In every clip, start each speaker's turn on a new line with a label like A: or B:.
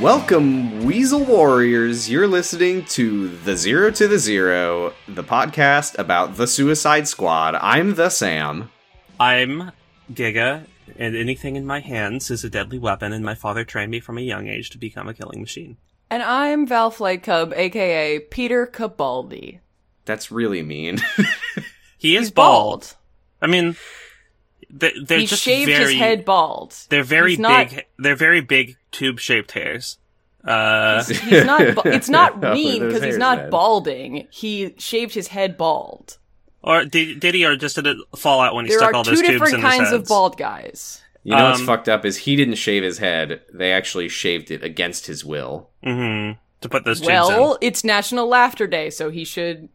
A: Welcome, Weasel Warriors. You're listening to The Zero to the Zero, the podcast about the Suicide Squad. I'm the Sam.
B: I'm Giga, and anything in my hands is a deadly weapon, and my father trained me from a young age to become a killing machine.
C: And I'm Val Flight Cub, aka Peter Cabaldi.
A: That's really mean.
B: He is bald. I mean, they, they're
C: He
B: just
C: shaved
B: very,
C: his head bald.
B: They're very
C: He's not-
B: big. They're very big tube-shaped hairs. Uh,
C: He's not. bu- it's not
A: No,
C: mean
A: those
C: because he's
A: hairs,
C: not
A: man.
C: balding. He shaved his head bald.
B: or did, did he, or just did it fall out when he
C: there
B: stuck
C: are
B: all
C: two
B: those tubes
C: different
B: in his
C: kinds
B: heads?
C: of bald guys.
A: You know what's
B: Um,
A: fucked up is he didn't shave his head. They actually shaved it against his will.
B: hmm to put those tubes in.
C: Well, it's National Laughter Day, so he should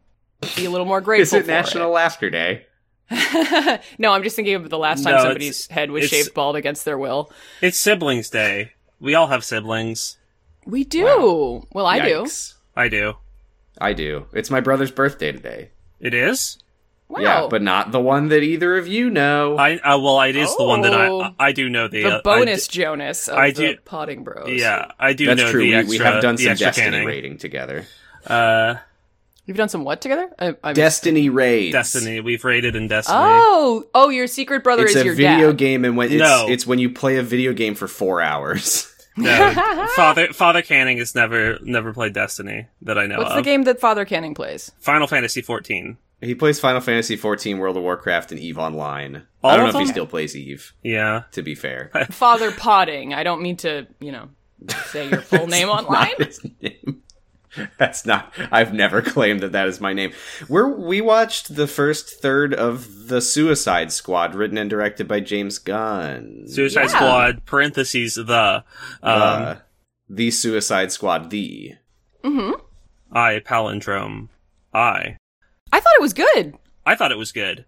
C: be a little more grateful.
A: Is it
C: for
A: National Laughter Day?
C: it. no, I'm just thinking of the last time
B: No,
C: somebody's head was
B: it's-
C: shaved bald against their will.
B: It's siblings' day. We all have siblings.
C: We do. Well, I do.
A: Yikes.
B: I do.
A: I do. It's my brother's birthday today.
B: It is.
C: Wow.
A: Yeah, but not the one that either of you know.
B: I uh, well, it is the one that I
C: Oh.
B: I do know the,
C: the
B: uh, I
C: bonus Jonas of
B: I
C: the
B: do-
C: Potting Bros.
B: d- yeah, I do
A: That's
B: know
A: true.
B: the
A: We,
B: extra.
A: we have done
B: the
A: some
B: extra
A: Destiny
B: canning.
A: rating together.
B: Uh,
C: You've done some what together? I, I
A: Destiny raids.
B: Destiny. We've raided in Destiny.
C: Oh, oh, your secret brother
A: It's
C: is
A: a
C: your
A: video
C: dad.
A: game, and when it's,
B: No.
A: it's when you play a video game for four hours.
B: No, Father Father Canning has never never played Destiny that I know
C: What's
B: of.
C: the game that Father Canning plays?
B: Final Fantasy fourteen.
A: he plays Final Fantasy XIV, World of Warcraft, and Eve Online.
B: All
A: I don't know
B: of
A: if he
B: them?
A: still plays Eve.
B: Yeah,
A: To be fair,
C: Father Potting. I don't mean to, you know, say your full name online.
A: Not his name. That's not. I've never claimed that that is my name. We're we watched the first third of the Suicide Squad, written and directed by James Gunn.
B: Suicide
C: Yeah.
B: Squad parentheses the um,
A: Uh, the Suicide Squad. The
C: hmm
B: I palindrome I.
C: I thought it was good.
B: I thought it was good.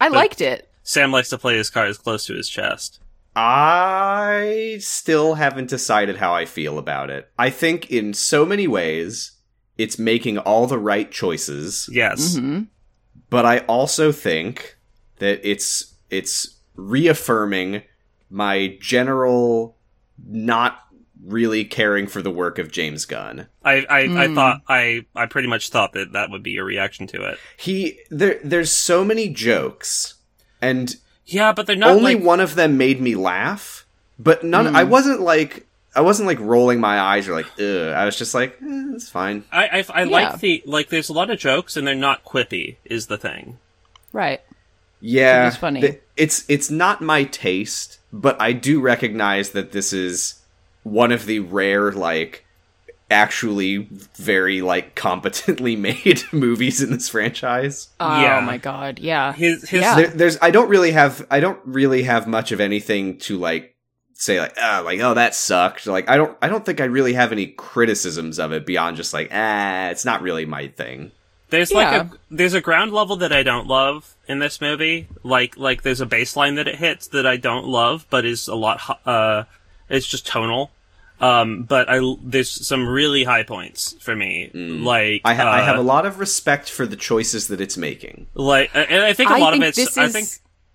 C: I liked it.
B: Sam likes to play his cards close to his chest.
A: I still haven't decided how I feel about it. I think in so many ways it's making all the right choices,
B: Yes,
A: Mm-hmm.
C: hmm
A: but I also think that it's it's reaffirming my general not really caring for the work of James Gunn.
B: I I, I
C: Mm.
B: thought I I pretty much thought that that would be your reaction to it.
A: He there there's so many jokes and
B: Yeah, but they're not
A: only
B: like
A: one of them made me laugh, but none. I wasn't like I wasn't like rolling my eyes or like ugh. I was just like eh, it's fine.
B: I I, I
C: Yeah.
B: like the like. There's a lot of jokes and they're not quippy. Is the thing.
C: Right.
A: Yeah,
C: It's funny.
A: th- it's it's not my taste, but I do recognize that this is one of the rare like actually very like competently made movies in this franchise.
C: Oh
B: Yeah.
C: my god. Yeah.
B: His his
C: Yeah.
A: there, there's I don't really have I don't really have much of anything to like say like ah like oh that sucked like I don't I don't think I really have any criticisms of it beyond just like ah it's not really my thing.
B: There's
C: Yeah.
B: like a there's a ground level that I don't love in this movie. Like like there's a baseline that it hits that I don't love, but is a lot hi- uh it's just tonal. Um, but I there's some really high points for me.
A: Mm.
B: Like
A: I, ha- I
B: uh,
A: have a lot of respect for the choices that it's making.
B: like and I think a
C: I
B: lot
C: think
B: of it's
C: this
B: I
C: is-
B: think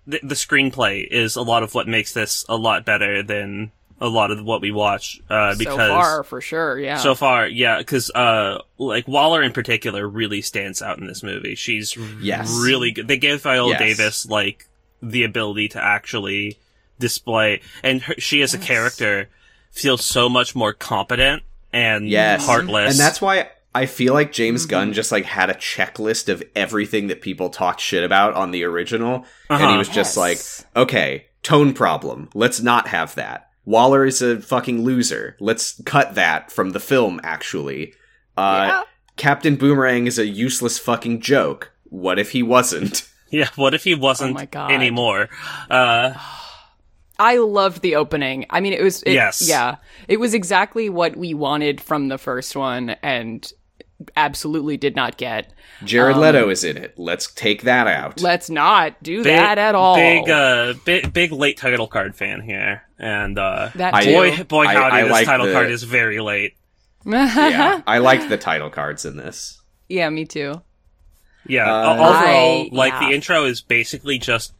B: the, the screenplay is a lot of what makes this a lot better than a lot of what we watch uh, because
C: so far, for sure. Yeah.
A: Oh.
B: So far, yeah, because uh, like Waller in particular really stands out in this movie. She's
A: Yes.
B: really good. They gave Viola
A: Yes.
B: Davis like the ability to actually display, and her, she as a character feels so much more competent and
A: Yes.
B: heartless.
A: And that's why I feel like James
C: Mm-hmm.
A: Gunn just like had a checklist of everything that people talked shit about on the original. And he
B: Uh-huh.
A: was just like,
C: Yes.
A: okay, tone problem. Let's not have that. Waller is a fucking loser. Let's cut that from the film, actually. Uh,
C: Yeah.
A: Captain Boomerang is a useless fucking joke. What if he wasn't?
B: yeah. What if he wasn't
C: Oh my God.
B: anymore? Uh,
C: I loved the opening. I mean, it was it,
B: Yes.
C: yeah, it was exactly what we wanted from the first one, and absolutely did not get.
A: Jared
C: Um,
A: Leto is in it. Let's take that out.
C: Let's not do
B: big,
C: that at all.
B: Big, uh, big, big late title card fan here, and uh,
C: that
A: I-
C: too.
B: boy, boy,
A: I-
B: howdy,
A: I
B: this
A: like
B: title
A: the-
B: card is very late.
C: Uh-huh.
A: yeah, I like the title cards in this.
C: yeah, me too.
B: Yeah.
A: Uh,
B: o- overall,
C: I-
B: like
C: yeah.
B: the intro is basically just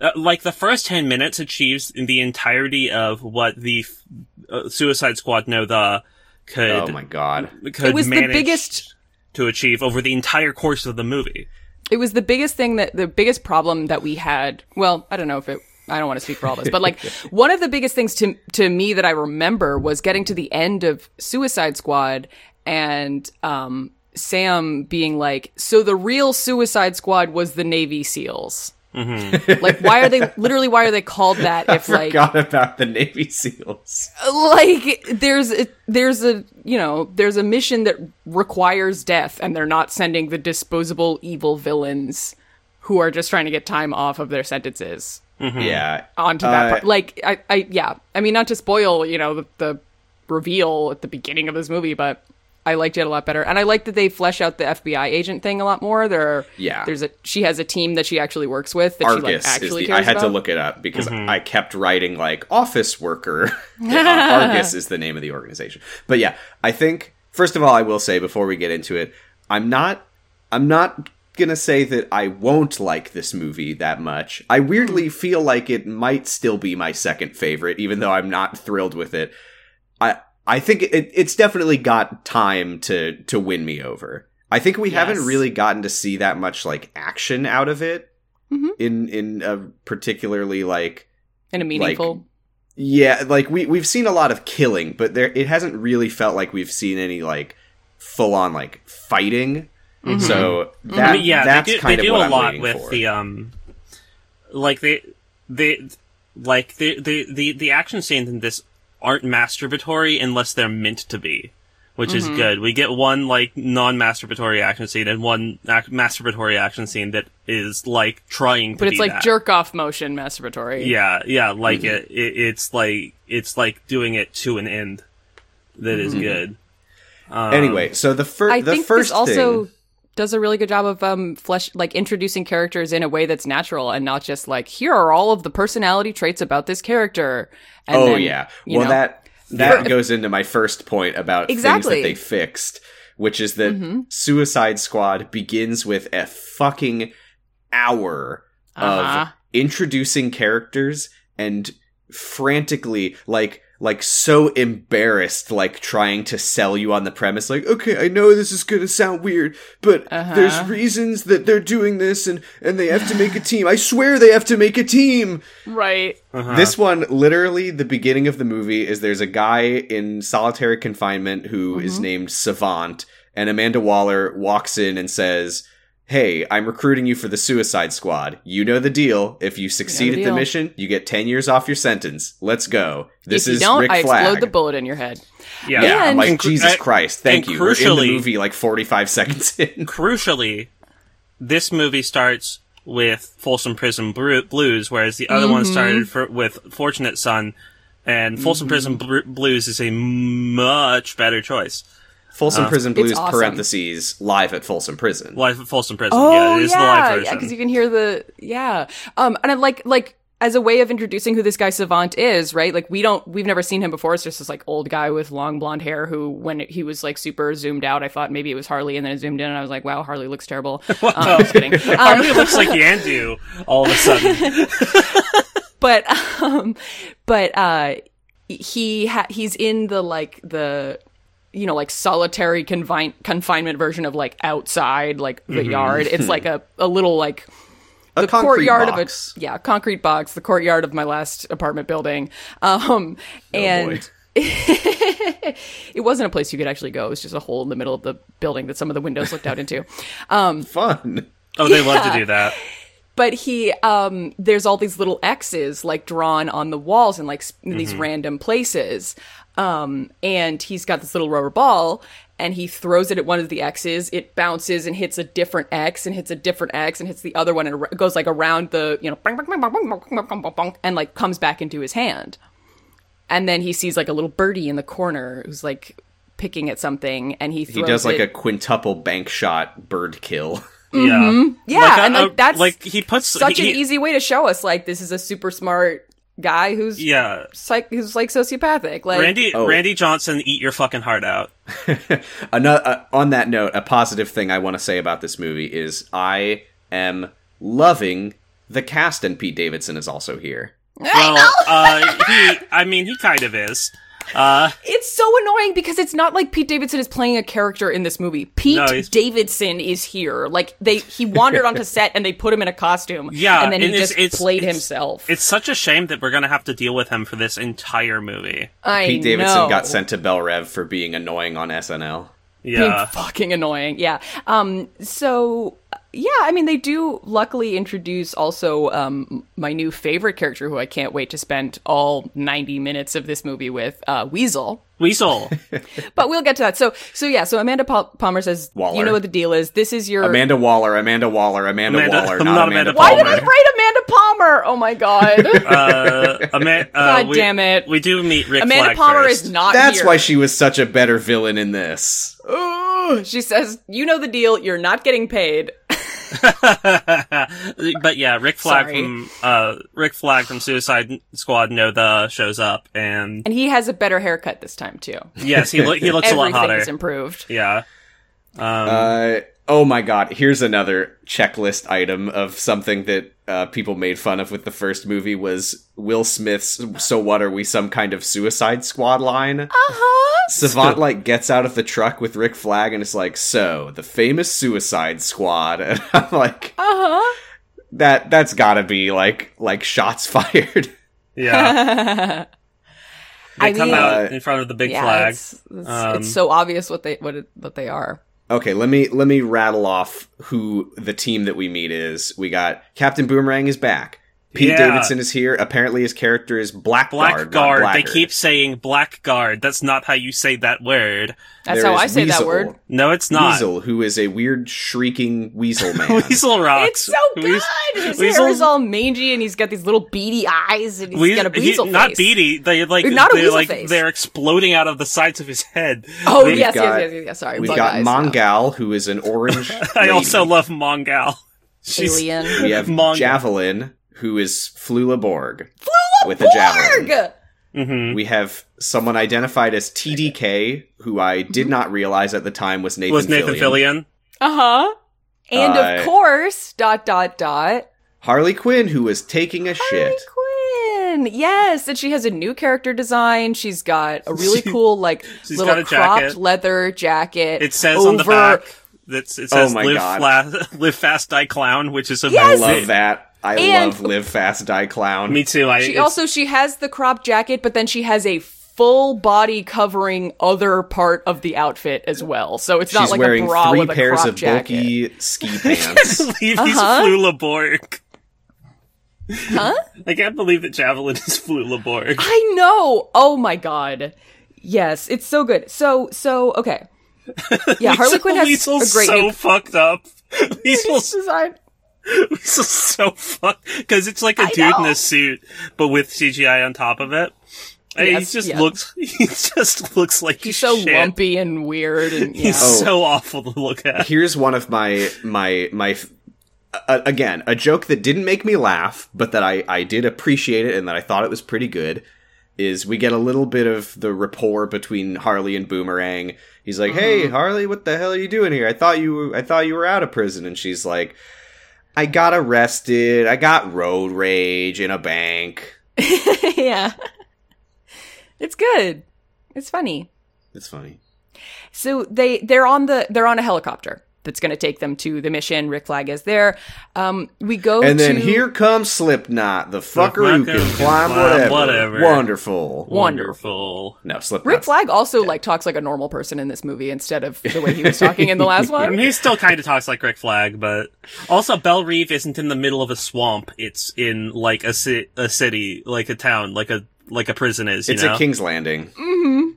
B: uh, like the first ten minutes achieves the entirety of what the f- uh, Suicide Squad No The could
A: oh my god.
B: could
C: It was the
B: manage
C: biggest-
B: to achieve over the entire course of the movie.
C: it was the biggest thing that the biggest problem that we had well i don't know if it i don't want to speak for all of us but like one of the biggest things to to me that i remember was getting to the end of suicide squad and um sam being like so the real suicide squad was the navy seals like why are they literally why are they called that if like
A: Forgot about the Navy SEALs.
C: like there's a, there's a you know there's a mission that requires death and they're not sending the disposable evil villains who are just trying to get time off of their sentences
A: Yeah.
C: onto that
A: Uh,
C: part like I, I yeah i mean not to spoil you know the, the reveal at the beginning of this movie but i liked it a lot better and i like that they flesh out the fbi agent thing a lot more there are,
A: Yeah.
C: there's a she has a team that she actually works with that she like
A: Argus is
C: actually
A: the.
C: cares
A: I had to
C: about.
A: look it up because I kept writing like office worker. Yeah, Argus is the name of the organization. But yeah, I think first of all, I will say before we get into it, I'm not. I'm not gonna say that I won't like this movie that much. I
C: Hmm.
A: weirdly feel like it might still be my second favorite, even though I'm not thrilled with it. I I think it, it's definitely got time to to win me over. I think we haven't
C: Yes.
A: really gotten to see that much like action out of it
B: Mm-hmm.
C: Mhm.
A: in in a particularly like
C: in a meaningful
A: yeah like we we've seen a lot of killing, but there it hasn't really felt like we've seen any like full on like fighting. So that
B: I mean, Mm-hmm. yeah,
A: that's
B: they do,
A: kind
B: they
A: of
B: do
A: what
B: a
A: I'm
B: lot
A: waiting
B: with
A: for.
B: the um, like they they like the the the the action scenes in this aren't masturbatory unless they're meant to be, which
C: Mm-hmm.
B: is good. We get one like non-masturbatory action scene and one ac- masturbatory action scene that is like trying to.
C: but it's
B: be
C: like
B: that.
C: jerk off motion masturbatory
B: Yeah, yeah, like
A: Mm-hmm.
B: it, it. It's like it's like doing it to an end. That
C: Mm-hmm.
B: is good. um,
A: anyway, so the
C: I
A: first the
C: think
A: first
C: this also
A: thing,
C: does a really good job of um flesh like introducing characters in a way that's natural and not just like here are all of the personality traits about this character. And
A: oh
C: then,
A: yeah.
C: you
A: Well,
C: know.
A: that that goes into my first point about
C: Exactly.
A: things
C: Mm-hmm.
A: that they fixed, which is that Suicide Squad begins with a fucking hour
C: Uh-huh.
A: of introducing characters and frantically like like so embarrassed like trying to sell you on the premise like okay i know this is gonna sound weird but
C: Uh-huh.
A: there's reasons that they're doing this and and they have to make a team i swear they have to make a team
C: right.
A: this one, literally, the beginning of the movie is there's a guy in solitary confinement who is
C: Mm-hmm.
A: named Savant, and Amanda Waller walks in and says, Hey, I'm recruiting you for the Suicide Squad. You know the deal. If you succeed at the
C: deal.
A: mission, you get 10 years off your sentence. Let's go. This
C: if you
A: is
C: don't,
A: Rick
C: I
A: Flag.
C: explode the bullet in your head.
B: Yeah,
A: yeah, I'm
C: And-
A: like,
B: And cru-
A: Jesus
B: uh,
A: Christ, thank
B: and
A: you. We're in the
B: crucially-
A: movie like 45 seconds in.
B: crucially, this movie starts with Folsom Prison Bru- Blues, whereas the other
C: Mm-hmm.
B: one started for, with Fortunate Son. And Folsom Prison Bru- Blues is a much better choice. Uh-huh.
A: Folsom Prison Blues,
C: awesome.
A: parentheses, live at Folsom Prison.
B: Life at Folsom Prison.
C: Oh
B: yeah, it is the live
C: because
B: version.
C: you can hear the yeah. Um, and I like like as a way of introducing who this guy Savant is, right? Like we don't we've never seen him before. It's just this like old guy with long blonde hair who, when he was like super zoomed out, I thought maybe it was Harley, and then I zoomed in and I was like, wow, Harley looks terrible. Um, just kidding. Um,
B: Harley looks like Yandu all of a sudden.
C: but um but uh he ha- he's in the like the you know like solitary confine- confinement version of like outside like the yard it's like a, a little like
A: A
C: the
A: Mm-hmm. concrete
C: courtyard
A: box.
C: of a yeah concrete box the courtyard of my last apartment building um
A: Oh, boy.
C: and it wasn't a place you could actually go it was just a hole in the middle of the building that some of the windows looked out into
A: Fun.
B: Oh, they love to do that.
C: but he um there's all these little x's like drawn on the walls in like sp- in these random places um and he's got this little rubber ball and he throws it at one of the x's it bounces and hits a different x and hits a different x and hits the other one and ar- goes like around the you know bong, bong, bong, bong, bong, bong, bong, bong, bong, and like comes back into his hand and then he sees like a little birdie in the corner who's like picking at something and he throws
A: He does like
C: it-
A: a quintuple bank shot bird kill.
B: Yeah.
C: Mm-hmm. yeah and
B: uh,
C: like that's
B: like he puts
C: such
B: he-
C: an easy way to show us like this is a super smart guy who's
B: Yeah,
C: psych who's like sociopathic like
B: Randy
A: Oh.
B: Randy Johnson, eat your fucking heart out.
A: Another, uh, on that note, a positive thing I want to say about this movie is I am loving the cast, and Pete Davidson is also here.
B: Well, uh, he, I mean, he kind of is. Uh,
C: It's so annoying because it's not like Pete Davidson is playing a character in this movie. Pete
B: No, he's-
C: Davidson is here. Like they, he wandered onto set and they put him in a costume.
B: Yeah,
C: and then he
B: and it's-
C: just
B: it's-
C: played
B: it's-
C: himself.
B: it's such a shame that we're gonna have to deal with him for this entire movie.
C: I
A: Pete Davidson
C: know.
A: got sent to Bell Rev for being annoying on SNL.
C: Being
B: Yeah,
C: fucking annoying. Yeah. Um. So yeah, I mean they do luckily introduce also um my new favorite character who I can't wait to spend all ninety minutes of this movie with, uh, Weasel.
B: Weasel.
C: But we'll get to that. So so yeah. So Amanda Pal- Palmer says,
A: Waller.
C: you know what the deal is. This is your
A: Amanda Waller, Amanda Waller, Amanda,
B: Amanda-
A: Waller,
B: I'm
A: not,
B: not
A: Amanda,
B: Amanda
C: Why did I
A: Palmer.
C: write Amanda Palmer? Oh my god.
B: Uh, Ama- uh,
C: God
B: we,
C: damn it.
B: We do meet Rick.
C: Amanda
B: Flag
C: Palmer
B: first.
C: is not
A: That's
C: here.
A: why she was such a better villain in this.
C: Ooh, she says, "You know the deal. You're not getting paid."
B: but yeah, Rick Flag
C: Sorry.
B: from uh, Rick Flag from Suicide Squad. No, the shows up, and
C: And he has a better haircut this time too.
B: yes, he lo- he looks a lot
C: Everything
B: hotter.
C: is improved.
B: yeah. Um,
A: Uh, oh my god, here's another checklist item of something that uh, people made fun of with the first movie was Will Smith's "So what are we, some kind of Suicide Squad" line.
C: Uh-huh.
A: Savant like gets out of the truck with Rick Flag and is like, "So the famous Suicide Squad," and I'm like,
C: Uh-huh.
A: "That that's gotta be like like shots fired."
B: yeah, they
C: I
B: come
C: mean-
A: uh,
B: out in front of the big
C: yeah,
B: flag.
C: It's, it's,
B: Um,
C: it's so obvious what they what it, what they are.
A: Okay, let me let me rattle off who the team that we meet is. We got Captain Boomerang is back. Pete
B: Yeah.
A: Davidson is here. Apparently, his character is Blackguard. not
B: Blackguard. They
A: Blackguard.
B: keep saying blackguard. That's not how you say that word.
C: That's
A: There
C: how I
A: is
C: say that
A: Weasel.
C: word.
B: No, it's not.
A: Weasel, who is a weird shrieking weasel man.
B: Weasel rocks.
C: It's so good.
B: Weas-
C: His hair
B: Weasel-
C: is all mangy, and he's got these little beady eyes, and he's
B: Weas-
C: got
B: he-
C: a weasel face.
B: Not beady. They like
C: Not a
B: they
C: weasel
B: like
C: face.
B: they're exploding out of the sides of his head.
C: Oh
B: They-
C: yes,
A: got-
C: yes, yes, yes, yes. Sorry,
A: We've
C: bug
A: got
C: eyes now.
A: Mongal, who is an orange.
B: I
A: lady.
B: also love Mongal. She's
C: Alien.
A: We have
B: Mongal.
A: Javelin, who is Flula Borg. Flula with a javelin.
C: Berg!
B: Mhm.
A: We have someone identified as TDK, who I did not realize at the time was Nathan.
B: Hmm. was Nathan Fillion.
C: Uh-huh. And
A: Uh,
C: of course, dot dot dot.
A: Harley Quinn, who was taking a shit.
C: Harley Quinn. Yes, and she has a new character design. She's got a really
B: She-
C: cool like
B: she's
C: little
B: got a
C: cropped
B: jacket.
C: leather jacket.
B: It says on the
C: over-
B: back. That's, it says
A: Oh my
B: live,
A: God.
B: fla- live fast, die clown, which is a
C: Yes!
A: love that. I
C: And-
A: love Live Fast Die Clown.
B: Me too. I,
C: She
B: it's-
C: also she has the cropped jacket, but then she has a full body covering other part of the outfit as well. So it's not
A: She's
C: like
A: wearing
C: a bra
A: three
C: with a
A: pairs
C: crop
A: of
C: jacket.
A: bulky ski pants.
B: believe he's Flula Borg.
C: Uh-huh. Huh?
B: I can't believe that Javelin is Flula Borg.
C: I know. Oh my god. Yes, it's so good. So so okay. Yeah, Harley Quinn has
B: Liesel's
C: a great
B: so
C: new
B: fucked up. Liesel's,
C: design.
B: Liesel's so fucked because it's like a dude in
C: know.
B: a suit, but with CGI on top of it. And
C: Yes,
B: he just
C: yeah.
B: looks. He just looks like
C: He's so
B: shit.
C: lumpy and weird and yeah.
B: He's
A: Oh.
B: so awful to look at.
A: Here's one of my my my f- a- again a joke that didn't make me laugh, but that I I did appreciate it and that I thought it was pretty good. Is we get a little bit of the rapport between Harley and Boomerang. He's like,
C: Mm-hmm.
A: "Hey Harley, what the hell are you doing here? I thought you were, I thought you were out of prison." And she's like, "I got arrested. I got road rage in a bank."
C: yeah. It's good. It's funny.
A: It's funny.
C: So they they're on the they're on a helicopter that's going to take them to the mission. Rick Flag is there. Um, we go
A: And then
C: to-
A: here comes Slipknot, the fucker who
B: Slipknot
A: can
B: can
A: climb
B: climb
A: whatever.
B: whatever.
A: Wonderful.
B: Wonderful.
A: No, Slipknot.
C: Rick Flag also like talks like a normal person in this movie instead of the way he was talking in the last
B: I mean,
C: one.
B: he still kind of talks like Rick Flag, but also Belle Reeve isn't in the middle of a swamp. It's in like a ci- a city, like a town, like a like a prison is. You
A: It's
B: know?
A: a King's Landing.
C: hmm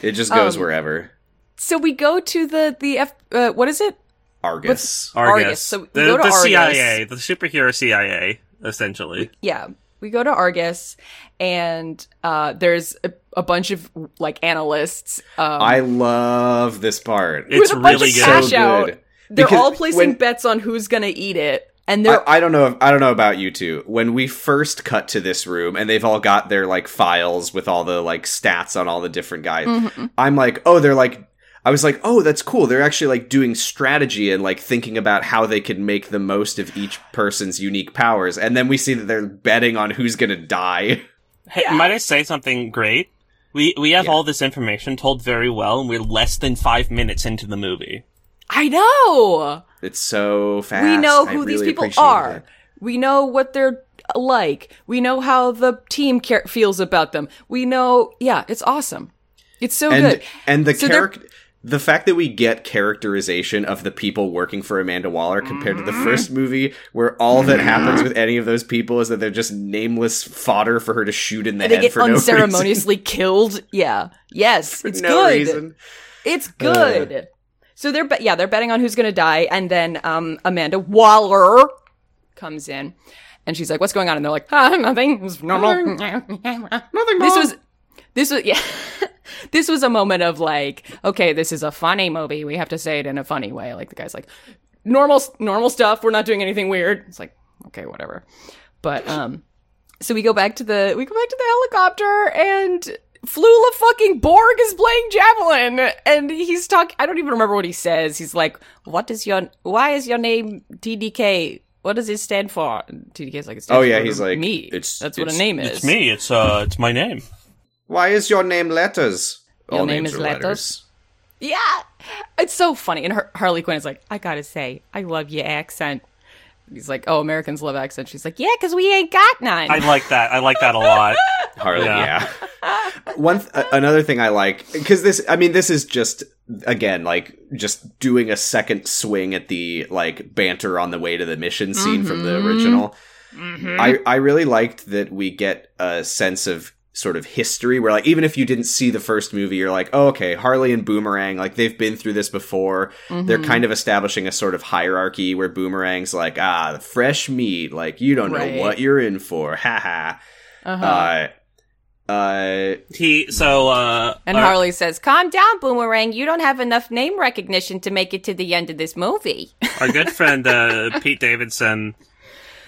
A: It just goes
C: Um,
A: wherever.
C: So we go to the the F uh, what is it?
A: Argus.
B: Argus.
C: Argus. So we
B: the,
C: go to
B: the
C: Argus.
B: CIA, the superhero CIA, essentially.
C: Yeah, we go to Argus, and uh, there's a, a bunch of like analysts. Um,
A: I love this part.
B: It's
C: with a bunch
B: really
C: of
B: good.
C: cash
A: So
C: out.
A: good.
C: They're
A: Because
C: all placing
A: when-
C: bets on who's gonna eat it, and
A: I,
C: they're
A: I don't know. If, I don't know about you two. When we first cut to this room, and they've all got their like files with all the like stats on all the different guys.
C: Mm-hmm.
A: I'm like, oh, they're like. I was like, oh, that's cool. They're actually like doing strategy and like thinking about how they could make the most of each person's unique powers. And then we see that they're betting on who's gonna die.
B: Hey, might I say something great? We we have all this information told very well, and we're less than five minutes into the movie.
C: I know.
A: It's so fast.
C: we know
A: I
C: who these
A: really
C: people
A: appreciated
C: are.
A: it.
C: We know what they're like. We know how the team care- feels about them. We know, yeah, it's awesome. It's so
A: and
C: Oh, good.
A: and the
C: So they're-
A: character the fact that we get characterization of the people working for Amanda Waller compared to the first movie where all that happens with any of those people is that they're just nameless fodder for her to shoot in the
C: And they
A: head
C: get
A: for no reason.
C: unceremoniously killed. Yeah. Yes, it's
A: no
C: good.
A: reason. Uh.
C: It's good. so they're bet yeah, they're betting on who's going to die and then um Amanda Waller comes in and she's like, "What's going on?" and they're like, "Ah, nothing. It was normal."
A: Nothing
C: this was this was yeah this was a moment of like okay this is a funny movie we have to say it in a funny way like the guy's like normal normal stuff we're not doing anything weird it's like okay whatever but um so we go back to the we go back to the helicopter and Flula fucking Borg is playing javelin and he's talking I don't even remember what he says he's like what is your why is your name TDK what does it stand for And TDK's like it stands
A: Oh, yeah,
C: for
A: he's like,
C: me
A: it's-
C: that's what a
A: it's-
C: name is
B: It's me. It's uh, it's my name.
A: Why is your name letters?
C: Your
A: All
C: name
A: names
C: is
A: are
C: letters? Yeah, it's so funny. And her- Harley Quinn is like, I gotta say, I love your accent. He's like, Oh, Americans love accent. She's like, Yeah, because we ain't got none.
B: I like that. I like that a lot.
A: Harley, yeah.
B: Yeah.
A: One th- a- another thing I like because this, I mean, this is just again like just doing a second swing at the like banter on the way to the mission scene from the original. I I really liked that we get a sense of sort of history where like even if you didn't see the first movie you're like oh okay harley and boomerang like they've been through this before they're kind of establishing a sort of hierarchy where boomerang's like ah the fresh meat like you don't
C: Right.
A: know what you're in for ha ha
C: Uh-huh.
A: uh, uh,
B: He so uh,
C: and
B: uh,
C: Harley says, Calm down, Boomerang. You don't have enough name recognition to make it to the end of this movie.
B: our good friend uh, Pete Davidson.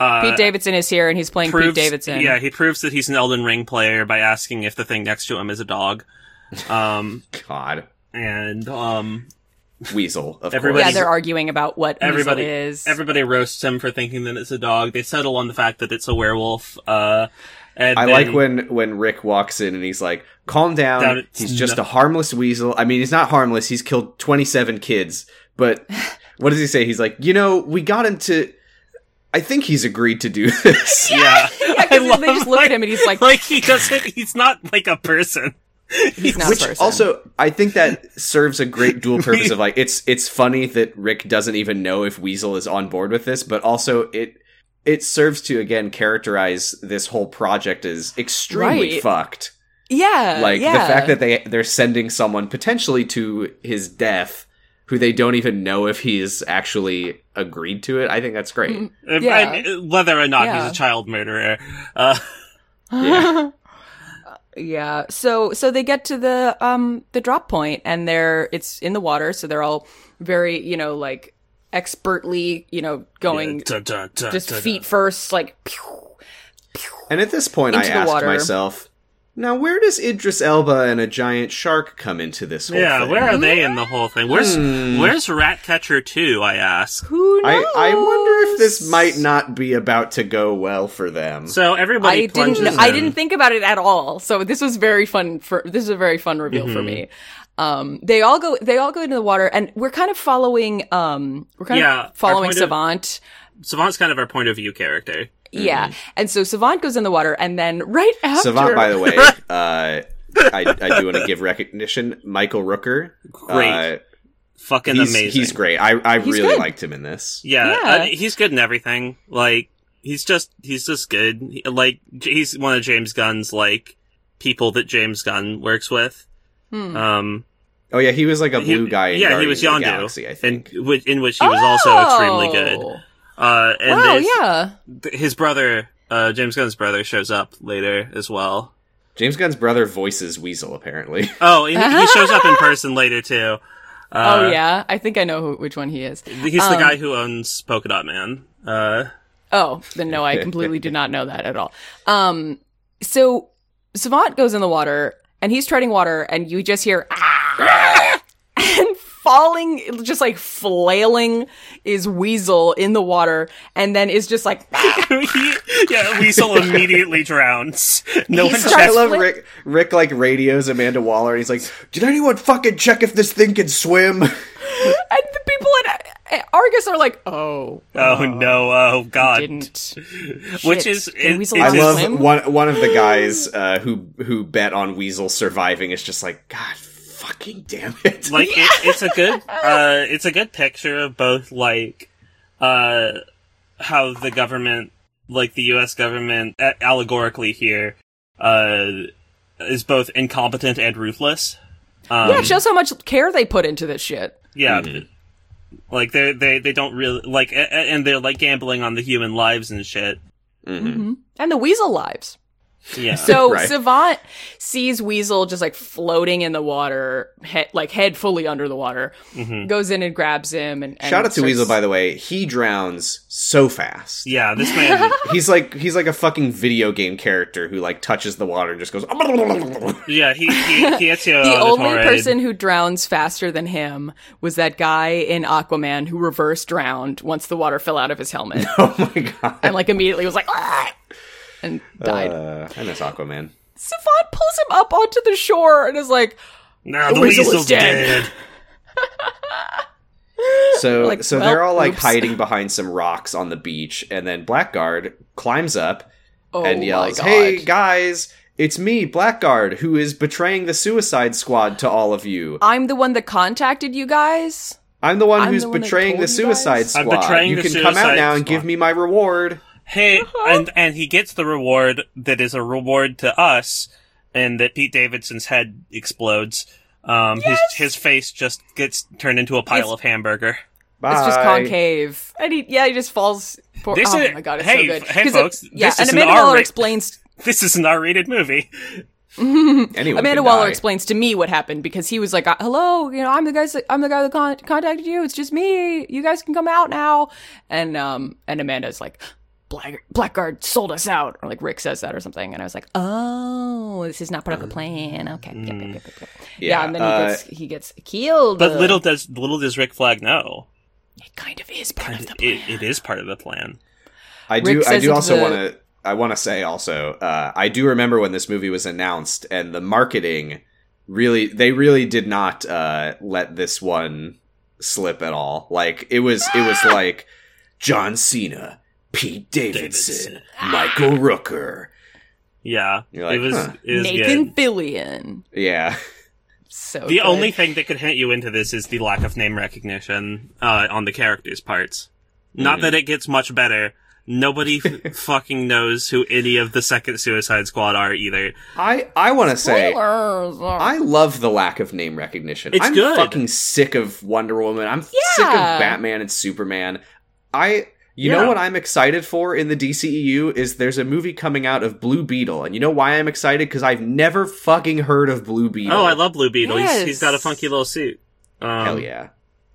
B: Uh,
C: Pete Davidson is here and he's playing
B: proves,
C: Pete Davidson.
B: Yeah, he proves that he's an Elden Ring player by asking if the thing next to him is a dog. Um,
A: God,
B: and um,
A: Weasel, of
B: Everybody-
C: Yeah,
A: course.
C: they're arguing about what everybody
B: everybody
C: is.
B: everybody roasts him for thinking that it's a dog. They settle on the fact that it's a werewolf. Uh, and
A: I
B: then-
A: like when when Rick walks in and he's like, "Calm down.
B: Down it's
A: he's just
B: no-
A: a harmless weasel. I mean, he's not harmless. He's killed twenty seven kids, but what does he say? He's like, you know, we got into. I think he's agreed to do this.
B: yeah,
C: Yeah, 'cause they just look at him and he's like-
B: like he doesn't. He's not like a person.
C: he's not
A: Which
C: a person.
A: also, I think that serves a great dual purpose of like it's it's funny that Rick doesn't even know if Weasel is on board with this, but also it it serves to again characterize this whole project as extremely
C: Right.
A: fucked.
C: yeah,
A: like
C: yeah.
A: the fact that they they're sending someone potentially to his death who they don't even know if he's actually agreed to it i think that's great
C: Mm.
B: Uh,
C: Yeah.
B: and, uh, whether or not
C: Yeah.
B: he's a child murderer. Uh,
A: Yeah.
C: yeah. So so they get to the um the drop point and they're it's in the water, so they're all very, you know, like expertly, you know, going
B: dun, dun, dun,
C: just
B: dun, dun.
C: feet first, like pew.
A: and at this point i
C: Into the
A: asked
C: water.
A: myself now where does idris elba and a giant shark come into this whole
B: Yeah,
A: thing
B: where are they in the whole thing? Where's
A: Hmm.
B: Where's Ratcatcher Two? I ask.
C: Who
A: I,
C: knows?
A: I wonder if this might not be about to go well for them.
B: So everybody
C: I
B: plunges.
C: didn't. I
B: in.
C: didn't think about it at all. So this was very fun. For this is a very fun reveal for me.
A: Mm-hmm.
C: Um, they all go. They all go into the water, and we're kind of following. Um, we're kind
B: Yeah, our
C: of following
B: point of-
C: Savant.
B: Savant's kind of our point of view character.
C: Yeah, and so Savant goes in the water, and then right after
A: Mm-hmm. Savant, by the way, uh, I, I do want to give recognition. Michael Rooker,
B: Great.
A: uh,
B: Fucking
A: he's,
B: amazing.
A: he's great. I, I
C: He's
A: really
C: good.
A: liked him in this.
B: Yeah,
C: Yeah.
B: uh, he's good in everything. Like he's just he's just good. He- Like j- he's one of James Gunn's like people that James Gunn works with.
C: Hmm.
B: Um,
A: Oh yeah, he was like a
B: he-
A: blue guy. In
B: yeah, he
A: Guardians
B: was
A: of the
B: Yondu,
A: Galaxy, I think.
B: and which, in which he was also extremely good.
C: Oh.
B: Uh, and
C: wow,
B: there's-
C: yeah.
B: th- his brother, uh, James Gunn's brother, shows up later as well.
A: James Gunn's brother voices Weasel, apparently.
B: Oh, and he he shows up in person later too. Uh,
C: oh yeah, I think I know who, which one he is.
B: He's the
C: Um.
B: guy who owns Polka Dot Man. Uh,
C: Oh, then no, I completely do not know that at all. Um, so Savant goes in the water and he's treading water, and you just hear ah, and falling, just like flailing is Weasel in the water, and then is just like "Ah!"
B: yeah, Weasel immediately drowns. No
C: He
B: one
C: starts-
A: I
B: checks.
A: love
C: Flip-
A: Rick. Rick like radios Amanda Waller, and he's like, "Did anyone fucking check if this thing can swim?"
C: And the people at, at Argus are like, oh,
B: Oh no! Oh god!
C: didn't.
B: Which
C: Shit.
B: is
C: Can
B: it-
C: Weasel
B: it
A: I
C: not
B: just-
A: love
C: swim?
A: one one of the guys uh, who who bet on Weasel surviving is just like, "God, fucking damn it!"
B: like it, it's a good uh, it's a good picture of both like uh, how the government like the U.S. government a- allegorically here uh, is both incompetent and ruthless. Um,
C: yeah, it shows how much care they put into this shit.
B: yeah. Like they they they don't really like a- a- and they're like gambling on the human lives and shit.
A: Mm-hmm.
C: Mm-hmm. And the weasel lives.
B: Yeah.
C: So
A: Right.
C: Savant sees Weasel just like floating in the water, head, like head fully under the water. Goes in and grabs him. And, and
A: Mm-hmm. Shout out to
C: starts-
A: Weasel, by the way. He drowns so fast.
B: yeah, this man
A: He's like he's like a fucking video game character who like touches the water and just goes. oh
B: yeah, he he, he hits you
C: The
B: on
C: only
B: forehead.
C: person who drowns faster than him was that guy in Aquaman who reverse drowned once the water fell out of his helmet
A: Oh my god!
C: and like immediately was like "Ah!" and died.
A: Uh, I miss Aquaman.
C: Savant pulls him up onto the shore and is like,
B: Nah, the
C: Weasel is
B: weasel's
C: dead.
B: dead.
A: So
C: Like,
A: so
C: well,
A: they're all like
C: oops.
A: hiding behind some rocks on the beach, and then Blackguard climbs up
C: "Oh
A: and yells,
C: my god!"
A: "Hey guys, it's me, Blackguard, who is betraying the Suicide Squad to all of you.
C: I'm the one that contacted you guys.
A: I'm the one
C: I'm
A: who's
C: the one that
A: betraying
C: told
A: the
C: you
A: Suicide
C: guys.
A: Squad.
B: I'm betraying
A: you
B: the
A: can come out
B: Suicide
A: now and
B: Squad."
A: give me my reward."
B: Hey,
C: Uh-huh.
B: and and he gets the reward that is a reward to us, and that Pete Davidson's head explodes. Um, his his face just gets turned into a pile
C: It's-
B: of hamburger.
A: Bye.
C: It's just concave. And he, yeah, he just falls. For,
B: This
C: oh
B: is-
C: my god, it's
B: hey,
C: so good.
B: f- hey,
C: 'Cause
B: folks,
C: It, yeah,
B: this
C: and
B: is an
C: Amanda Waller
B: R-rate.
C: explains.
B: This is an R-rated movie.
A: Anyone
C: Amanda
A: can
C: Waller
A: die.
C: explains to me what happened because he was like, "Uh, "Hello, you know, I'm the guy. I'm the guy that con- contacted you. It's just me. You guys can come out now." And um, and Amanda's like, Black- "Blackguard sold us out," or like Rick says that or something. And I was like, "Oh, this is not part of the plan." Okay, yep, yep, yep, yep, yep. Yeah,
A: Yeah,
C: and then
A: uh,
C: he gets he gets killed.
B: But little does little does Rick Flag know
C: it kind of is part of the plan.
B: it, it is part of the plan.
A: I
C: Rick
A: do. I
C: says
A: do
C: it's
A: also
C: the-
A: want to. I want to say also. Uh, I do remember when this movie was announced, and the marketing really. They really did not uh, let this one slip at all. Like it was. It was like John Cena, Pete Davidson, Michael Rooker.
B: Yeah,
A: You're like,
B: it was
A: huh.
B: it was
C: Nathan
B: good.
C: Fillion.
A: Yeah.
C: So
B: The
C: good.
B: only thing that could hint you into this is the lack of name recognition uh, on the characters' parts. Not that it gets much better. Nobody f- fucking knows who any of the second Suicide Squad are either.
A: I. I want to say.
C: Spoilers.
A: I love the lack of name recognition.
B: It's
A: I'm
B: good.
A: fucking sick of Wonder Woman. I'm sick of
C: Yeah.
A: Batman and Superman. I you
B: Yeah.
A: know what I'm excited for in the DCEU is there's a movie coming out of Blue Beetle. And you know why I'm excited? Cuz I've never fucking heard of Blue Beetle.
B: Oh, I love Blue Beetle. He's, he's
C: Yes.
B: got a funky little suit. Um,
A: Hell yeah.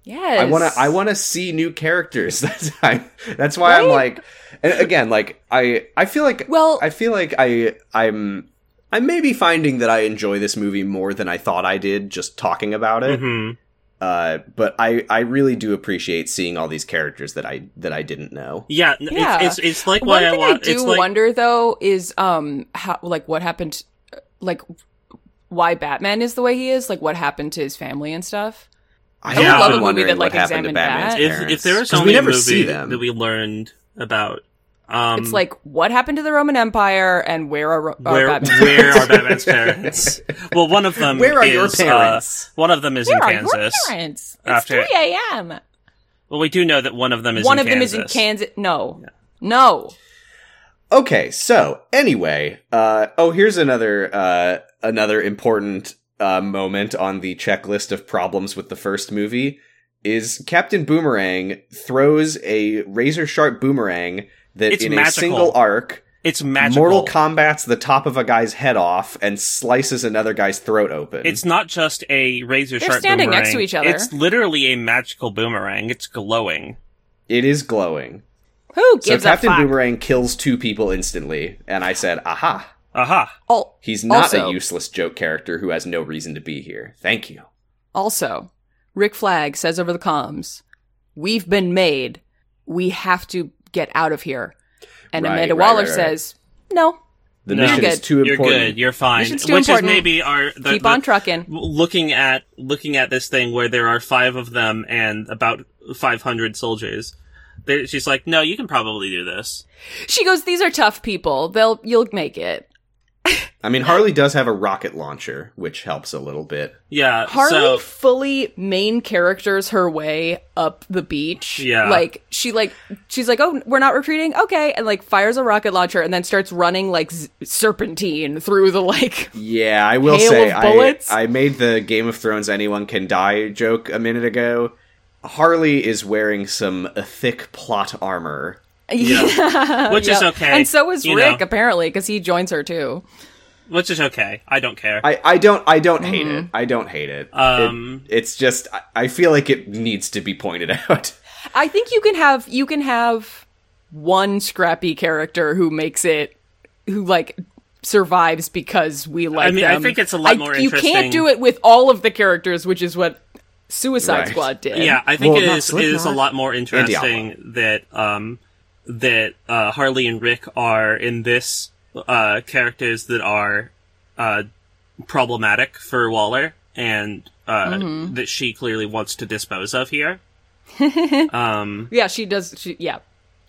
C: yes.
A: I want to I want to see new characters. That's I, that's why I'm
C: Right?
A: like and again like I I feel like
C: Well,
A: I feel like I I'm I may be finding that I enjoy this movie more than I thought I did just talking about it.
B: mhm.
A: Uh, but I, I really do appreciate seeing all these characters that I that I didn't know.
B: Yeah, n-
C: Yeah.
B: It's, it's it's like
C: One
B: why I
C: thing I,
B: want. It's
C: do
B: like
C: wonder though is um how like what happened like why Batman is the way he is like what happened to his family and stuff.
A: I
B: would
A: have
B: love
A: been
B: a movie
A: wondering
C: that, like,
A: what happened to
C: examined
A: Batman's
C: that.
B: if
A: parents.
B: if there was
A: 'Cause
B: only
A: we never
B: a movie
A: see them.
B: that we learned about, um,
C: It's like what happened to the Roman Empire and where are, Ro- are
B: where
C: Batman's
B: where are Batman's parents? well, one of them.
A: Where are your
B: is, uh,
A: parents?
B: one of them is in
C: Where are your
B: Kansas.
C: parents? It's
B: After-
C: 3 a.m.
B: Well, we do know that one of them is
C: One
B: in
C: of them
B: Kansas.
C: is in Kansas. No. No.
A: okay, so anyway, uh, oh here's another uh, another important uh, moment on the checklist of problems with the first movie is Captain Boomerang throws a razor sharp boomerang that
B: It's
A: in a
B: magical.
A: single arc
B: It's magical.
A: Mortal Kombat's the top of a guy's head off and slices another guy's throat open.
B: It's not just a razor
C: They're
B: sharp
C: standing
B: boomerang.
C: next to each other.
B: It's literally a magical boomerang. It's glowing.
A: it is glowing.
C: Who
A: So
C: gives
A: Captain
C: a fuck?
A: Boomerang kills two people instantly, and I said, "Aha!
B: Aha.
C: Al-
A: He's not
C: Also-
A: a useless joke character who has no reason to be here." Thank you.
C: also, Rick Flag says over the comms, "We've been made. We have to get out of here." And
A: Right,
C: Amanda
A: right,
C: Waller
A: right, right.
C: says, "No,
A: The
B: No.
A: mission
C: You're
A: is
C: good.
A: too
B: You're
A: important.
B: good. You're fine.
C: Mission's
B: Which
C: too
B: is
C: important.
B: maybe our the,
C: keep
B: the-
C: on trucking."
B: looking at looking at this thing where there are five of them and about 500 soldiers there, she's like no you can probably do this
C: She goes, "These are tough people. They'll you'll make it."
A: I mean, Harley does have a rocket launcher, which helps a little bit.
B: yeah
C: Harley
B: so
C: fully main characters her way up the beach.
B: Yeah.
C: Like she like she's like, "Oh, we're not retreating." Okay, and like fires a rocket launcher and then starts running like z- serpentine through the like
A: Yeah, I will
C: Hail
A: say
C: of
A: I,
C: bullets?
A: I made the Game of Thrones anyone can die joke a minute ago. Harley is wearing some uh, thick plot armor.
C: Yeah.
B: Which is okay,
C: And so is
B: you
C: Rick
B: know.
C: apparently because he joins her too.
B: which is okay i don't care
A: I, I don't I don't hate it.
C: Mm-hmm.
A: I don't hate it. It-
B: Um,
A: it's just I, I feel like it needs to be pointed out.
C: I think you can have you can have one scrappy character who makes it who like survives because we like
B: mean, I
C: them.
B: think it's a lot more
C: You
B: interesting-
C: can't do it with all of the characters, which is what Suicide
A: Right.
C: Squad did.
B: yeah i think
A: Well,
B: it
A: not
B: is it is a
A: Slipknot
B: lot more
A: Diablo.
B: interesting that um that uh harley and rick are in this uh characters that are uh problematic for waller and uh
A: Mm-hmm.
B: that she clearly wants to dispose of here um
C: Yeah, she does she yeah.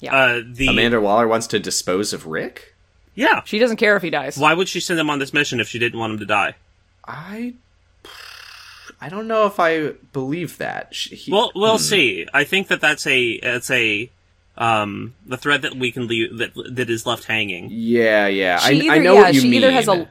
B: uh the
A: Amanda Waller wants to dispose of Rick?
B: yeah
C: She doesn't care if he dies.
B: Why would she send him on this mission if she didn't want him to die?
A: I I don't know if I believe that. She, he-
B: Well, we'll see. I think that that's a that's a um the thread that we can leave that that is left hanging.
A: yeah, yeah. I,
C: She
A: I
C: either-
A: know
C: yeah,
A: what you
C: she
A: mean.
C: either has a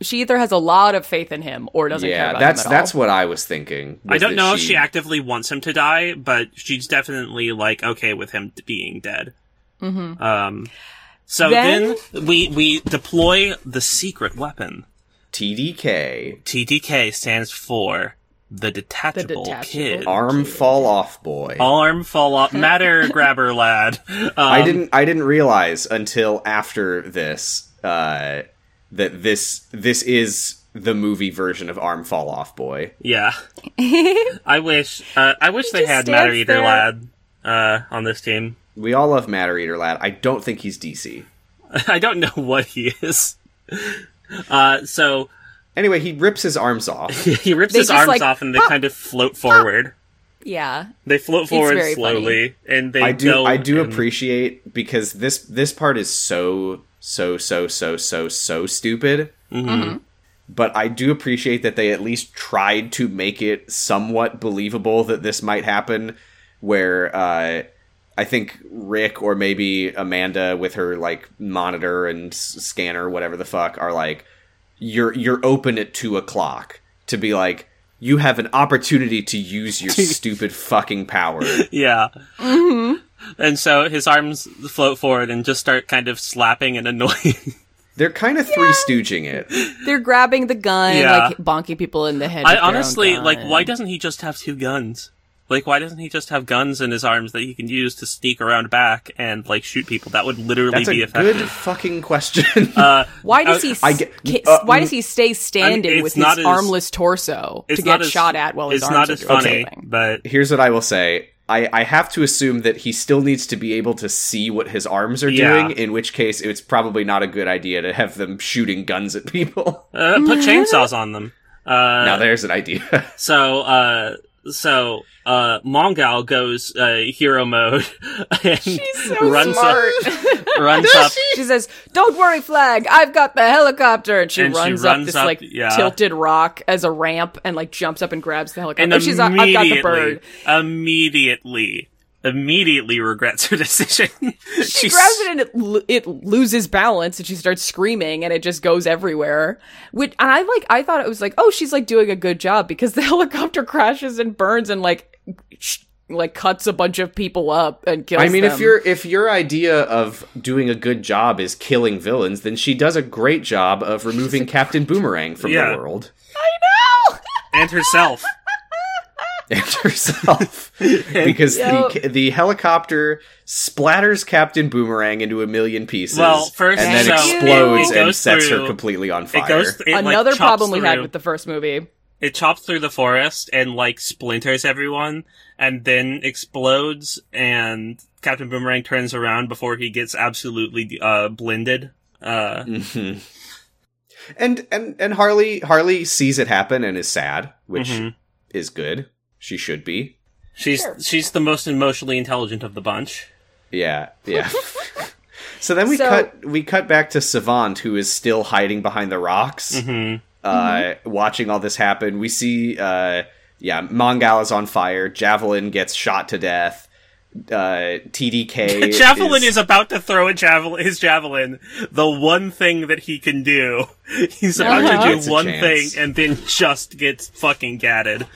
C: she either has a lot of faith in him or doesn't care
A: yeah,
C: about
A: that's
C: him at
A: that's
C: all.
A: what I was thinking.
B: I
A: was
B: don't
A: that
B: know if she actively wants him to die, but she's definitely like okay with him t- being dead. Mm-hmm. Um, so then,
C: Then-
B: we we deploy the secret weapon.
A: TDK
B: TDK stands for the detachable,
C: detachable.
B: kid.
A: arm fall off boy.
B: Arm fall off, matter grabber lad. Um,
A: I didn't I didn't realize until after this uh, that this this is the movie version of Arm Fall Off Boy.
B: Yeah. I wish uh, I wish they
C: just
B: had
C: stands
B: Matter Eater
C: there.
B: Lad uh, on this team.
A: We all love Matter Eater Lad. I don't think he's DC.
B: I don't know what he is. Uh, so
A: Anyway, he rips his arms off.
B: he rips
C: They
B: his
C: just,
B: arms
C: like,
B: off and they
C: pop,
B: kind of float forward.
C: Yeah.
B: They float forward
C: very
B: slowly and they
A: I do
B: go
A: I do
B: and-
A: appreciate because this this part is so so so so so so stupid. But I do appreciate that they at least tried to make it somewhat believable that this might happen. Where uh, I think Rick or maybe Amanda with her like monitor and s- scanner, whatever the fuck, are like, you're you're open at two o'clock to be like. You have an opportunity to use your stupid fucking power.
B: Yeah.
C: Mm-hmm.
B: And so his arms float forward and just start kind of slapping and annoying.
A: They're kind of three stooging it.
C: They're grabbing the gun,
B: Yeah.
C: like bonking people in the head.
B: I
C: with their own
B: honestly like
C: gun.
B: why doesn't he just have two guns? Like why doesn't he just have guns in his arms that he can use to sneak around back and like shoot people? That would literally
A: That's
B: be
A: a
B: effective.
A: good fucking question.
B: Uh,
C: Why does he?
B: I- mm,
C: s
A: I get-
C: ki-
A: uh,
C: why does he stay standing
B: it's
C: with
B: not as-
C: his armless torso to
B: it's
C: get
B: not as-
C: shot at while his
B: it's
C: arms
B: not
C: are
B: as
C: doing
B: funny,
C: something?
B: but
A: Here's what I will say. I, I have to assume that he still needs to be able to see what his arms are
B: Yeah.
A: doing, in which case it's probably not a good idea to have them shooting guns at people.
B: uh, put chainsaws on them. Uh,
A: now there's an idea.
B: So, uh, so, uh, Mongal goes, uh, hero mode and runs, up, runs up.
C: She says, "Don't worry, Flag. I've got the helicopter." And she,
B: And she
C: runs, up
B: runs
C: this
B: up,
C: like
B: yeah.
C: tilted rock as a ramp and like jumps up and grabs the helicopter.
B: And
C: And oh, she's, like, "I've got the bird."
B: immediately, immediately regrets her decision.
C: She grabs it and it lo- it loses balance and she starts screaming and it just goes everywhere. Which and I like I thought it was like oh she's like doing a good job because the helicopter crashes and burns and like sh- like cuts a bunch of people up and kills.
A: I mean, if
C: them.
A: your if your idea of doing a good job is killing villains, then she does a great job of removing Captain Boomerang from
B: Yeah.
A: the world
C: I know.
B: and herself.
A: and herself, because the the helicopter splatters Captain Boomerang into a million pieces.
B: Well, first,
A: and then
C: so
A: explodes
B: it- it
A: and
B: goes
A: sets
B: through-
A: her completely on fire.
B: It goes, it, like,
C: Another
B: chops
C: problem we had
B: through-
C: with the first movie.
B: It chops through the forest and like splinters everyone and then explodes and Captain Boomerang turns around before he gets absolutely uh blended. Uh
A: Mhm. And and and Harley Harley sees it happen and is sad, which
B: mhm.
A: is good. She should be.
B: she's
C: Sure.
B: she's the most emotionally intelligent of the bunch.
A: Yeah, yeah. so then we
C: So-
A: cut we cut back to Savant, who is still hiding behind the rocks,
B: Mhm.
A: uh,
C: Mm-hmm.
A: watching all this happen. We see, uh, yeah, Mongal is on fire. Javelin gets shot to death. Uh, TDK.
B: javelin is... about to throw a javelin, his javelin, the one thing that he can do. He's about
C: Uh-huh.
B: to
A: Gets
B: do
A: a
B: one thing
A: chance.
B: and then just gets fucking gatted.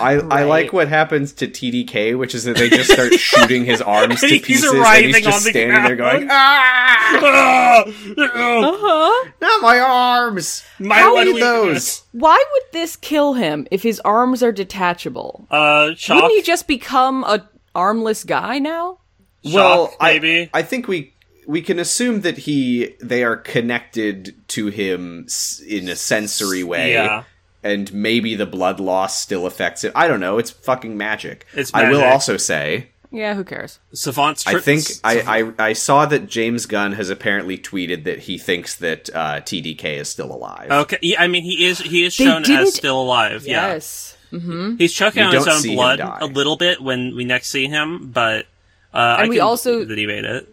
A: I, I
C: Right.
A: like what happens to TDK, which is that they just start shooting his arms to
B: And he's
A: pieces, and
B: writhing
A: he's just
B: on the
A: standing there
B: ground.
A: going, "Ah,
B: Ah! Ah!
C: Uh-huh.
A: not my arms!
B: My
A: How
B: one
A: did
B: weakness.
A: those?"
C: Why would this kill him if his arms are detachable?
B: Uh, shock,
C: Wouldn't he just become a armless guy now?
B: well,
A: I-
B: maybe.
A: I, think we we can assume that he they are connected to him s- in a sensory way,
B: Yeah.
A: and maybe the blood loss still affects it. I don't know. It's fucking magic.
B: It's
A: I will
B: magic.
A: also say
C: Yeah, who cares?
B: Savant's.
A: I
B: tr-
A: think
B: s-
A: I, I I saw that James Gunn has apparently tweeted that he thinks that uh, TDK is still alive.
B: Okay, yeah, I mean he is he is
C: They
B: shown
C: didn't-
B: as still alive. Yeah,
C: Yes. Mm-hmm.
B: he's choking
A: We
B: on his
A: don't
B: own
A: see him
B: blood
A: die.
B: a little bit when we next see him, but uh, I
C: we
B: can
C: also-
B: believe that he made it.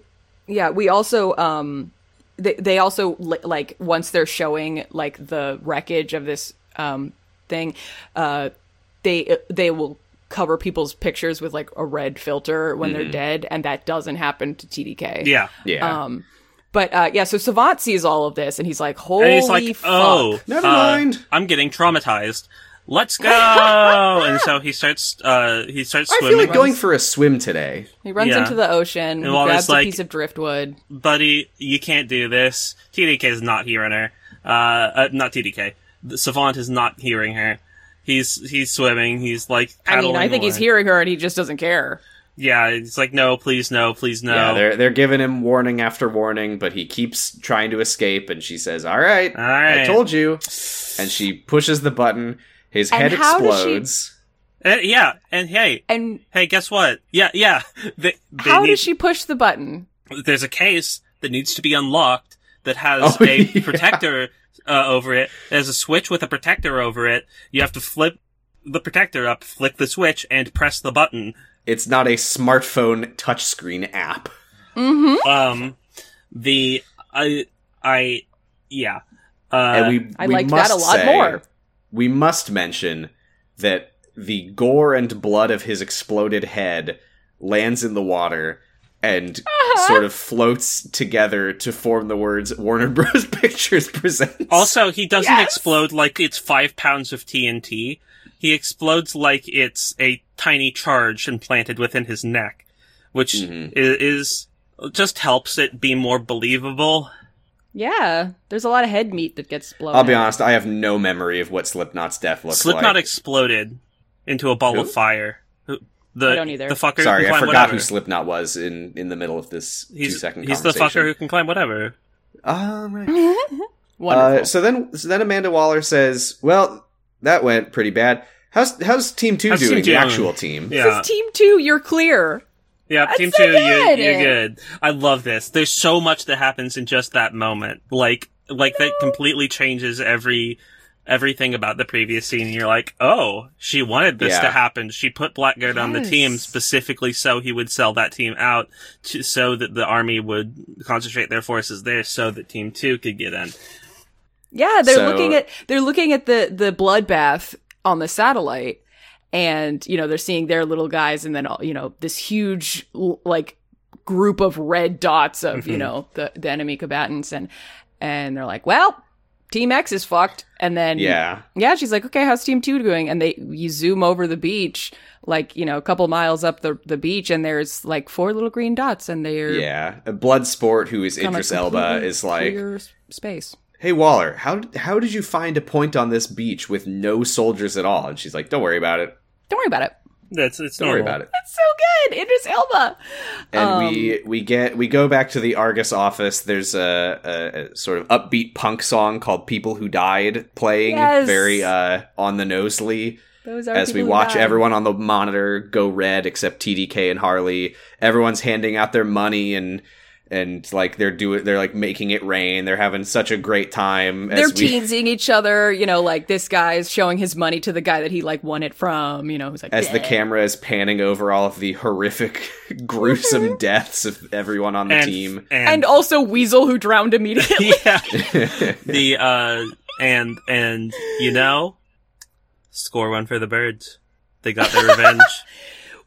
C: Yeah, we also um they they also li- like once they're showing like the wreckage of this um thing, uh they they will cover people's pictures with like a red filter when they're dead and that doesn't happen to TDK.
B: Mm-hmm. Yeah,
A: Yeah.
C: Um but uh yeah, so Savant sees all of this and he's like holy
B: and he's like,
C: fuck.
B: "Oh,
A: Never
B: uh,
A: mind.
B: I'm getting traumatized. Let's go!" and so he starts. Uh, he starts
A: I feel
B: swimming.
A: like going for a swim today.
C: He runs
B: Yeah.
C: into the ocean, he
B: And while
C: grabs
B: it's like-
C: a piece of driftwood.
B: buddy, you can't do this. TDK is not hearing her. Uh, uh not TDK. The Savant is not hearing her. He's he's swimming. He's like.
C: I mean, I
B: paddling
C: think he's
B: away.
C: hearing her and he just doesn't care.
B: Yeah, it's like no, please no, please no.
A: Yeah, they're they're giving him warning after warning, but he keeps trying to escape. And she says, "All right,
B: All right.
A: I told you." And she pushes the button. His
C: And
A: head
C: how does she-
A: explodes.
B: And- yeah, and hey,
C: And
B: hey, guess what? Yeah, yeah. They, they
C: how
B: need,
C: does she push the button?
B: There's a case that needs to be unlocked that has
A: Oh,
B: a
A: yeah.
B: protector uh, over it. There's a switch with a protector over it. You have to flip the protector up, flick the switch, and press the button.
A: It's not a smartphone touchscreen app.
C: Mm-hmm.
B: um the i i yeah uh
A: and we,
C: I
A: we
C: liked
A: must
C: that a lot
A: say-
C: more.
A: We must mention that the gore and blood of his exploded head lands in the water and
C: Uh-huh.
A: sort of floats together to form the words Warner Bros. Pictures presents.
B: also he doesn't
C: Yes!
B: explode like it's five pounds of tnt he explodes like it's a tiny charge implanted within his neck which
A: Mhm.
B: i is, just helps it be more believable
C: Yeah, there's a lot of head meat that gets blown.
A: I'll be
C: out.
A: honest, I have no memory of what Slipknot's death looks
B: slipknot
A: like.
B: exploded into a ball
A: Who?
B: of fire Who- the,
C: I don't either.
B: the fucker who
A: Sorry,
B: can
A: I
B: climb
A: forgot
B: whatever.
A: who Slipknot was in, in the middle of this two
B: he's,
A: second
B: he's the fucker Mm-hmm. who can climb whatever
A: Ah, right.
C: Wonderful.
A: Uh, so then, so then Amanda Waller says, "Well, that went pretty bad. How's how's Team Two
B: How's
A: doing? the
B: Team Two doing?"
A: actual team?
B: yeah
C: this is team two. You're clear.
B: Yeah,
C: That's
B: team
C: so
B: two, you,
C: good.
B: you're good. I love this. There's so much that happens in just that moment. Like, like that completely changes every everything about the previous scene. And you're like, oh, she wanted this
A: Yeah.
B: to happen. She put Blackguard on the team
C: Yes.
B: specifically so he would sell that team out, to, so that the army would concentrate their forces there, so that team two could get in.
C: Yeah, they're
A: So-
C: looking at they're looking at the the bloodbath on the satellite, and you know they're seeing their little guys, and then all you know this huge l- like group of red dots of you
A: Mm-hmm.
B: Mhm.
C: know the the enemy combatants, and and they're like, well, Team X is fucked, and then
A: Yeah,
C: Yeah, she's like, okay, how's team two doing? And they you zoom over the beach, like you know, a couple miles up the the beach, and there's like four little green dots, and they're
A: yeah. Bloodsport, who is
C: kinda,
A: Idris
C: like,
A: Elba,
C: completely
A: is like,
C: clear s- space.
A: "Hey Waller, how how did you find a point on this beach with no soldiers at all?" And she's like, "Don't worry about it.
C: Don't worry about it.
B: That's it's
A: Don't worry
B: normal.
A: about it.
C: It's so good. Idris Elba.
A: And we
C: Um,
A: we get we go back to the Argus office. There's a, a, a sort of upbeat punk song called "People Who Died" playing
C: Yes.
A: very uh, on the nosely.
C: Those are
A: as we
C: people who
A: watch
C: died.
A: everyone on the monitor go red except TDK and Harley. Everyone's handing out their money and and like they're doing they're like making it rain. They're having such a great time.
C: They're
A: as we,
C: teasing each other, you know, like this guy's showing his money to the guy that he like won it from, you know, who's like
A: as the
C: "Bleh."
A: camera is panning over all of the horrific, gruesome deaths of everyone on the
B: And,
A: team.
C: and also Weasel who drowned immediately.
B: yeah. the uh and and you know score one for the birds. They got their revenge.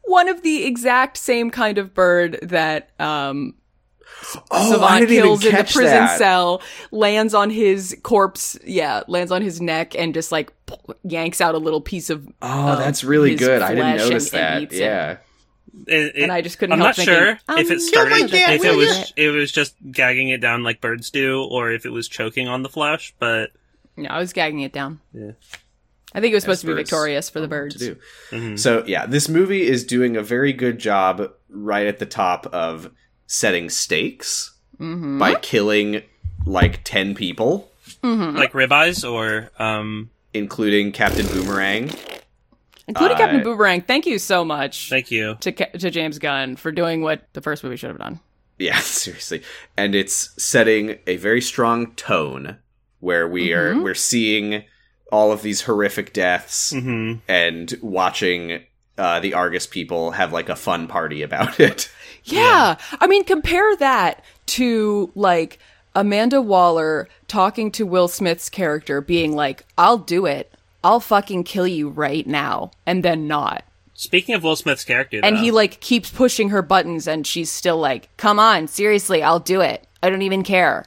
C: One of the exact same kind of bird that um
A: Oh, I
C: Savant
A: didn't even
C: kills in the
A: catch
C: prison
A: that.
C: cell, lands on his corpse, yeah, lands on his neck and just like yanks out a little piece of
A: Oh,
C: of
A: that's really
C: his
A: good. I didn't
C: flesh and-
A: notice
C: and
A: that.
C: eats it.
A: yeah.
B: It- it-
C: and I just couldn't
B: I'm
C: help
B: not
C: thinking,
B: sure if
C: "Um,
B: it
A: God,
B: started. if
A: will
B: it
A: ya?
B: was, it was just gagging it down like birds do, or if it was choking on the flesh. But
C: No, I was gagging it down.
B: Yeah.
C: I think it was supposed
A: As
C: to be
A: birds
C: victorious for the birds.
A: To do.
B: mhm.
A: So yeah, this movie is doing a very good job right at the top of setting stakes
C: Mm-hmm.
A: by killing like 10 people
C: mm-hmm.
B: like ribeyes or um.
A: including Captain Boomerang.
C: Including Captain
A: I-
C: Boomerang. Thank you so much
B: Thank you.
C: to Ca- to James Gunn for doing what the first movie should have done.
A: Yeah, seriously. And it's setting a very strong tone where we are
C: Mhm.
A: we're seeing all of these horrific deaths
B: hmm
A: and watching uh, the Argus people have like a fun party about it.
C: Yeah. I mean, compare that to like Amanda Waller talking to Will Smith's character being like, "I'll do it. I'll fucking kill you right now." And then not.
B: Speaking of Will Smith's character,
C: And
B: though,
C: he like keeps pushing her buttons and she's still like, "Come on, seriously, I'll do it. I don't even care."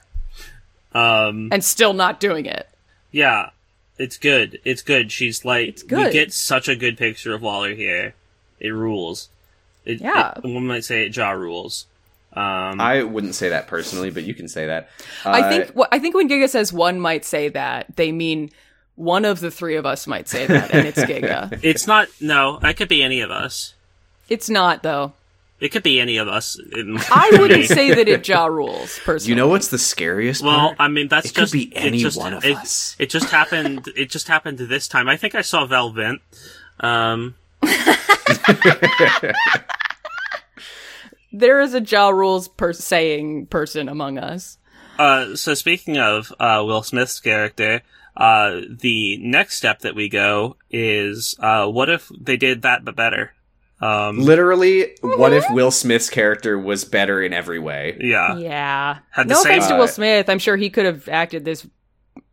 B: um,
C: And still not doing it.
B: yeah, it's good. It's good. She's like,
C: good.
B: you get such a good picture of Waller here. It rules. It,
C: Yeah.
B: it- one might say it jaw rules. Um,
A: I wouldn't say that personally, but you can say that. Uh,
C: I think wh- I think when Giga says one might say that, they mean one of the three of us might say that, and it's Giga.
B: it's not. No, it could be any of us.
C: it's not though.
B: It could be any of us. in-
C: I wouldn't say that it jaw rules personally.
A: you know what's the scariest
B: Well,
A: part?
B: I mean that's
A: It could
B: just
A: be any
B: it just,
A: one of
B: it,
A: us.
B: It just happened. It just happened this time. I think I saw Val Vent. Um,
C: there is a jaw rules per saying person among us.
B: uh, so speaking of uh, Will Smith's character, uh, the next step that we go is uh, what if they did that but better? Um,
A: Literally, what if Will Smith's character was better in every way?
B: yeah,
C: yeah.
B: Uh, Had the
C: no
B: same-
C: offense to
A: Uh,
C: Will Smith. I'm sure he could have acted this.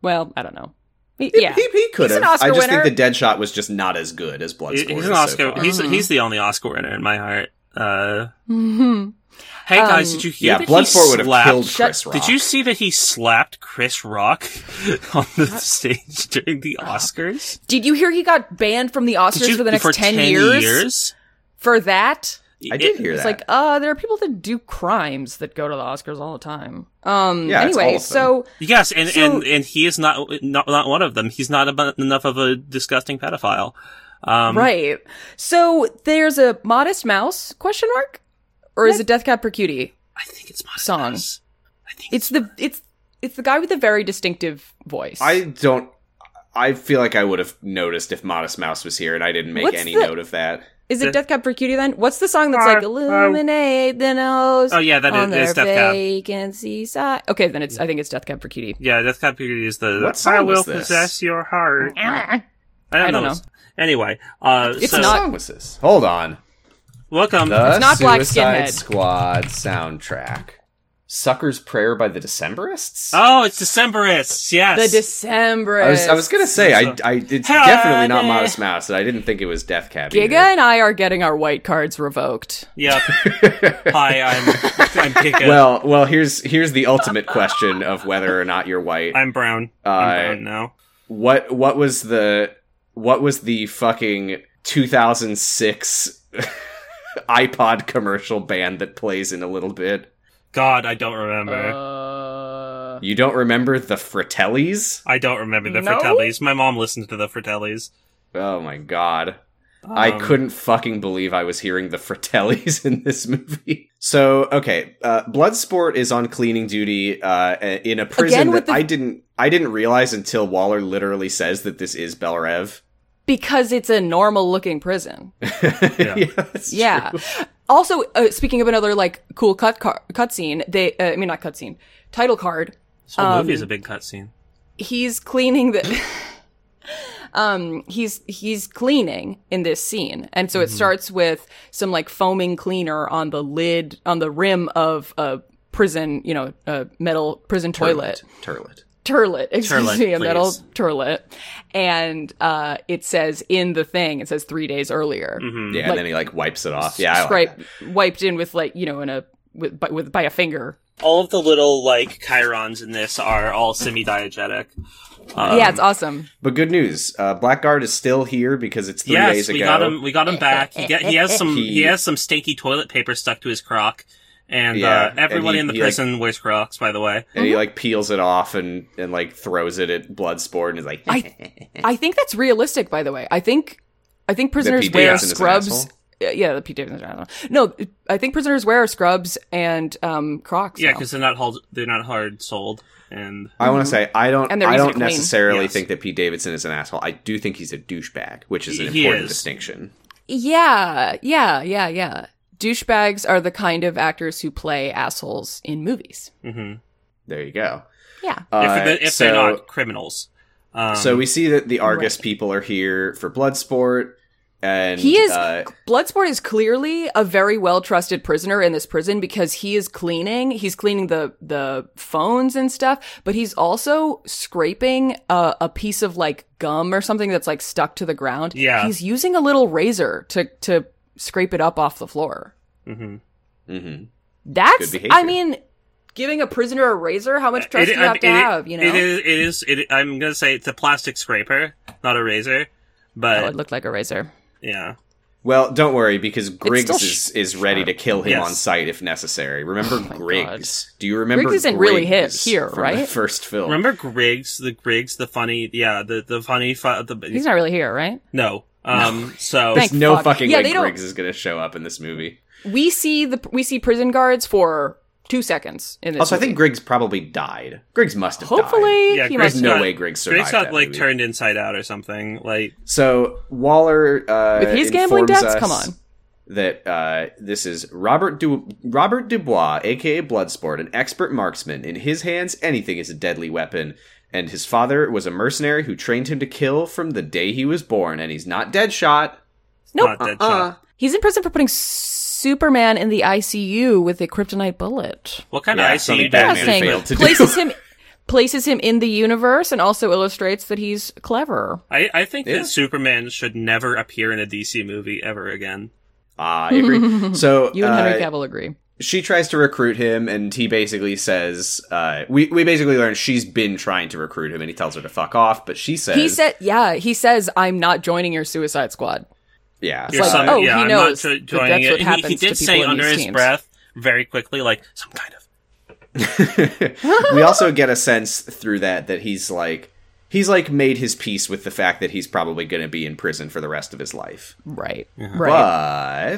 C: Well, I don't know. He- yeah.
A: He, he could
C: He's an
A: have. I
C: Oscar
A: just
C: winner.
A: think the Deadshot was just not as good as Bloodsport.
B: he's
A: is
B: an
A: So
B: Oscar.
A: far.
B: he's
C: Mhm.
B: he's the only Oscar winner in my heart. Uh,
C: Mhm.
B: hey guys,
C: Um,
B: did you hear
A: yeah,
B: that he
A: Bloodsport would have
B: slapped-
A: killed
C: Shut-
A: Chris Rock.
B: Did you see that he slapped Chris Rock on the stage during the Oscars?
C: Did you hear he got banned from the Oscars
B: Did you-
C: for the next 10, years? For that?
A: I did
B: It-
A: hear
C: It's
A: that.
C: like, uh, there are people that do crimes that go to the Oscars all the time. Um,
A: Yeah, it's all
C: anyway,
A: of
C: so
B: Yes, and,
C: So-
B: and and he is not not not one of them. He's not ab- enough of a disgusting pedophile. Um,
C: right, so there's a modest mouse question mark, or is it Death Cab per Cutie?
B: I think it's Modest
C: Song.
B: Mouse. I think
C: It's the it's it's the guy with the very distinctive voice.
A: I don't. I feel like I would have noticed if Modest Mouse was here, and I didn't make
C: What's
A: any
C: the-
A: note of that.
C: is it
B: Yeah.
C: Death Cab for Cutie then? What's the song that's like illuminate the nose
B: Uh, Oh yeah, that
C: on
B: is,
C: their
B: is Death Cab.
C: vacancy side? Okay, then it's I think it's Death Cab for Cutie.
B: Yeah, Death Cab Beauty is the.
A: What song
B: I will
A: was this?
B: possess your heart. I don't,
C: I don't
B: know.
C: know.
B: Anyway, uh,
C: It's
B: so
A: What
C: not-
A: song was this? Hold on.
B: welcome.
A: The
C: It's not Black
A: Suicide
C: Skinhead.
A: Squad soundtrack. Sucker's Prayer by the Decemberists.
B: oh, it's Decemberists. Yes,
C: The December.
A: I was, I was gonna say I, I it's definitely not
B: Honey.
A: Modest Mouse, and I didn't think it was Death Cab.
C: Giga
A: either.
C: and I are getting our white cards revoked.
B: Yep. Hi, I'm I'm Giga.
A: Well, well, here's here's the ultimate question of whether or not you're white.
B: I'm brown.
A: Uh,
B: I'm brown now.
A: What what was the what was the fucking 2006 iPod commercial band that plays in a little bit?
B: God, I don't remember.
C: Uh,
A: You don't remember the Fratellis?
B: I don't remember the
C: No?
B: Fratellis. My mom listened to the Fratellis.
A: Oh my god.
C: Um,
A: I couldn't fucking believe I was hearing the Fratellis in this movie. So okay, uh, Bloodsport is on cleaning duty uh, in a prison
C: Again with
A: that
C: the-
A: I didn't I didn't realize until Waller literally says that this is Belrev.
C: because it's a normal looking prison.
A: yeah, that's
C: Yeah. Also, uh, speaking of another like cool cut car- cutscene, they uh, I mean not cutscene, title card.
B: This whole movie is a big cutscene.
C: He's cleaning the. um, he's he's cleaning in this scene, and so it
B: Mm-hmm.
C: starts with some like foaming cleaner on the lid on the rim of a prison, you know, a metal prison toilet.
A: Turlet.
C: turlet, excuse
B: Turlet,
C: me, a metal
B: please.
C: turlet, and uh, it says in the thing, it says three days earlier,
B: Mm-hmm. Hmm.
A: Yeah, and then he like wipes it off. Yeah, I like
C: Scripe- wiped in with like you know in a with by, with by a finger.
B: All of the little like chirons in this are all semi-diegetic. Um,
C: yeah, it's awesome.
A: But good news, uh, Blackguard is still here because it's three
B: yes,
A: days
B: we
A: ago.
B: got him. We got him back. He, get, he has some. He,
A: He-
B: has some stinky toilet paper stuck to his crock, and
A: Yeah,
B: uh, everyone
A: and he-
B: in the
A: he, like-
B: prison wears crocks. By the way,
A: and
C: Mm-hmm.
A: he like peels it off and and like throws it at Bloodsport and is like,
C: I I think that's realistic, by the way. I think I think prisoners
A: Pete
C: wear
A: Davidson is an
C: scrubs.
A: asshole?
C: Yeah, Yeah, the Pete Davidson. I don't know. No, I think prisoners wear scrubs and um, Crocs.
B: yeah,
C: now.
B: because they're not hard, they're not hard sold, and
A: I want to say I don't
C: Mm-hmm. And they're
A: I
C: easy to
A: don't
C: clean.
A: necessarily
B: Yes.
A: think that Pete Davidson is an asshole. I do think he's a douchebag, which is an
B: He
A: important
B: is.
A: distinction.
C: yeah, yeah, yeah, yeah. Douchebags are the kind of actors who play assholes in movies.
B: mhm.
A: There you go.
C: Yeah.
B: if,
A: Uh,
B: they- if
A: so,
B: they're not criminals. Um,
A: so we see that the Argus
C: Right.
A: people are here for Bloodsport, and
C: He is
A: uh,
C: Bloodsport is clearly a very well trusted prisoner in this prison because he is cleaning. He's cleaning the the phones and stuff, but he's also scraping a, a piece of like gum or something that's like stuck to the ground.
B: Yeah.
C: he's using a little razor to to scrape it up off the floor.
B: mhm.
A: mhm.
C: That's
A: Good behavior.
C: I mean, giving a prisoner a razor. How much trust
B: Uh, It-
C: do you have
B: it-
C: to
B: it-
C: have? You know,
B: it is. uh, It is. It, I'm gonna say it's a plastic scraper, not a razor.
C: oh,
B: But
C: it looked like a razor.
B: yeah,
A: Well, don't worry because Griggs
C: still
A: is, is ready to kill him
B: Yes.
A: on sight if necessary. Remember Griggs? Do you remember
C: Oh Griggs isn't really hit
A: Griggs
C: here,
A: from the
C: right?
A: first film.
B: remember Griggs? The Griggs, the funny, yeah, the the funny, fu- the
C: He's not really here, right?
B: no. Um, so
C: Thank-
A: no
C: fuck.
A: fucking
C: Yeah,
A: way
C: they don't-
A: Griggs is going to show up in this movie.
C: We see the we see prison guards for two seconds in this.
A: Also, I
C: movie.
A: think Griggs probably died. Griggs must have died.
C: hopefully
B: Yeah,
C: he
B: Griggs
A: There's
C: must
A: no
B: got-
A: way Griggs survived
B: Griggs got
A: that
B: like
A: movie.
B: turned inside out or something. Like
A: So Waller, uh,
C: With his gambling
A: informs
C: debts?
A: us
C: Come on.
A: that uh, this is Robert du- Robert Dubois, aka Bloodsport, an expert marksman. In his hands, anything is a deadly weapon. And his father was a mercenary who trained him to kill from the day he was born. And he's not dead shot.
C: Nope. Uh-uh.
B: not Deadshot.
A: Uh,
C: He's in prison for putting Superman in the ICU with a kryptonite bullet.
B: What kind
A: Yeah,
B: of
A: something
B: ICU
A: Batman
B: does
C: Just
B: he
C: saying,
A: failed
B: fail?
A: to do.
C: places him places him in the universe and also illustrates that he's clever.
B: I, I think
A: Yeah.
B: that Superman should never appear in a DC movie ever again.
A: ah, I agree. so
C: You and
A: uh,
C: Henry Cavill agree.
A: she tries to recruit him, and he basically says, uh, "We we basically learn she's been trying to recruit him, and he tells her to fuck off." But she says,
C: He said, "Yeah, he says I'm not joining your Suicide Squad."
A: yeah,
B: Your
C: like,
B: son-
C: oh,
B: yeah,
C: he
B: I'm
C: knows
B: not jo-
C: that
B: joining
C: that's
B: it.
C: what
B: He- he,
C: happens to
B: did
C: people
B: say
C: in
B: under
C: these
B: his
C: teams.
B: breath very quickly, like some kind of.
A: we also get a sense through that that he's like he's like made his peace with the fact that he's probably going to be in prison for the rest of his life.
C: Right. Right.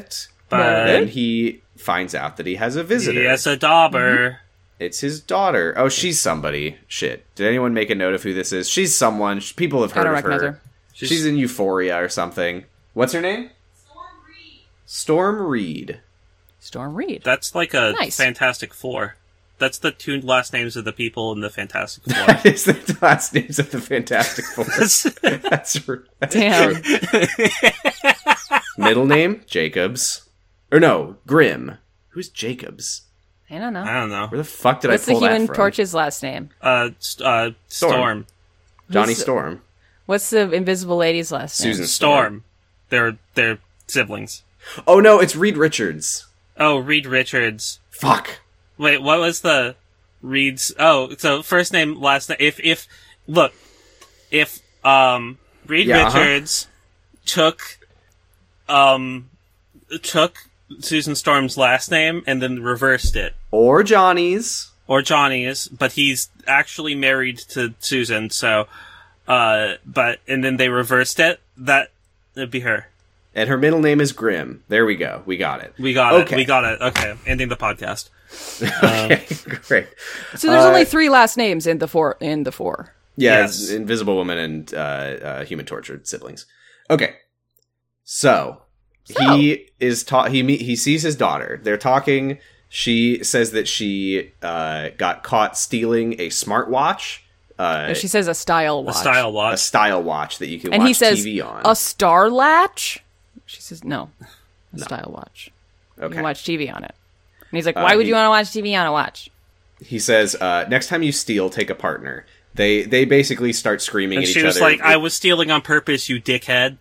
A: But
B: But
A: then he finds out that he has a visitor.
B: yes, a dauber.
C: Mm-hmm.
A: It's his daughter. Oh, she's somebody. Shit. Did anyone make a note of who this is? She's someone. Sh- People have heard
C: I don't
A: of
C: recognize
A: her.
C: her.
A: She's, in Euphoria or something. What's her name? Storm Reed.
C: Storm Reed.
B: That's like a
C: Nice.
B: Fantastic Four. That's the two last names of the people in the Fantastic Four.
A: Storm Reed. Is the last names of the Fantastic Four. that's r- that's
C: Damn.
A: true. Middle name Jacobs, or no Grimm. Who's Jacobs?
C: I don't know.
B: I don't know.
A: Where the fuck did
C: What's
A: I
C: the
A: pull that
C: Human
A: from?
C: Torch's last name?
B: Uh, st- uh, Storm.
A: Storm. Johnny
C: Who's-
A: Storm.
C: What's the Invisible Lady's last name?
A: Susan Storm.
B: Storm. They're they're siblings.
A: Oh no, it's Reed Richards.
B: Oh, Reed Richards.
A: Fuck.
B: Wait, what was the Reed's? Oh, so first name, last name. If if look, if um Reed
A: Yeah, uh-huh.
B: Richards took um took Susan Storm's last name and then reversed it,
A: Or Johnny's.
B: or Johnny's, but he's actually married to Susan, so uh, but and then they reversed it. That would be her.
A: and her middle name is Grimm. There we go. We got it.
B: We got
A: Okay.
B: it. We got it. Okay, ending the podcast.
A: Okay, great.
C: So there's
A: Uh,
C: only three last names in the four in the four.
A: Yeah,
B: Yes.
A: it's Invisible Woman and uh, uh, Human Tortured siblings. Okay, so, he is ta- he meet- he sees his daughter. They're talking. She says that she uh, got caught stealing a smartwatch, uh,
C: She says a style watch.
B: A style
A: a
B: watch.
A: style watch that you can
C: And
A: watch
C: he says
A: TV on.
C: a star latch. She says no, a style watch. You
A: okay. Uh,
C: can watch TV on it. And he's like, why would
A: he-
C: you want to watch TV on a watch?
A: He says, uh, "Next time you steal, take a partner." They they basically start screaming
B: And
A: at
B: she
A: each
B: was
A: other.
B: like, "I was stealing on purpose, you dickhead."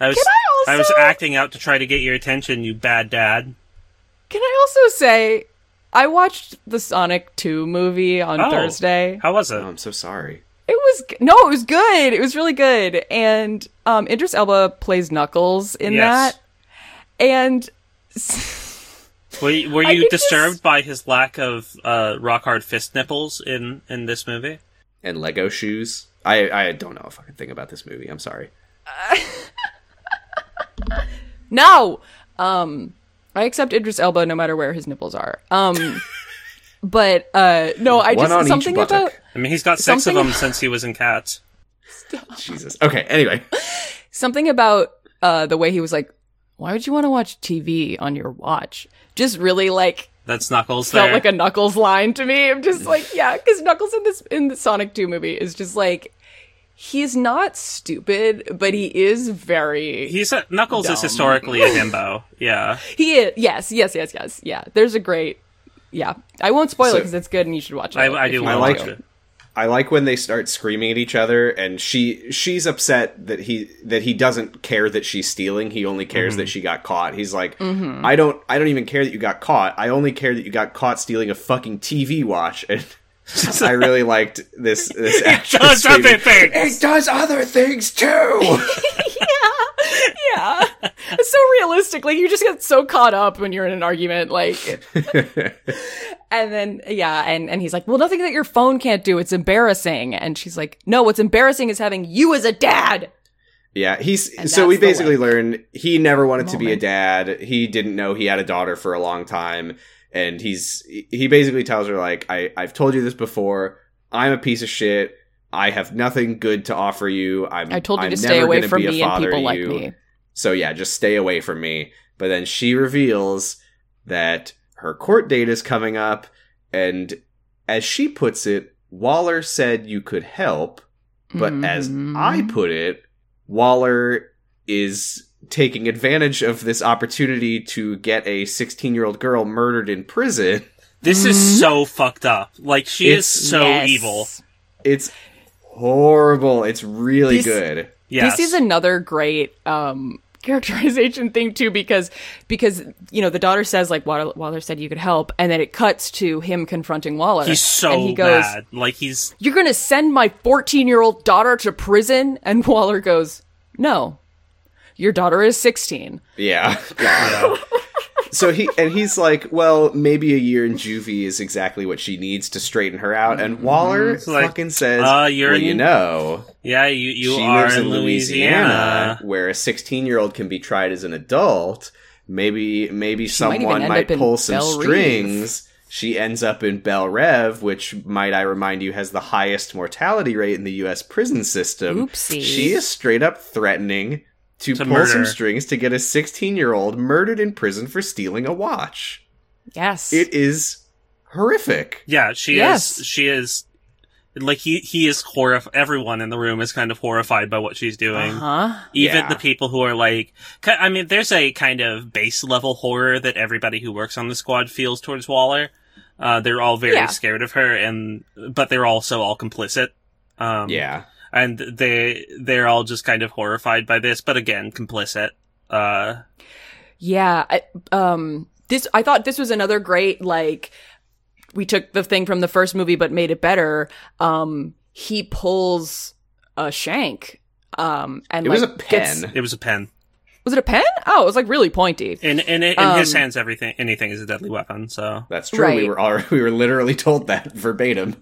B: I was.
C: I
B: was
C: also-
B: acting out to try to get your attention, you bad dad.
C: Can I also say, I watched the Sonic Two movie on
B: Oh.
C: Thursday.
B: How was it?
A: "Oh, "I'm so sorry."
C: It was g- no, it was good. It was really good. And um, Idris Elba plays Knuckles in
B: Yes.
C: that. And
B: Were you, were
C: I
B: you
C: think
B: disturbed
C: this-
B: by his lack of uh, rock hard fist nipples in, in this movie?
A: And Lego shoes. I I don't know a fucking thing about this movie. I'm sorry.
C: No. Um I accept Idris Elba no matter where his nipples are. Um but uh no, I
A: One
C: just
A: on each
C: something
A: buttock.
C: about
B: I mean, he's got six of
C: Something-
B: them since he was in Cats.
A: Jesus. Okay. Anyway.
C: something about uh the way he was like why would you want to watch TV on your watch? Just really like
B: That's Knuckles
C: felt
B: there.
C: like a Knuckles line to me. I'm just like, yeah, because Knuckles in this in the Sonic 2 movie is just like he's not stupid, but he is very
B: He's a, Knuckles is
C: Dumb.
B: historically a himbo. Yeah,
C: he is yes, yes, yes, yes. Yeah. There's a great yeah. I won't spoil
A: So-
C: it because it's good and you should watch it.
B: I, I
C: if you
B: do
A: I
B: want
A: like
B: to watch
A: it.
B: it.
A: I like when they start screaming at each other, and she she's upset that he that he doesn't care that she's stealing. He only cares that she got caught. He's like, I don't I don't even care that you got caught. I only care that you got caught stealing a fucking TV watch. And I really liked this this actress
B: does other
A: screaming,
B: things!
A: It does other things too.
C: yeah. It's so realistic. Like you just get so caught up when you're in an argument, like and then yeah, and, and he's like, Well, nothing that your phone can't do, it's embarrassing. And she's like, No, what's embarrassing is having you as a dad.
A: Yeah, he's
C: And
A: so we
C: that's the,
A: basically
C: like,
A: learn he never wanted to be a
C: moment.
A: dad. He didn't know he had a daughter for a long time, and he's he basically tells her like I I've told you this before. I'm a piece of shit. I have nothing good to offer you. I'm
C: I told you
A: I'm
C: to stay
A: never
C: away
A: gonna
C: from
A: be a
C: me and
A: father
C: people
A: to
C: like
A: you.
C: me.
A: So yeah, just stay away from me. But then she reveals that her court date is coming up, and as she puts it, Waller said you could help, but as I
B: Mm-hmm.
C: Mhm.
A: put it, Waller is taking advantage of this opportunity to get a 16 year old girl murdered in prison.
B: This is so fucked up. Like she
A: It's-
B: is so
C: Yes.
B: evil.
A: It's horrible. It's really
C: This-
A: good.
B: Yes.
C: This is another great um characterization thing too because because you know the daughter says like Waller, Waller said you could help and then it cuts to him confronting Waller
B: He's so
C: and he goes
B: mad. Like he's
C: you're going to send my 14 year old daughter to prison? And Waller goes, no, your daughter is 16.
A: Yeah. God. so he and he's like, well, maybe a year in juvie is exactly what she needs to straighten her out. And Waller
B: Mm-hmm. like,
A: fucking says,
B: uh, you're
A: well,
B: in-
A: you know,
B: yeah. You you
A: she
B: are
A: lives
B: in
A: in Louisiana,
B: Louisiana.
A: where a 16 year old can be tried as an adult. Maybe maybe
C: might even
A: someone
C: end
A: might
C: up in
A: pull some
C: Belle Reve.
A: strings. She ends up in Bel Rev, which, might I remind you, has the highest mortality rate in the U.S. prison system.
C: Oopsie.
A: She is straight up threatening to,
B: To
A: pull some
B: murder.
A: strings to get a 16 year old murdered in prison for stealing a watch.
C: Yes.
A: It is horrific.
B: Yeah, she
C: Yes.
B: is. She is. Like he he is horrified. Everyone in the room is kind of horrified by what she's doing.
C: huh.
B: Even
A: Yeah.
B: the people who are like, ki- I mean, there's a kind of base level horror that everybody who works on the squad feels towards Waller. Uh, they're all very
C: Yeah.
B: scared of her, and but they're also all complicit. Um,
A: Yeah.
B: and they they're all just kind of horrified by this, but again, complicit. Uh,
C: Yeah. I, um, this, I thought this was another great, like, we took the thing from the first movie but made it better. Um, he pulls a shank. Um, and
A: It was
C: like,
A: a
C: gets-
A: pen.
B: it was a pen.
C: was it a pen? Oh, it was like really pointy.
B: In in in
C: Um,
B: his hands, everything anything is a deadly weapon. So
A: That's true. We
C: Right.
A: were already, we were literally told that verbatim.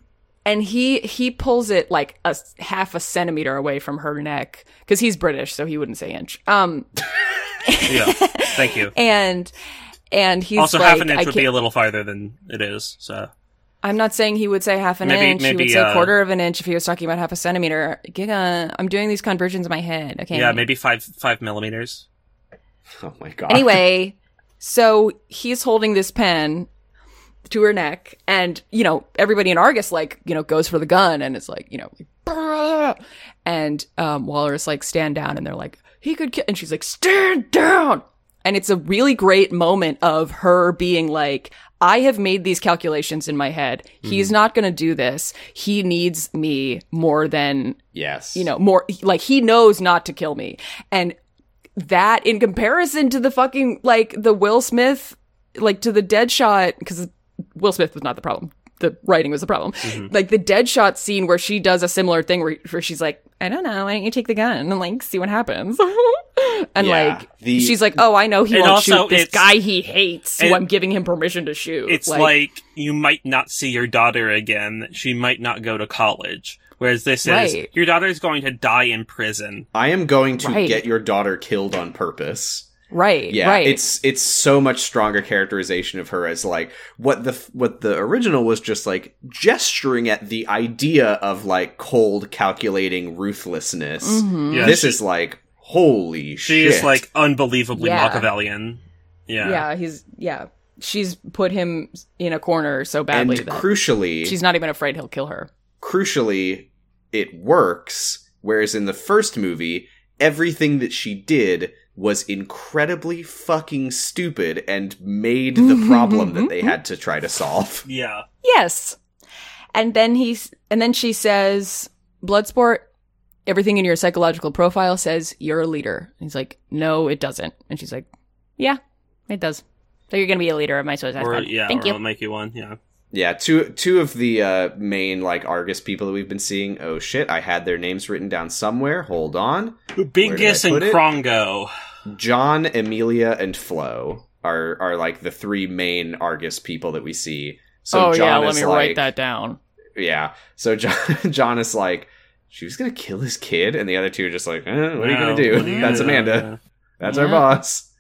C: and he he pulls it like a s- half a centimeter away from her neck because he's British, so he wouldn't say inch. Um,
B: Yeah. Thank you.
C: and and he's
B: also,
C: like,
B: half an
C: I
B: inch would
C: can't-
B: be a little farther than it is. So
C: I'm not saying he would say half an
B: Maybe-
C: inch. he
B: maybe,
C: would say
B: uh,
C: quarter of an inch if he was talking about half a centimeter. Giga, I'm doing these conversions in my head. Okay.
B: yeah, maybe five five millimeters.
A: Oh my god.
C: Anyway, so he's holding this pen to her neck, and you know everybody in Argus like you know goes for the gun, and it's like you know, like, "Brr." and um, Waller is like stand down, and they're like he could kill, and she's like stand down, and it's a really great moment of her being like. I have made these calculations in my head. He's not going to do this. He needs me more than
A: yes.
C: you know, more like he knows not to kill me. And that in comparison to the fucking like the Will Smith, like to the dead shot, because Will Smith was not the problem. The writing was the problem.
B: Mm-hmm.
C: Like the dead shot scene where she does a similar thing where, where she's like, I don't know, why don't you take the gun and like see what happens? and
A: Yeah,
C: like
A: the-
C: she's like, Oh, I know he
B: And
C: won't
B: also
C: shoot this
B: it's-
C: guy he hates who
B: it-
C: I'm giving him permission to shoot.
B: It's like, you might not see your daughter again. She might not go to college. Whereas this is
C: Right.
B: your daughter is going to die in prison.
A: I am going to
C: Right.
A: get your daughter killed on purpose.
C: Right,
A: Yeah,
C: right.
A: it's it's so much stronger characterization of her as like what the f- what the original was just like gesturing at the idea of like cold, calculating ruthlessness.
C: Mhm.
B: Yeah,
A: this
B: she-
A: is like holy
B: She
A: shit.
B: is like unbelievably
C: Yeah.
B: Machiavellian. Yeah.
C: yeah, he's yeah. She's put him in a corner so
A: and
C: badly that
A: crucially,
C: she's not even afraid he'll kill her.
A: crucially, it works. Whereas in the first movie, everything that she did was incredibly fucking stupid and made the problem that they had to try to solve.
B: Yeah.
C: Yes. And then he's and then she says, "Bloodsport, everything in your psychological profile says you're a leader." And he's like, "No, it doesn't." And she's like, "Yeah, it does. So you're going to be a leader of my suicide
B: Or
C: squad.
B: yeah,
C: Thank
B: or
C: you."
B: I'll make you one. Yeah.
A: Yeah, two two of the uh, main like Argus people that we've been seeing. Oh shit, I had their names written down somewhere. Hold on,
B: Bingus and
A: put it?
B: Krongo.
A: John, Amelia, and Flo are are like the three main Argus people that we see. So
C: oh yeah,
A: John
C: let
A: is
C: me
A: like,
C: write that down.
A: Yeah. So John, John is like, she was gonna kill his kid, and the other two are just like, eh, what are you
B: Wow,
A: gonna do?
B: what are you
A: That's
B: gonna do?
A: Amanda.
B: Yeah.
A: That's our
C: Yeah.
A: boss.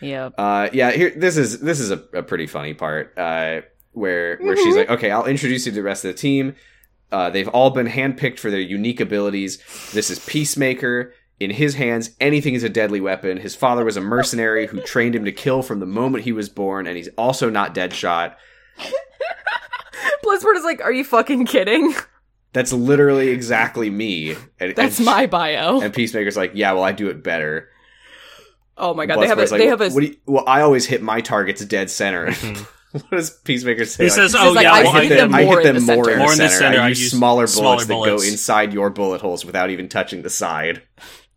C: Yeah.
A: Uh, yeah. Here, this is this is a, a pretty funny part uh, where where she's like, okay, I'll introduce you to the rest of the team. Uh, they've all been handpicked for their unique abilities. This is Peacemaker. In his hands, anything is a deadly weapon. His father was a mercenary who trained him to kill from the moment he was born, and he's also not Deadshot.
C: Bloodsport is like, "Are you fucking kidding?
A: That's literally exactly me. And,
C: That's
A: and-
C: my bio."
A: And Peacemaker's like, yeah, well, I do it better.
C: oh my god, they have a
A: Bloodsport's like,
C: they have a
A: What do you, well, I always hit my targets dead center.
B: Mhm.
A: what does Peacemaker say?
B: He
A: Like,
B: says,
C: This
B: "Oh
C: is like,
B: yeah,
C: I
B: well,
A: I hit
C: hit
A: them,
C: them
A: I hit
C: more in
A: them
C: the
A: more in
C: center.
A: the
B: More in the
A: center.
B: center,
A: I,
B: I
A: use,
B: use
A: smaller bullets
B: smaller
A: that
B: bullets."
A: go inside your bullet holes without even touching the side.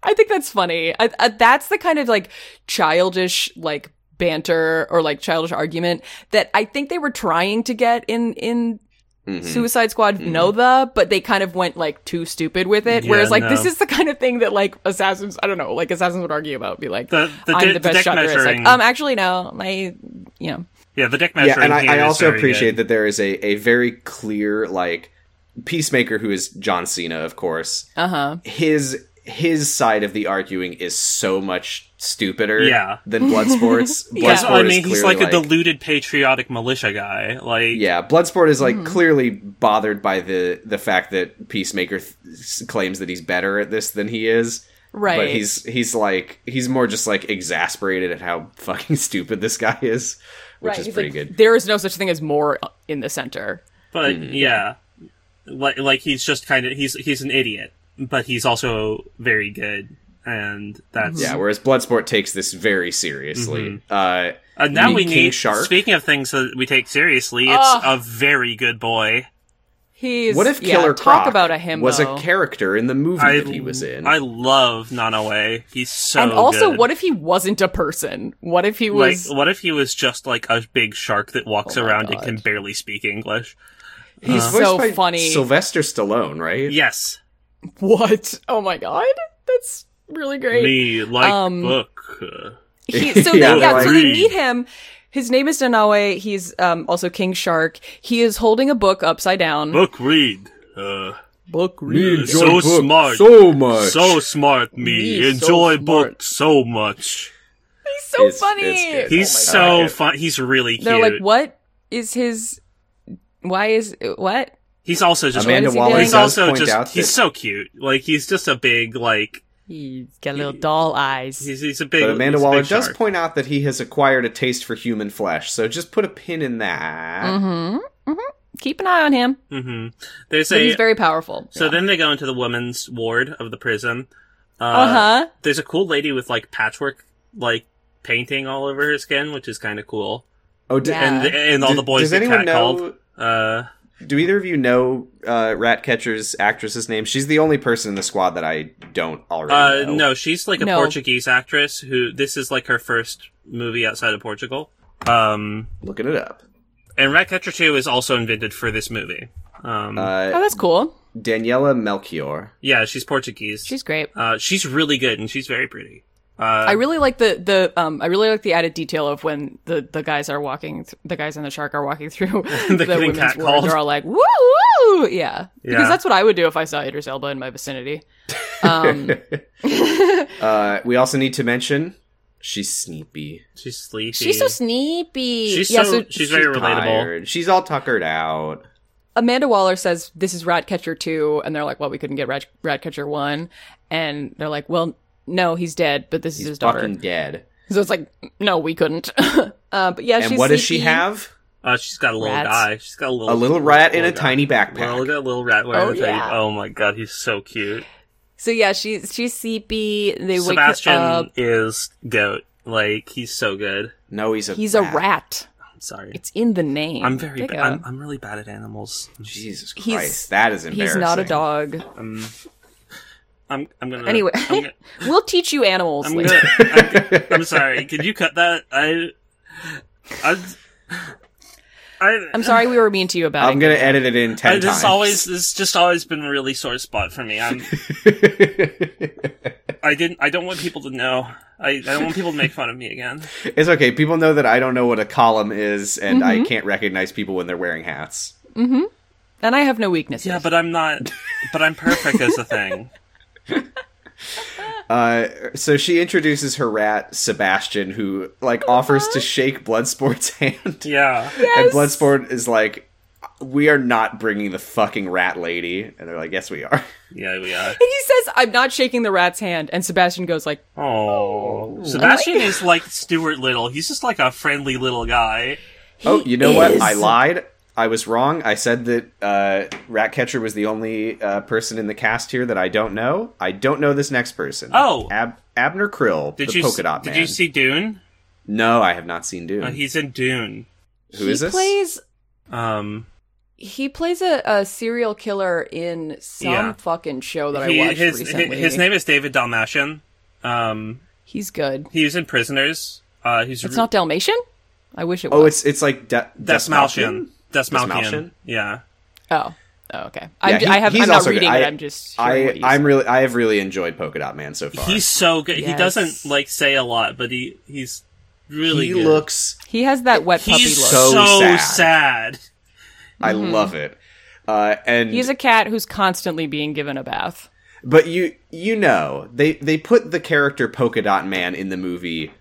C: I think that's funny. I, I, that's the kind of like childish like banter or like childish argument that I think they were trying to get in in
A: Mhm.
C: Suicide Squad
A: Mhm.
C: Nova, but they kind of went like too stupid with it.
B: Yeah,
C: Whereas like this
B: no.
C: is the kind of thing that like assassins I don't know like assassins would argue about be like
B: The the,
C: I'm
B: di-
C: the best
B: deck
C: shot there is.
B: measuring.
C: Like, um actually no my you know
B: yeah, the deck
A: Yeah,
B: measuring.
A: and I, I
B: here is
A: also
B: very
A: appreciate
B: good.
A: that there is a, a very clear, like, Peacemaker, who is John Cena, of course,
C: uh huh
A: his his side of the arguing is so much stupider
B: Yeah.
A: than Bloodsport's.
C: Yeah.
A: Bloodsport
B: Well, I mean,
A: is
B: he's
A: clearly,
B: like a deluded patriotic militia guy. Like,
A: Yeah, Bloodsport is
C: Mm-hmm.
A: like clearly bothered by the the fact that Peacemaker th- s- claims that he's better at this than he is.
C: right
A: But he's he's like he's more just like exasperated at how fucking stupid this guy is, which
C: Right,
A: is
C: he's
A: pretty
C: like,
A: good.
C: There is no such thing as more in the center.
B: but
A: Mm-hmm.
B: yeah, like like he's just kind of he's he's an idiot, but he's also very good, and that's
C: Mm-hmm.
A: Yeah, whereas Bloodsport takes this very seriously. Uh,
B: Uh, now
A: Meet
B: we
A: King
B: need.
A: Shark.
B: Speaking of things that we take seriously, it's a
C: Ugh.
B: very good boy.
C: He's
A: what if
C: yeah,
A: Killer
C: talk
A: Croc
C: about a him
A: was
C: though.
A: a character in the movie
B: I
A: that he was in?
B: I love Nanaway. He's so.
C: and also,
B: good.
C: what if he wasn't a person? What if he
B: like
C: was?
B: what if he was just like a big shark that walks
C: Oh my
B: around and
C: God.
B: can barely speak English?
A: He's
C: Uh,
A: voiced
C: so
A: by
C: funny.
A: Sylvester Stallone, right?
B: Yes,
C: what? Oh my god, that's really great.
B: me like
C: Um,
B: book. uh,
C: He, so
A: Yeah,
C: they, yeah, so they
B: like-
C: meet him. His name is Danawe. He's um, also King Shark. He is holding a book upside down.
B: Book read. Uh,
C: Book
A: Me
C: read.
B: So
A: enjoy book
B: smart.
A: so much.
B: so smart, me.
C: Me, so
B: Enjoy
C: smart.
B: book so much.
C: He's so
A: It's-
C: funny.
A: it's good.
B: He's
A: Oh my God.
B: so fun. He's really cute.
C: They're like, what is his? Why is what?
B: He's also just
A: Amanda
C: Amanda is he
A: Waller
C: doing?
B: he's
A: does
B: also
A: point
B: just
A: out
B: he's
A: that-
B: so cute. Like he's just a big like
C: He's got little
B: He-
C: doll eyes.
B: he's he's a big.
A: But Amanda
B: he's a big
A: Waller does
B: shark.
A: point out that he has acquired a taste for human flesh, so just put a pin in that.
C: Mm-hmm. hmm Keep an eye on him.
B: hmm There's
C: But
B: a
C: he's very powerful.
B: so then they go into the women's ward of the prison. Uh,
C: uh huh.
B: There's a cool lady with like patchwork like painting all over her skin, which is kind of cool.
A: Oh, d-
C: Yeah.
B: And and all
A: d-
B: the boys
A: does
B: get
A: anyone
B: catcalled.
A: know?
B: Uh,
A: Do either of you know uh, Ratcatcher's actress's name? She's the only person in the squad that I don't already
B: uh,
A: know.
B: no, she's like a
C: No.
B: Portuguese actress who this is like her first movie outside of Portugal. Um,
A: Looking it up.
B: and Ratcatcher 2 is also invented for this movie. Um,
C: Oh,
A: Uh,
C: that's cool.
A: Daniela Melchior.
B: yeah, she's Portuguese.
C: She's great.
B: uh, she's really good and she's very pretty. Uh,
C: I really like the the um I really like the added detail of when the the guys are walking th- the guys and the shark are walking through the,
B: getting
C: women's
B: catcalled.
C: ward. They're all like woo woo yeah
B: Yeah.
C: because that's what I would do if I saw Idris Elba in my vicinity. Um,
A: Uh, we also need to mention she's sneepy.
B: she's sleepy.
C: she's so sneepy.
B: She's
C: yeah,
B: so,
C: so,
B: she's very relatable.
A: Tired. She's all tuckered out.
C: Amanda Waller says this is Ratcatcher two, and they're like, well, we couldn't get Rat- Ratcatcher one, and they're like, well, no, he's dead, but this is
A: He's
C: his daughter.
A: fucking dead.
C: So it's like, no, we couldn't. uh, but yeah,
A: and
C: she's
A: what does she
C: sneaky.
A: have?
B: Uh, she's got a little
C: Rats.
B: guy. She's got a little
A: A little rat in a
B: little guy.
A: tiny backpack.
B: Little, little rat wearing
C: Oh,
B: a tiny.
C: yeah.
B: Oh my god, he's so cute.
C: So yeah, she's she's sleepy. They
B: Sebastian
C: wake her up.
B: is goat. Like he's so good.
A: No, he's a
C: He's a rat.
B: I'm sorry.
C: It's in the name.
B: I'm very.
C: Big
B: Ba-
C: up.
B: I'm, I'm really bad at animals.
A: Jesus Christ,
C: He's-
A: that is embarrassing.
C: He's not a dog.
B: Um, I'm. I'm gonna.
C: Anyway,
B: I'm gonna.
C: we'll teach you animals.
B: I'm,
C: later.
B: gonna I'm, I'm sorry. Could you cut that? I. I. I
C: I'm sorry we were mean to you about
A: I'm
C: it.
A: gonna edit it in ten
B: I just
A: times.
B: always it's just always been a really sore spot for me. I'm I didn't I don't want people to know. I, I don't want people to make fun of me again.
A: it's okay. People know that I don't know what a column is, and
C: Mm-hmm.
A: I can't recognize people when they're wearing hats.
C: And I have no weaknesses.
B: Yeah, but I'm not but I'm perfect as a thing.
A: Uh, so she introduces her rat Sebastian, who like
C: Uh-huh.
A: offers to shake Bloodsport's hand,
B: Yeah.
A: and Bloodsport is like, "We are not bringing the fucking rat lady," and they're like, "Yes, we are."
B: Yeah, we are.
C: And he says, "I'm not shaking the rat's hand," and Sebastian goes like,
B: Oh. Sebastian is like Stuart Little. He's just like a friendly little guy.
A: oh, you know what?
C: is.
A: I lied. I was wrong. I said that uh, Ratcatcher was the only uh, person in the cast here that I don't know. I don't know this next person.
B: Oh.
A: Ab- Abner Krill,
B: Did
A: the
B: you
A: polka dot
B: Did
A: man.
B: you see Dune?
A: No, I have not seen Dune.
B: Uh, he's in Dune.
A: Who
C: he
A: is this?
C: plays
B: Um
C: he plays a, a serial killer in some
B: Yeah.
C: fucking show that
B: he-
C: I watched
B: his
C: recently.
B: his name is David Dalmashian. Um
C: He's good.
B: he was in Prisoners. Uh he's
C: It's
B: re-
C: not Dalmatian. I wish it
A: oh,
C: was.
A: it's it's like De-
B: Desmalchian.
A: Desmalchian?
B: Desmalchian. Yeah.
C: Oh, oh, okay. I'm,
A: Yeah,
C: ju-
A: he-
C: I have.
A: he's
C: I'm not
A: also good.
C: reading it.
A: I-
C: I'm just. hearing
A: I
C: what you
A: I'm
C: said.
A: really I have really enjoyed Polka Dot Man so far.
B: He's so good. He
C: Yes.
B: doesn't like say a lot, but he he's really
A: he
B: good.
A: looks.
C: He has that wet puppy
B: he's
C: look.
B: so,
A: So
B: sad.
A: sad. I love it. Uh, and
C: Mm-hmm. He's a cat who's constantly being given a bath.
A: but you you know they they put the character Polka Dot Man in the movie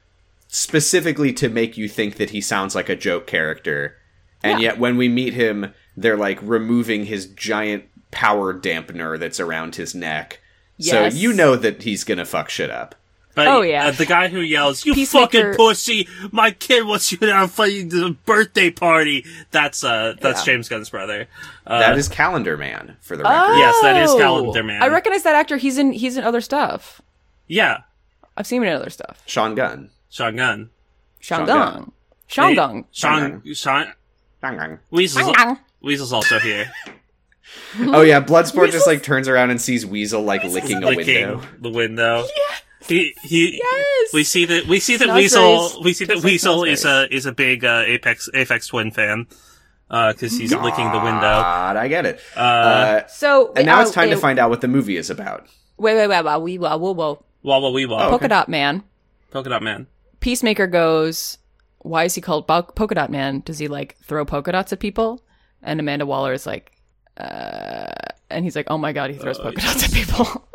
A: specifically to make you think that he sounds like a joke character, and yet when we meet him, they're like removing his giant power dampener that's around his neck.
C: Yes.
A: So you know that he's gonna fuck shit up.
B: But
C: Oh, yeah.
B: uh, the guy who yells, "You
C: Peacemaker-
B: fucking pussy! My kid wants you to have fun at the birthday party." That's uh, that's
C: Yeah.
B: James Gunn's brother. Uh,
A: That is Calendar Man for the record.
B: Yes, that is
C: Oh!
B: Calendar Man.
C: I recognize that actor. He's in. He's in other stuff.
B: yeah,
C: I've seen him in other stuff.
A: Sean Gunn.
B: Sean Gunn.
C: Shangang. Shangang.
B: Sean Sean
A: Gang, gang.
B: Weasel's,
C: Shangang.
B: Weasel's also here,
A: Oh yeah, Bloodsport just like turns around and sees Weasel like licking a
B: licking
A: window.
B: the window. He he.
C: Yes.
B: We see that we see that
C: Snozzberries.
B: Weasel we see that
C: Tastes like
B: Weasel is a is a big uh, Apex Apex Twin fan because he's licking the window.
A: God, I get it. Uh,
C: So
A: and now
C: uh,
A: it's time to
C: uh,
A: find out what the movie is about.
C: Wait, wait, wait, wait, wait, whoa, whoa, whoa.
B: Wah wah wee wah.
A: Oh.
C: Polka dot man.
B: Polka dot man.
C: Peacemaker goes. Why is he called Bo- polka dot man? Does he like throw polka dots at people? And Amanda Waller is like, uh, and he's like, oh my god, he throws polka dots at people.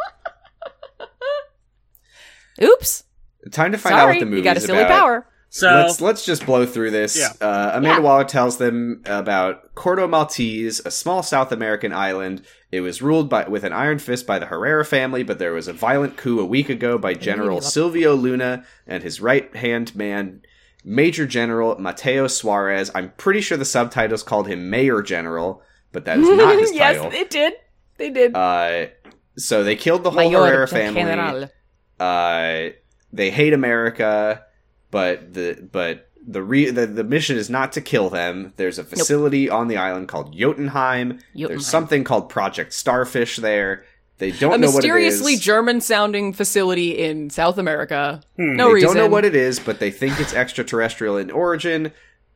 C: Oops.
A: Time to find out
C: Sorry,
A: what the movie's
C: you got a silly
A: about.
C: power.
B: So
A: let's let's just blow through this.
B: Yeah.
A: Uh, Amanda
C: Yeah.
A: Waller tells them about Cordo Maltese, a small South American island. It was ruled by with an iron fist by the Herrera family, but there was a violent coup a week ago by General Silvio Luna and his right hand man, Major General Mateo Suarez. I'm pretty sure the subtitles called him Mayor General, but that is not his
C: yes,
A: title.
C: they did. They did.
A: Uh, so they killed the whole Herrera family uh, they hate America, but the but the re- the, the mission is not to kill them. There's a facility on the island called Jotunheim.
C: Jotunheim.
A: There's something called Project Starfish there. They don't
C: A
A: know what it is.
C: mysteriously German-sounding facility in South America.
B: Hmm.
C: No
A: they
C: reason.
A: don't know what it is, but they think it's extraterrestrial in origin.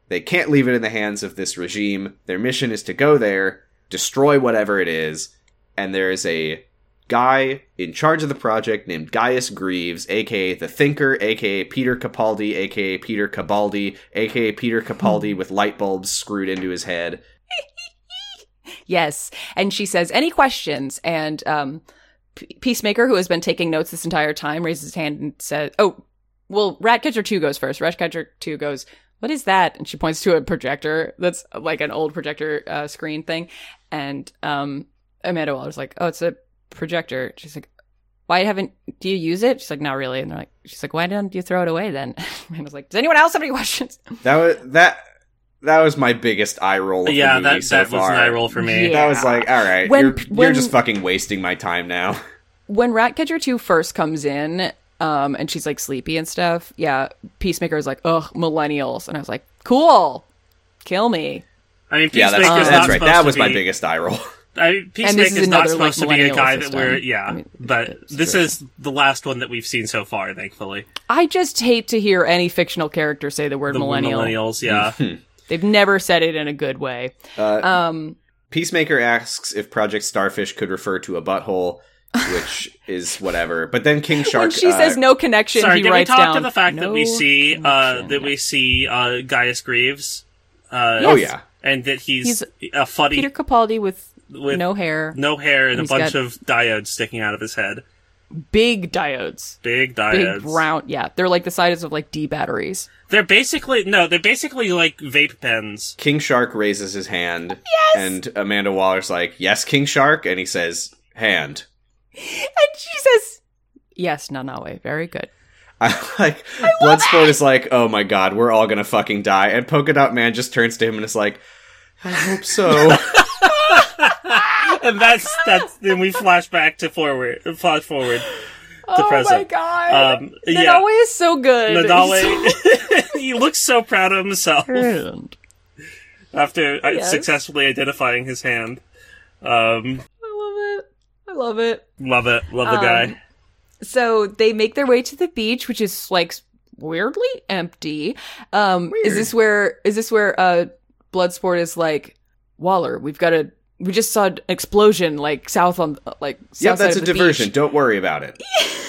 A: They can't leave it in the hands of this regime. Their mission is to go there, destroy whatever it is, and there is a guy in charge of the project named Gaius Greaves, aka the Thinker, aka Peter Capaldi, aka Peter Cabaldi, aka Peter Capaldi with light bulbs screwed into his head.
C: Yes. And she says, any questions? And um, P- Peacemaker, who has been taking notes this entire time, raises his hand and says, oh, well, Ratcatcher 2 goes first. Ratcatcher 2 goes, what is that? And she points to a projector that's uh, like an old projector uh, screen thing. And um, Amanda Waller's like, oh, it's a projector. She's like, why haven't do you use it? She's like, not really. And they're like, she's like, why don't you throw it away then? And I was like, does anyone else have any questions?
A: That was that. That was my biggest eye roll. Of
B: yeah,
A: the movie
B: that
A: so
B: that was
A: far.
B: an eye roll for me.
C: Yeah.
A: That was like, all right,
C: When-
A: you're, you're
C: when-
A: just fucking wasting my time now.
C: when Ratcatcher 2 first comes in, um, and she's like sleepy and stuff, yeah, Peacemaker is like, ugh, millennials. And I was like, cool, kill me.
B: I mean,
A: Yeah,
B: Peacemaker's
A: that's,
B: not
A: that's right.
B: supposed
A: That
B: to
A: was my
B: be-
A: biggest eye roll.
B: I mean,
C: is
B: Peacemaker's not
C: another, like,
B: supposed to be a
C: millennial
B: guy that
C: system.
B: we're yeah,
C: I mean,
B: but
C: it's
B: this
C: true.
B: is the last one that we've seen so far, thankfully.
C: I just hate to hear any fictional character say the word
B: The
C: millennial.
B: millennials, yeah.
C: They've never said it in a good way. um,
A: Peacemaker asks if Project Starfish could refer to a butthole, which is whatever. But then King Shark.
C: when she
A: uh,
C: says no connection,
B: Sorry,
C: he
B: did we
C: writes
B: talk
C: down
B: to the fact that we
C: "No
B: see uh,
C: connection."
B: that we see uh, Gaius Greaves? Uh,
A: Oh yeah,
B: and that he's,
C: He's
B: a funny
C: Peter Capaldi with,
B: with
C: no hair,
B: no hair and a
C: He's
B: bunch
C: got-
B: of diodes sticking out of his head.
C: big diodes,
B: Big
C: big
B: diodes.
C: round. Yeah, they're like the size of like D batteries.
B: They're basically no, they're basically like vape pens.
A: King Shark raises his hand, and Amanda Waller's like, "Yes, King Shark," and he says, "Hand."
C: And she says, "Yes, Nanawe, very good."
A: I like Bloodsport is like, "Oh my god, we're all gonna fucking die," and Polka Dot Man just turns to him and is like, "I hope so."
B: And that's that's then we flash back to forward flash forward.
C: oh my
B: present.
C: god.
B: Um
C: Nadale
B: yeah.
C: is so good.
B: Nadale he looks so proud of himself
C: He's-
B: after uh
C: Yes.
B: successfully identifying his hand. Um
C: I love it. I love it.
B: love it. Love the
C: Um,
B: guy.
C: So they make their way to the beach, which is like weirdly empty. Um is
A: Weird.
C: this where is this where uh Bloodsport is like Waller, we've got a we just saw an explosion like south on uh, like south
A: yeah, that's
C: side
A: a
C: of the
A: diversion.
C: beach.
A: Don't worry about it.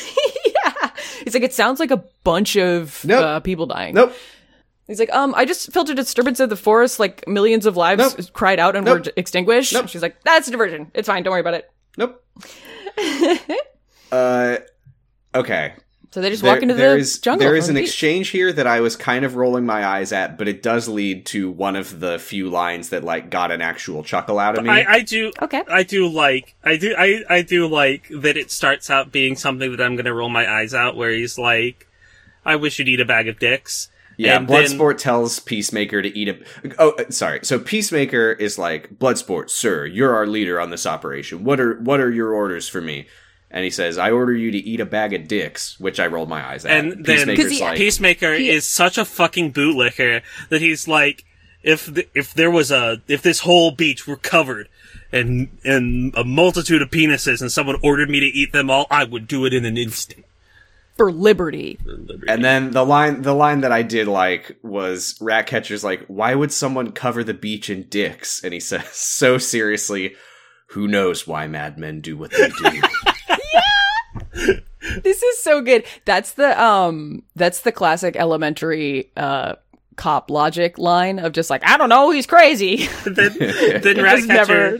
C: yeah. It's like it sounds like a bunch of
A: Nope.
C: uh, people dying.
A: Nope.
C: He's like, um, I just felt a disturbance of the forest. Like millions of lives
A: Nope.
C: cried out and
A: Nope.
C: were extinguished.
A: Nope.
C: She's like, that's a diversion. It's fine. Don't worry about it.
A: Nope. uh, okay.
C: So they just
A: There-
C: walk into
A: there
C: the
A: is-
C: jungle.
A: There
C: on
A: is
C: the
A: an
C: beach.
A: exchange here that I was kind of rolling my eyes at, but it does lead to one of the few lines that like got an actual chuckle out of me.
B: I, I do
C: Okay.
B: I do like I do I, I do like that it starts out being something that I'm gonna roll my eyes out where he's like, I wish you'd eat a bag of dicks.
A: yeah,
B: and then-
A: Bloodsport tells Peacemaker to eat a. Oh, uh, sorry. So Peacemaker is like, Bloodsport, sir, you're our leader on this operation. What are what are your orders for me? And he says, "I order you to eat a bag of dicks," which I rolled my eyes at.
B: And then
A: Peacemaker's
C: 'Cause he-
A: like,
B: Peacemaker
C: he-
B: is such a fucking bootlicker that he's like, if th- if there was a if this whole beach were covered and and a multitude of penises and someone ordered me to eat them all, I would do it in an instant.
C: for liberty.
A: And then the line the line that I did like was Ratcatcher's like, why would someone cover the beach in dicks? And he says so seriously, who knows why madmen do what they do?
C: This is so good. That's the um that's the classic elementary uh cop logic line of just like, I don't know, he's crazy.
B: then then
C: It just
B: Ratcatcher
C: never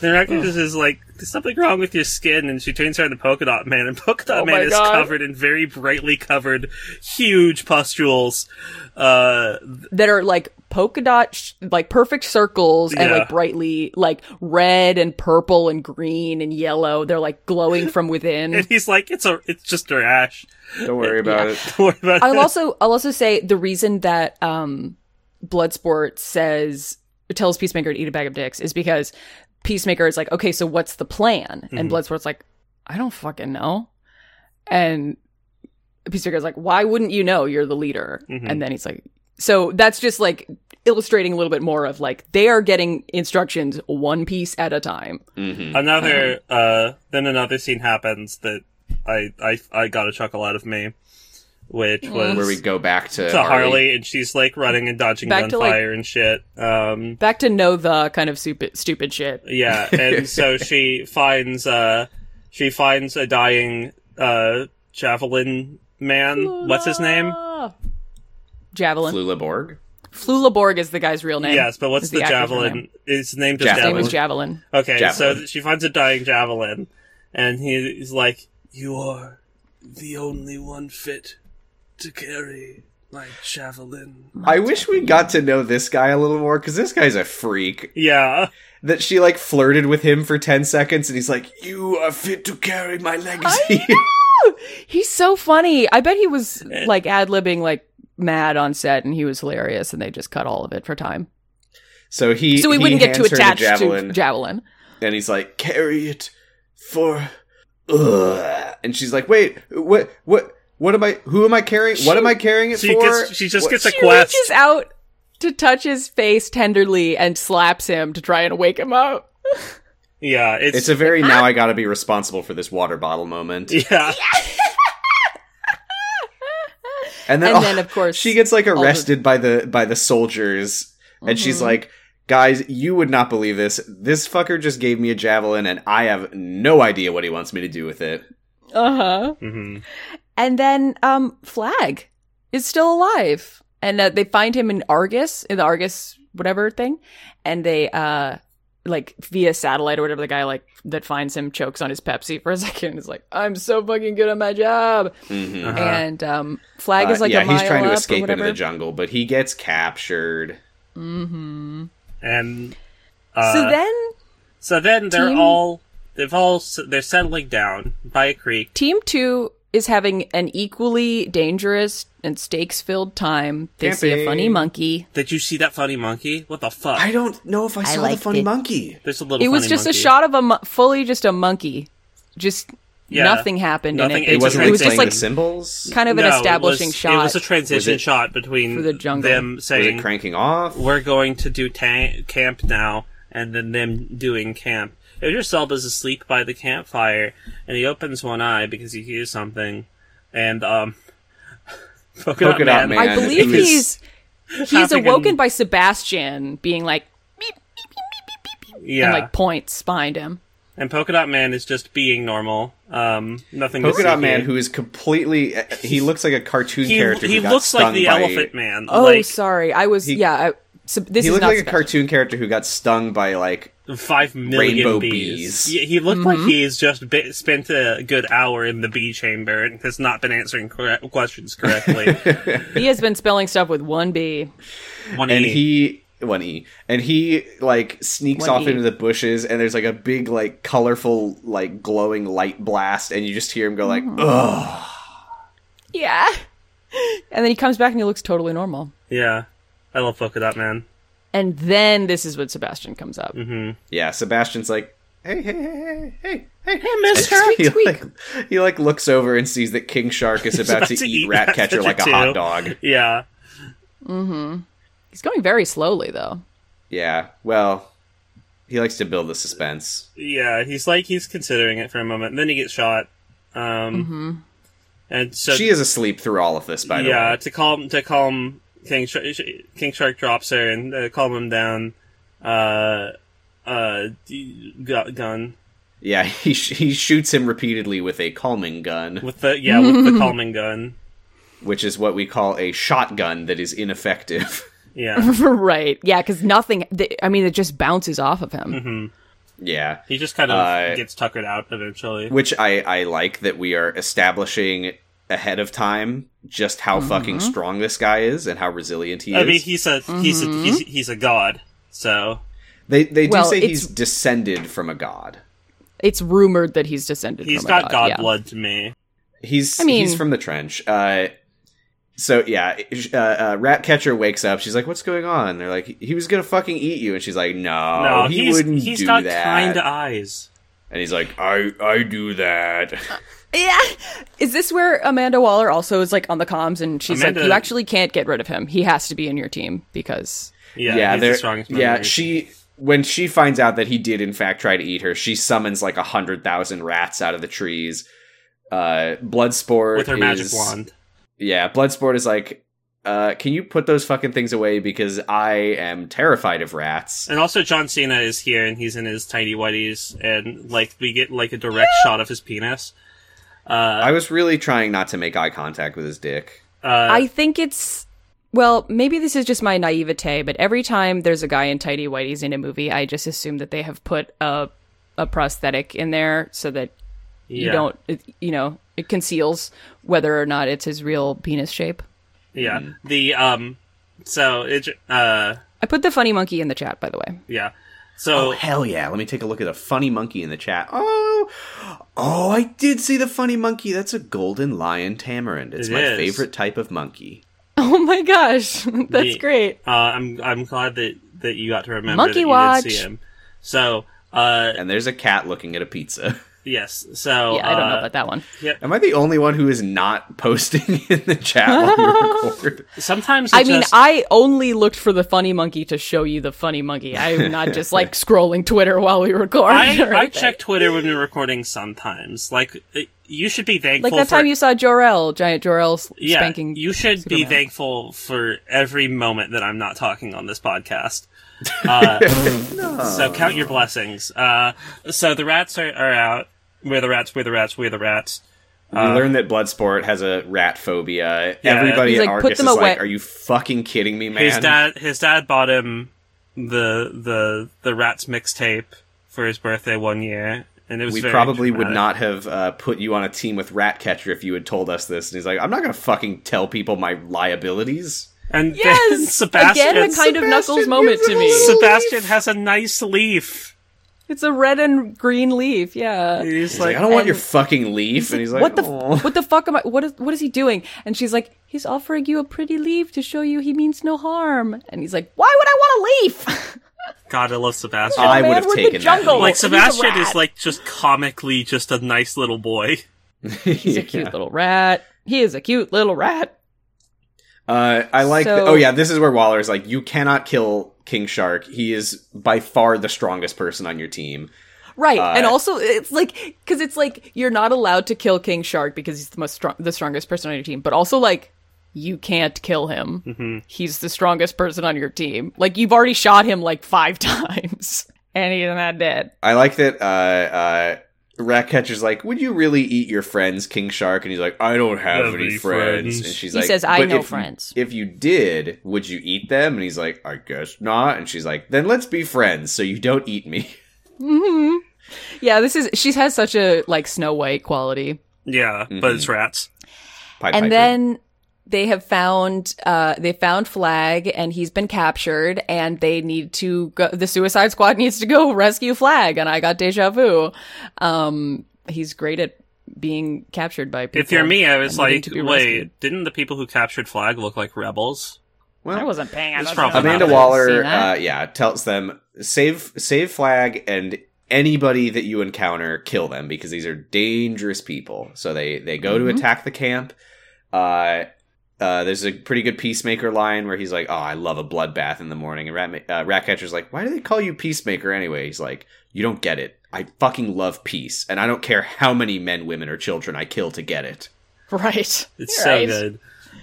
B: The narcissist is like, "There's something wrong with your skin," and she turns her into Polka Dot Man, and Polka Dot
C: Oh
B: Man
C: my
B: is
C: God.
B: covered in very brightly covered, huge pustules. Uh,
C: that are like polka dot sh- like perfect circles and
B: Yeah.
C: like brightly like red and purple and green and yellow they're like glowing from within
B: and he's like, "It's a, it's just a rash."
A: Don't worry about it.
B: Don't worry about
C: i'll
B: it.
C: also i'll also say the reason that um bloodsport says tells peacemaker to eat a bag of dicks is because peacemaker is like okay so what's the plan
B: Mm-hmm.
C: and bloodsport's like i don't fucking know and peacemaker's like why wouldn't you know you're the leader
B: Mhm.
C: and then he's like so that's just like illustrating a little bit more of like they are getting instructions one piece at a time
A: Mm-hmm.
B: Another uh then another scene happens that I I I got a chuckle out of me,
C: Mm.
B: which was
A: Where we go back to,
B: to Harley and she's like running and dodging
C: Back to, like-
B: gunfire and shit. Um
C: back to know the kind of stupid stupid shit
B: yeah, and so she finds uh she finds a dying uh javelin man. What's his name?
C: javelin
A: Flula Borg.
C: flula borg is the guy's real name
B: Yes, but what's
C: Is
B: the,
C: actor's real name.
B: javelin? His name just
C: His name
A: Javelin.
C: is Javelin.
B: Okay,
A: Javelin.
B: so she finds a dying javelin, and he is like, "You are the only one fit to carry my javelin."
A: I wish we got to know this guy a little more because this guy's a freak.
B: Yeah,
A: That she like flirted with him for ten seconds, and he's like, "You are fit to carry my legacy."
C: Ah! He's so funny. I bet he was
B: Eh.
C: like ad libbing like mad on set, and he was hilarious, and they just cut all of it for time,
A: so he
C: so we
A: he
C: wouldn't get too
A: hands her the
C: attached
A: javelin,
C: to javelin.
A: and he's like, "Carry it for," Ugh. and she's like, "Wait, what? What? What am I? Who am I carrying? what am I carrying it
B: she
A: for?"
B: gets she just
A: What-
B: gets a
C: She
B: quest.
C: reaches out to touch his face tenderly and slaps him to try and wake him up.
B: Yeah, it's,
A: It's a very now I gotta be responsible for this water bottle moment.
B: yeah.
A: And then,
C: And then, of course,
A: she gets like
C: the- Mm-hmm.
A: arrested by the by the soldiers, and she's like, "Guys, you would not believe this. This fucker just gave me a javelin, and I have no idea what he wants me to do with it."
C: Uh huh.
B: hmm
C: And then um, Flag is still alive, and uh, they find him in Argus in the Argus whatever thing, and they uh like via satellite or whatever the guy like that finds him chokes on his Pepsi for a second. and Is like, I'm so fucking good at my job,
A: Mhm.
B: Uh-huh.
C: and um, Flag is
A: Uh,
C: like
A: yeah,
C: a mile
A: he's trying to
C: up or
A: escape into
C: whatever.
A: the jungle, but he gets captured.
C: Mhm.
B: And uh,
C: so then
B: so then they're
C: Team-
B: all they've all s- they're settling down by a creek.
C: Team two is having an equally dangerous and stakes filled time. They see a
A: Camping.
C: funny monkey.
B: Did you see that funny monkey? What the fuck?
A: I don't know if I saw the
C: liked
A: funny
C: it.
A: monkey.
B: There's a little.
C: It was
B: funny
C: just a
B: monkey.
C: shot of a mo- fully just a monkey. Just
B: Yeah.
C: nothing happened
B: Nothing-
C: in
B: it
C: it.
A: It wasn't
B: just-
A: like
C: it was just
A: playing
C: like
A: the symbols.
C: kind of
B: No,
C: an
B: it was-
C: establishing shot.
B: It was a transition
A: it-
B: shot between
C: For the jungle.
B: them
A: Was
B: saying
A: it cranking off?
B: we're going to do ta- camp now, and then them doing camp. Idris Elba's asleep by the campfire, and he opens one eye because he hears something, and um, Polka
A: Polka Dot Man.
C: I believe
A: It was
C: he's he's
B: having
C: awoken
B: an-
C: by Sebastian being like
B: yeah,
C: and
B: and,
C: like points behind him.
B: Polka Dot Man is just being normal. Um, nothing. to
A: Polka
B: see
A: Dot Man,
B: here.
A: who is completely. He looks like a cartoon
B: he,
A: character.
B: he
A: who got
B: looks like
A: stung
B: the
A: by-
B: Elephant Man.
C: Oh,
B: like,
C: sorry, I was yeah. I, so this
A: He
C: is
A: looked
C: not
A: like a
C: Sebastian.
A: cartoon character who got stung by like
B: five million
A: Rainbow
B: bees.
A: bees.
B: Yeah, he looked like he's just bit, spent a good hour in the bee chamber and has not been answering corre- questions correctly.
C: He has been spelling stuff with one B.
B: One
A: and
B: E.
A: he one e and he like sneaks
C: One
A: off
C: E.
A: into the bushes and there's like a big like colorful like glowing light blast and you just hear him go like
C: Mm-hmm.
A: ugh
C: Yeah, and then he comes back and he looks totally normal.
B: yeah, I love Polka Dot Man.
C: And then this is when Sebastian comes up.
B: Mm-hmm.
A: yeah sebastian's like hey hey hey hey hey hey
B: Mister.
A: he,
C: Tweak,
A: like, he like looks over and sees that king shark is about, to, eat rat catcher like a
B: too.
A: hot dog
B: Yeah,
C: He's going very slowly though.
A: yeah well he likes to build the suspense
B: yeah. He's like he's considering it for a moment, and then he gets shot. Um, and so
A: she is asleep through all of this by the
B: yeah
A: way
B: to calm to calm King Shark, King Shark drops her and uh, calm him down. Uh, uh, d- gu- gun
A: yeah he, sh- he shoots him repeatedly with a calming gun
B: with the yeah with the calming gun.
A: which is what we call a shotgun that is ineffective
B: Yeah. Mm-hmm.
C: right. Yeah, because nothing. Th- I mean, it just bounces off of him.
A: Yeah.
B: He just kind of
A: Uh,
B: gets tuckered out eventually.
A: Which I, I like that we are establishing ahead of time just how
C: Mm-hmm.
A: fucking strong this guy is and how resilient he
B: I
A: is.
B: mean, he's a he's a
C: Mm-hmm.
B: he's, he's a god. So
A: they they do
C: Well,
A: say
C: it's-
A: he's descended from a god.
C: It's rumored that he's descended.
B: he's
C: from
B: got
C: a
B: god,
C: Oh god yeah.
B: blood to me.
A: He's
C: I mean-
A: he's from the trench. Uh, so yeah, uh, uh, Ratcatcher wakes up. She's like, "What's going on?" they're like, "He was gonna fucking eat you," and she's like, "No,
B: no,
A: Oh, he
B: he's
A: wouldn't
B: he's
A: do
B: got
A: that."
B: kind eyes.
A: and he's like, "I I do that."
C: Yeah. Is this where Amanda Waller also is like on the comms and she's
B: Amanda-
C: like, you actually can't get rid of him. He has to be in your team because.
B: Yeah,
A: yeah,
B: he's the
A: they're-
B: strongest.
A: yeah.
B: member.
A: She when she finds out that he did in fact try to eat her, she summons like a hundred thousand rats out of the trees. Uh, Bloodsport
B: with her magic
A: is-
B: wand.
A: Yeah, Bloodsport is like, uh, can you put those fucking things away because I am terrified of rats.
B: And also John Cena is here and he's in his tiny whities and like we get like a direct shot of his penis.
A: I was really trying not to make eye contact with his dick.
B: Uh,
C: I think it's. Well, maybe this is just my naivete, but every time there's a guy in tidy whities in a movie, I just assume that they have put a a prosthetic in there so that you
B: Yeah.
C: don't, it, you know, it conceals whether or not it's his real penis shape.
B: Yeah.
C: Mm.
B: The um so it j- uh
C: I put the funny monkey in the chat, by the way.
B: yeah. So
A: Oh,
C: Oh,
A: hell yeah! Let me take a look at a funny monkey in the chat. Oh, oh! I did see the funny monkey. That's a golden lion tamarind. It's
B: It
A: my
B: is.
A: favorite type of monkey.
C: Oh my gosh, that's
B: Yeah.
C: great.
B: uh I'm I'm glad that that you got to remember
C: Monkey
B: that
C: watch.
B: you did see him. So uh
A: And there's a cat looking at a pizza.
B: yes. So
C: Yeah, I don't know
B: uh,
C: about that one.
A: Am I the only one who is not posting in the chat while we record?
B: sometimes
C: I
B: it
C: mean,
B: just-
C: I only looked for the funny monkey to show you the funny monkey. I'm not just like scrolling Twitter while we record.
B: I,
C: or
B: I
C: anything.
B: check Twitter when we're recording sometimes. Like it- you should be thankful
C: Like that
B: for
C: time you saw Jor-El, giant Jor-El s-
B: yeah,
C: spanking.
B: You should be
C: Superman.
B: thankful for every moment that I'm not talking on this podcast. Uh, So count your blessings. Uh, so the rats are, are out. We're the rats. We're the rats. We're the rats.
A: we learned that Bloodsport has a rat phobia.
B: Uh, Yeah.
A: Everybody
C: He's
A: at
C: like, "Put
A: Argus is
C: them away."
A: like, "Are you fucking kidding me, man?"
B: His dad. His dad bought him the the the rats mixtape for his birthday one year, and it was.
A: we
B: very
A: probably would
B: traumatic.
A: not have uh, put you on a team with Ratcatcher if you had told us this. And he's like, I'm not going to fucking tell people my liabilities.
B: And then
C: Yes,
B: Sebastian.
C: again, a kind of
A: Sebastian
C: Knuckles
A: gives
C: moment
A: him
C: to
A: a
C: me.
A: little-
B: Sebastian has a nice leaf.
C: It's a red and green leaf. Yeah.
B: He's
A: Like,
B: like,
A: I don't want
C: and-
A: your fucking leaf. And he's like, "Oh."
C: what the
A: "Aw."
C: f- what the fuck am I? What is what is he doing? And she's like, he's offering you a pretty leaf to show you he means no harm. And he's like, why would I want a leaf?
B: God, I love Sebastian.
A: I
C: man
A: would have
C: with the
A: taken
C: jungle.
A: that.
B: like
C: He's a
B: Sebastian is
C: rat.
B: like just comically just a nice little boy.
C: He's a cute little rat. He is a cute little rat.
A: Uh, I like.
C: So-
A: the- oh yeah, this is where Waller is like, you cannot kill King Shark. He is by far the strongest person on your team.
C: Right, and
A: Uh,
C: also it's like because it's like you're not allowed to kill King Shark because he's the most strong, the strongest person on your team, but also like you can't kill him. He's the strongest person on your team. Like you've already shot him like five times, and he's not dead.
A: I like that. Uh, uh, Ratcatcher's like, would you really eat your friends, King Shark? And he's like, I don't have
B: Have
A: any
B: any
A: friends.
B: friends.
A: And she's
C: He
A: like,
C: says, "I
A: "But
C: know
A: if you-
C: friends."
A: if you did, would you eat them? And he's like, I guess not. And she's like, then let's be friends so you don't eat me.
C: Yeah, this is she has such a like Snow White quality.
B: Yeah, but
C: Mm-hmm.
B: it's rats.
A: Pied Piper.
C: and then they have found uh they found flag and he's been captured and they need to go the suicide squad needs to go rescue flag and i got deja vu um he's great at being captured by people
B: If you're me, I was
C: and needing
B: like,
C: to be
B: wait,
C: rescued.
B: didn't the people who captured Flag look like rebels?
A: well,
C: i wasn't paying
B: It's
C: attention
B: probably not
A: Amanda
B: I've
A: Waller, uh, yeah, tells them save save flag and anybody that you encounter, kill them because these are dangerous people. So they they go to attack the camp. Uh, uh, there's a pretty good peacemaker line where he's like, "Oh, I love a bloodbath in the morning." And Rat, uh, Ratcatcher's like, "Why do they call you peacemaker anyway?" He's like, "You don't get it. I fucking love peace, and I don't care how many men, women, or children I kill to get it."
C: right
B: It's
C: You're
B: so
C: right.
B: good.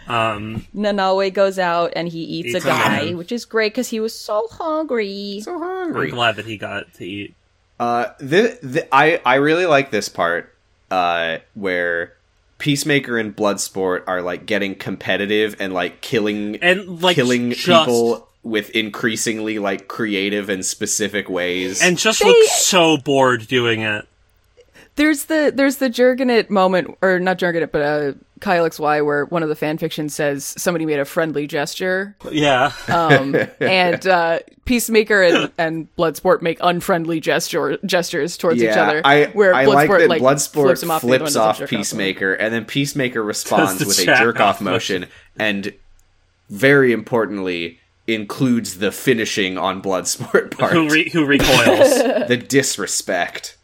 B: Um,
C: nanawe goes out and he eats,
B: Eats
C: a
B: a
C: guy
B: man.
C: which is great because he was so hungry
A: So
B: I'm
A: hungry.
B: glad that he got to eat.
A: Uh, the, the I I really like this part uh, where Peacemaker and Bloodsport are like getting competitive and like killing
B: And, like,
A: killing
B: just
A: people with increasingly like creative and specific ways.
B: and just looks so bored doing it.
C: There's the there's the Jurgenit moment, or not Jurgenit, but uh, Kyle XY, where one of the fan fiction says somebody made a friendly gesture,
B: Yeah,
C: um, and uh, Peacemaker and, and Bloodsport make unfriendly gesture gestures towards each other.
A: I, I like that Bloodsport
C: flips
A: flips,
C: him off, the other one doesn't
A: off
C: jerk off.
A: Peacemaker, and then Peacemaker responds
B: the
A: with a
B: jack
A: jerk off
B: off motion.
A: motion, and very importantly, includes the finishing on Bloodsport part.
B: who re- who recoils?
A: the disrespect.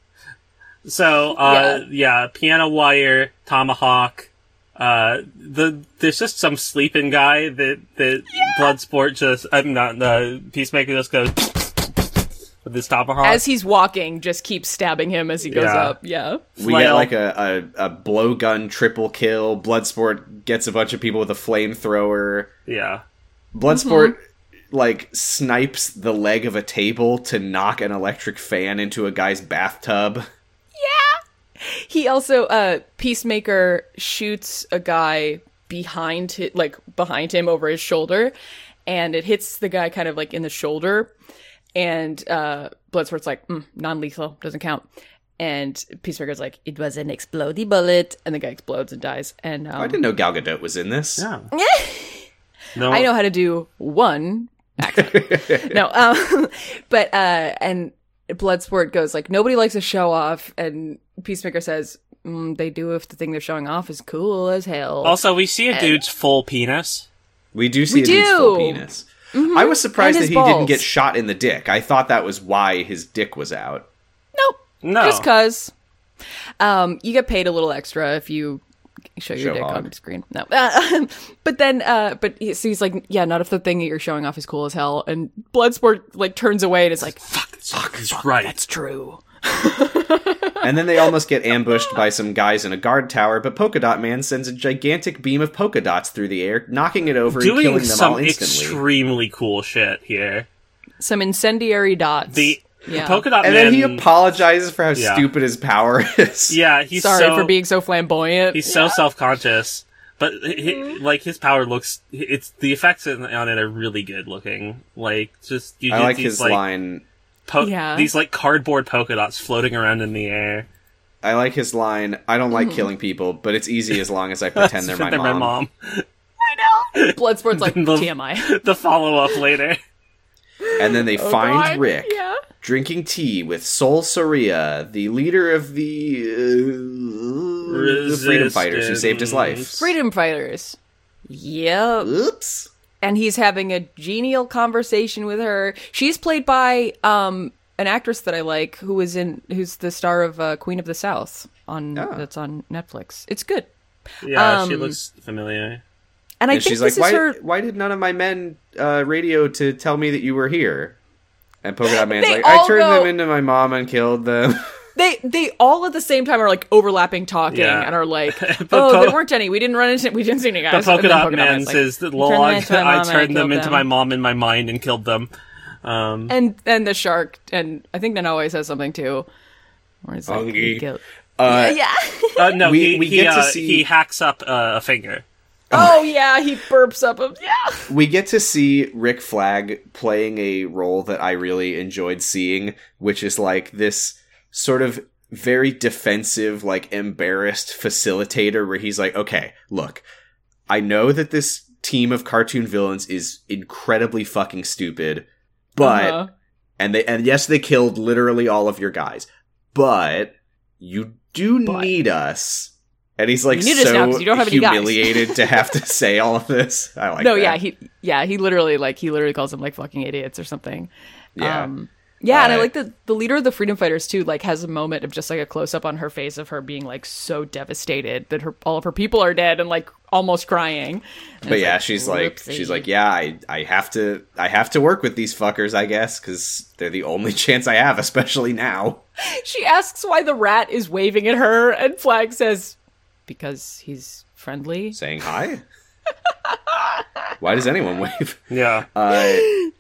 B: so uh, yeah. piano wire, tomahawk. Uh, the there's just some sleeping guy that that Bloodsport just I'm not the Peacemaker just goes with his tomahawk.
C: As he's walking, just keeps stabbing him as he goes
B: Yeah.
C: up. Yeah.
A: We get
B: flail.
A: like a, a, a blowgun triple kill. Bloodsport gets a bunch of people with a flamethrower.
B: yeah,
A: Bloodsport like snipes the leg of a table to knock an electric fan into a guy's bathtub.
C: He also uh Peacemaker shoots a guy behind hi- like behind him over his shoulder and it hits the guy kind of like in the shoulder and uh Bloodsport's like mm, non-lethal doesn't count and Peacemaker's like it was an explodey bullet and the guy explodes and dies and um,
A: I didn't know Gal Gadot was in this.
B: yeah. no,
C: I know how to do one accent. no, um, but uh, and Bloodsport goes like nobody likes a show off, and Peacemaker says mm, they do if the thing they're showing off is cool as hell.
B: Also, we see a dude's full penis.
A: We do see
C: We
A: a dude's full
C: do.
A: penis. I was surprised
C: And
A: that
C: his
A: he didn't
C: balls.
A: get shot in the dick. I thought that was why his dick was out.
C: nope,
B: No,
C: just cause. Um, you get paid a little extra if you show your
A: Show
C: dick
A: hog.
C: on screen. No, Uh, but then, uh, but he, so he's like, yeah, not if the thing that you're showing off is cool as hell. And Bloodsport like turns away and is like,
B: fuck is right.
C: that's true.
A: And then they almost get ambushed by some guys in a guard tower, but Polka Dot Man sends a gigantic beam of polka dots through the air, knocking it over and
B: Doing
A: killing them all
B: some
A: instantly.
B: extremely cool shit here.
C: Some incendiary dots.
B: The
C: Yeah.
B: polka dot
A: and
B: man.
A: then he apologizes for how
B: Yeah.
A: stupid his power is.
B: yeah, he's
C: Sorry
B: so,
C: for being so flamboyant.
B: He's so self conscious, but hi-
C: Mm-hmm.
B: hi- like his power looks. It's the effects in- on it are really good looking. Like just you
A: I
B: get
A: like
B: these,
A: his
B: like,
A: line.
B: po-
C: Yeah.
B: These like cardboard polka dots floating around in the air.
A: I like his line. I don't
C: Mm-hmm.
A: like killing people, but it's easy as long as I pretend they're my
B: They're
A: mom.
C: Bloodsport's like
B: The-
C: TMI.
B: The follow up later.
A: And then they find
C: Oh, God,
A: Rick
C: yeah.
A: drinking tea with Sol Soria, the leader of the, uh, the freedom fighters who saved his life.
B: Resistance.
C: Freedom fighters. Yep.
A: Oops.
C: And he's having a genial conversation with her. She's played by um an actress that I like who is in who's the star of uh, Queen of the South on
A: Oh.
C: that's on Netflix. It's good.
B: Yeah, she
C: Um,
B: looks familiar.
C: And I
A: and
C: think
A: she's like,
C: this
A: why,
C: is her
A: why did none of my men uh, radio to tell me that you were here? And Polka Dot Man's
C: They
A: like, I
C: all
A: turned
C: go-
A: them into my mom and killed them.
C: they they all at the same time are like overlapping talking
B: Yeah.
C: and are like,
B: But
C: oh,
B: Pol-
C: there weren't any. We didn't run into we didn't see any
B: The
C: guys.
B: polka
C: And then
B: dot man
C: Man's like,
B: says that
C: them
B: log.
C: into my
B: I
C: mom and I
B: turned them
C: killed
B: into
C: them."
B: my mom in my mind and killed them. Um,
C: and and the shark and I think Nanoe says something too. Or is like,
A: Ongi.
C: "You guilt."
A: Uh,
C: yeah.
B: uh, no,
A: We-
B: he,
A: we
B: he,
A: get to
B: uh,
A: see-
B: he hacks up uh, a finger.
C: Oh yeah, he burps up. A, yeah.
A: we get to see Rick Flag playing a role that I really enjoyed seeing, which is like this sort of very defensive, like embarrassed facilitator where he's like, okay, look, I know that this team of cartoon villains is incredibly fucking stupid, but
C: Uh-huh.
A: and they and yes they killed literally all of your guys but you do
C: But-
A: need us and he's like
C: You need us now
A: so
C: 'cause you don't have any guys.
A: humiliated to have to say all of this i like
C: no,
A: that.
C: yeah, he yeah he literally like he literally calls them like fucking idiots or something.
A: yeah
C: Um, yeah, and I
A: Uh,
C: like that the leader of the freedom fighters too. Like has a moment of just like a close up on her face of her being like so devastated that her all of her people are dead and like almost crying. And
A: but
C: it's
A: yeah she's like
C: whoopsie.
A: she's like yeah i i have to i have to work with these fuckers i guess because they're the only chance i have especially now
C: She asks why the rat is waving at her, and Flag says, "Because he's friendly."
A: saying hi why does anyone wave
B: Yeah.
A: uh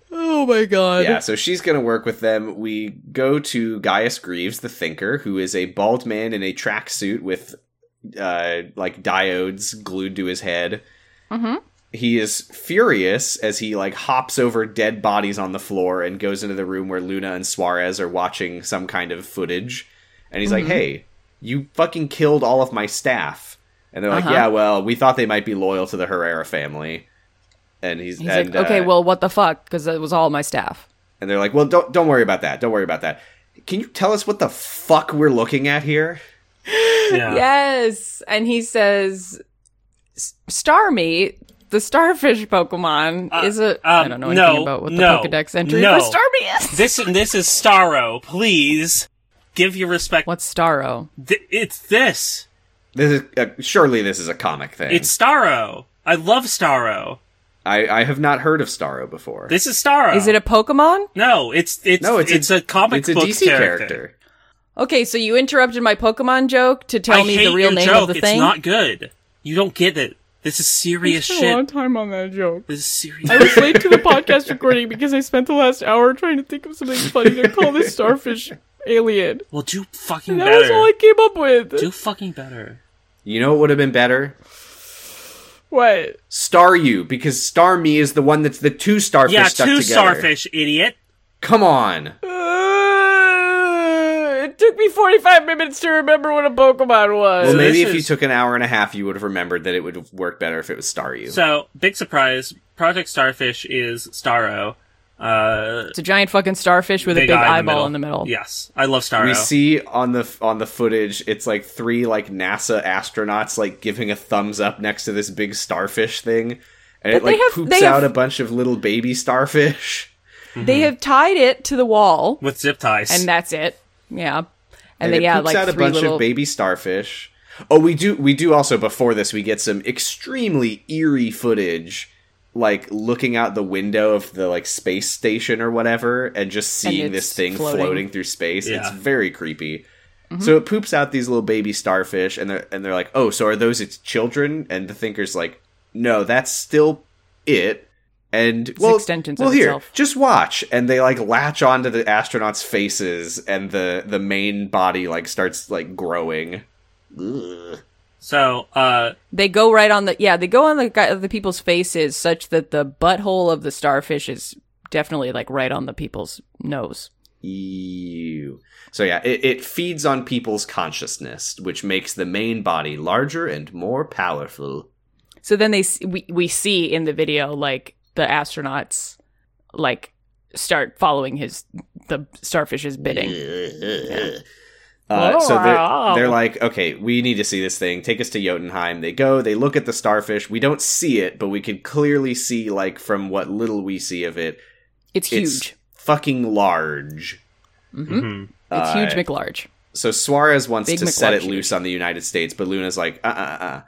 C: Oh my god!
A: Yeah, so she's going to work with them. We go to Gaius Greaves, the thinker, who is a bald man in a tracksuit with uh, like diodes glued to his head.
C: Mhm.
A: he is furious as he like hops over dead bodies on the floor and goes into the room where Luna and Suarez are watching some kind of footage. And he's
C: Mm-hmm.
A: like, "Hey, you fucking killed all of my staff." And they're like,
C: Uh-huh.
A: "Yeah, well, we thought they might be loyal to the Herrera family." And he's,
C: He's
A: and,
C: like, okay,
A: uh,
C: well, what the fuck? Because it was all my staff.
A: and they're like, "Well, don't don't worry about that. Don't worry about that. Can you tell us what the fuck we're looking at here?"
B: Yeah.
C: Yes, and he says, "S- "Starmie, the starfish Pokemon,
B: Uh,
C: is a I
B: um,
C: don't know anything
B: no,
C: about what the
B: no,
C: Pokedex entry
B: no.
C: for Starmie is.
B: This this is Starro. Please give your respect.
C: What's Starro?
B: Th- it's this.
A: This is uh, surely this is a comic thing.
B: It's Starro. I love Starro.
A: I, I have not heard of Starro before.
B: This is Starro.
C: Is it a Pokemon?
B: No, it's it's
A: no, it's
B: a, comic
A: it's a
B: book
A: DC
B: character.
C: Okay, so you interrupted my Pokemon joke to tell
B: I
C: me
B: hate
C: the real
B: your
C: name
B: joke.
C: of the
B: it's
C: thing.
B: not good. You don't get it. This is serious shit.
C: time on that joke.
B: This is serious.
C: I was late to the podcast recording because I spent the last hour trying to think of something funny to call this starfish alien.
B: well, do fucking better.
C: came up with.
B: do fucking better.
A: You know what would have been better?
C: What?
A: Star you, because Star Me is the one that's the two starfish
B: yeah,
A: stuck
B: two
A: together.
B: starfish, idiot.
A: Come on.
C: Uh, it took me 45 minutes to remember what a Pokemon was.
A: Well, maybe
B: this
A: if you
B: is-
A: took an hour and a half, you would have remembered that it would have worked better if it was Star You.
B: So big surprise. Project Starfish is Starro. Uh,
C: It's a giant fucking starfish with a big
B: eye
C: eyeball in the middle.
B: Yes, I love Starro.
A: we see on the on the footage, it's like three like NASA astronauts like giving a thumbs up next to this big starfish thing, and it
C: But they
A: like
C: have-
A: poops
C: they have-
A: out a bunch of little baby starfish.
C: They have tied it to the wall,
B: with zip ties.
C: and that's it. Yeah. And,
A: and
C: then,
A: it
C: yeah,
A: poops
C: like
A: out a
C: three
A: bunch
C: little.
A: of baby starfish. Oh, we do we do also before this we get some extremely eerie footage, like looking out the window of the like space station or whatever, and just seeing
C: it's
A: this thing floating.
C: floating. Mm-hmm.
A: through space. It's
B: Yeah.
A: very creepy. So it poops out these little baby starfish, and they're and they're like, oh, so are those its children? And the thinker's like, no, that's still it. And well,
C: extensions
A: well,
C: of
A: here,
C: itself.
A: just watch and they like latch onto the astronauts faces and the the main body like starts like growing Ugh.
B: so uh,
C: They go right on the. Yeah, they go on the, guy, the people's faces such that the butthole of the starfish is definitely like right on the people's nose.
A: ew so yeah it, it feeds on people's consciousness which makes the main body larger and more powerful
C: So then they s- we we see in the video like the astronauts like start following his the starfish's bidding.
A: Ugh. Uh, so they're,
C: Oh, Wow.
A: they're like, okay, we need to see this thing. Take us to Jotunheim. They go, they look at the starfish. We don't see it, but we can clearly see, like, from what little we see of it, It's
C: It's huge.
A: fucking large.
C: hmm
B: mhm.
C: It's huge
A: Uh,
C: McLarge.
A: So Suarez wants
C: Big
A: to set it
C: McLarge.
A: loose on the United States, but Luna's like, uh, uh, uh.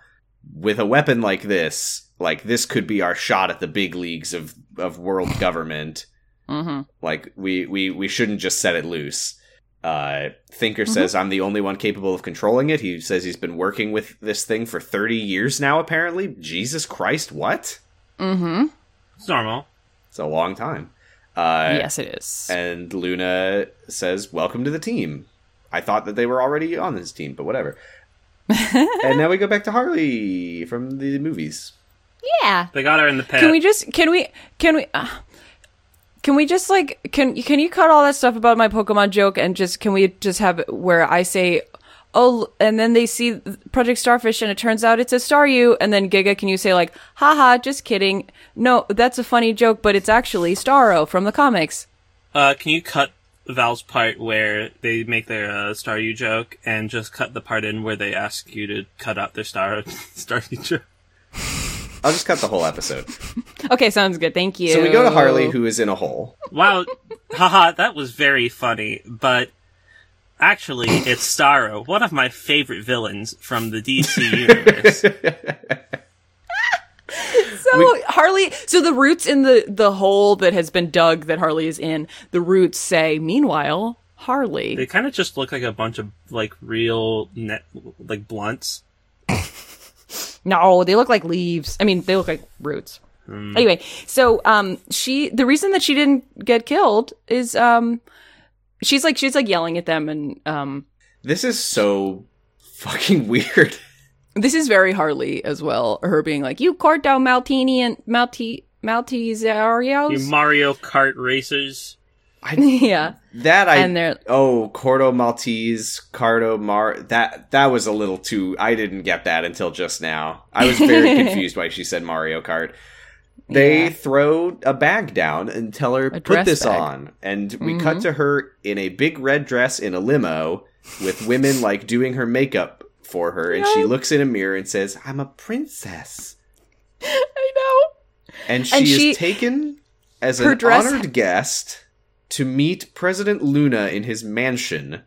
A: With a weapon like this, like this could be our shot at the big leagues of of world government.
C: hmm
A: Like we we we shouldn't just set it loose. Uh, Thinker says
C: Mm-hmm.
A: I'm the only one capable of controlling it. He says he's been working with this thing for 30 years now. Apparently, Jesus Christ, what?
C: hmm
B: it's normal.
A: It's a long time. Uh,
C: yes, it is.
A: And Luna says, Welcome to the team. I thought that they were already on this team, but whatever. and now we go back to Harley from the movies.
C: yeah.
B: They got her in the pit.
C: Can we just? Can we? Can we? Uh, can we just like? Can can you cut all that stuff about my Pokemon joke and just? Can we just have it where I say? Oh, l- and then they see Project Starfish, and it turns out it's a Staryu. And then Giga, can you say like, "Haha, just kidding"? No, that's a funny joke, but it's actually Starro from the comics.
B: Uh, can you cut Val's part where they make their uh, Star You joke and just cut the part in where they ask you to cut out their Star Star You joke?
A: I'll just cut the whole episode.
C: Okay, sounds good. Thank you.
A: So we go to Harley, who is in a hole.
B: Wow, haha, that was very funny, but actually, it's Starro, one of my favorite villains from the DC universe.
C: So Harley, so the roots in the the hole that has been dug that Harley is in, the roots say, "Meanwhile, Harley."
B: they kind of just look like a bunch of like real net like blunts.
C: No, they look like leaves. I mean, they look like roots.
B: Mm.
C: Anyway, so um, she the reason that she didn't get killed is um, she's like she's like yelling at them and um,
A: This is so fucking weird.
C: This is very Harley as well. Her being like, "You Cordo Maltini and Malti
B: You
C: Maltesarios."
B: Mario Kart racers.
C: yeah,
A: That I
C: And they're-
A: oh Cordo Maltese Cardo Mar that that was a little too I didn't get that until just now. I was very confused why she said Mario Kart. They
C: Yeah.
A: throw a bag down and tell her put
C: dress
A: this
C: bag. Mm-hmm.
A: on, and we cut to her in a big red dress in a limo with women like doing her makeup for her, and she
C: Yeah.
A: looks in a mirror and says, "I'm a princess,"
C: I know.
A: and she
C: And she-
A: is taken as
C: her
A: an
C: dress-
A: honored guest to meet President Luna in his mansion.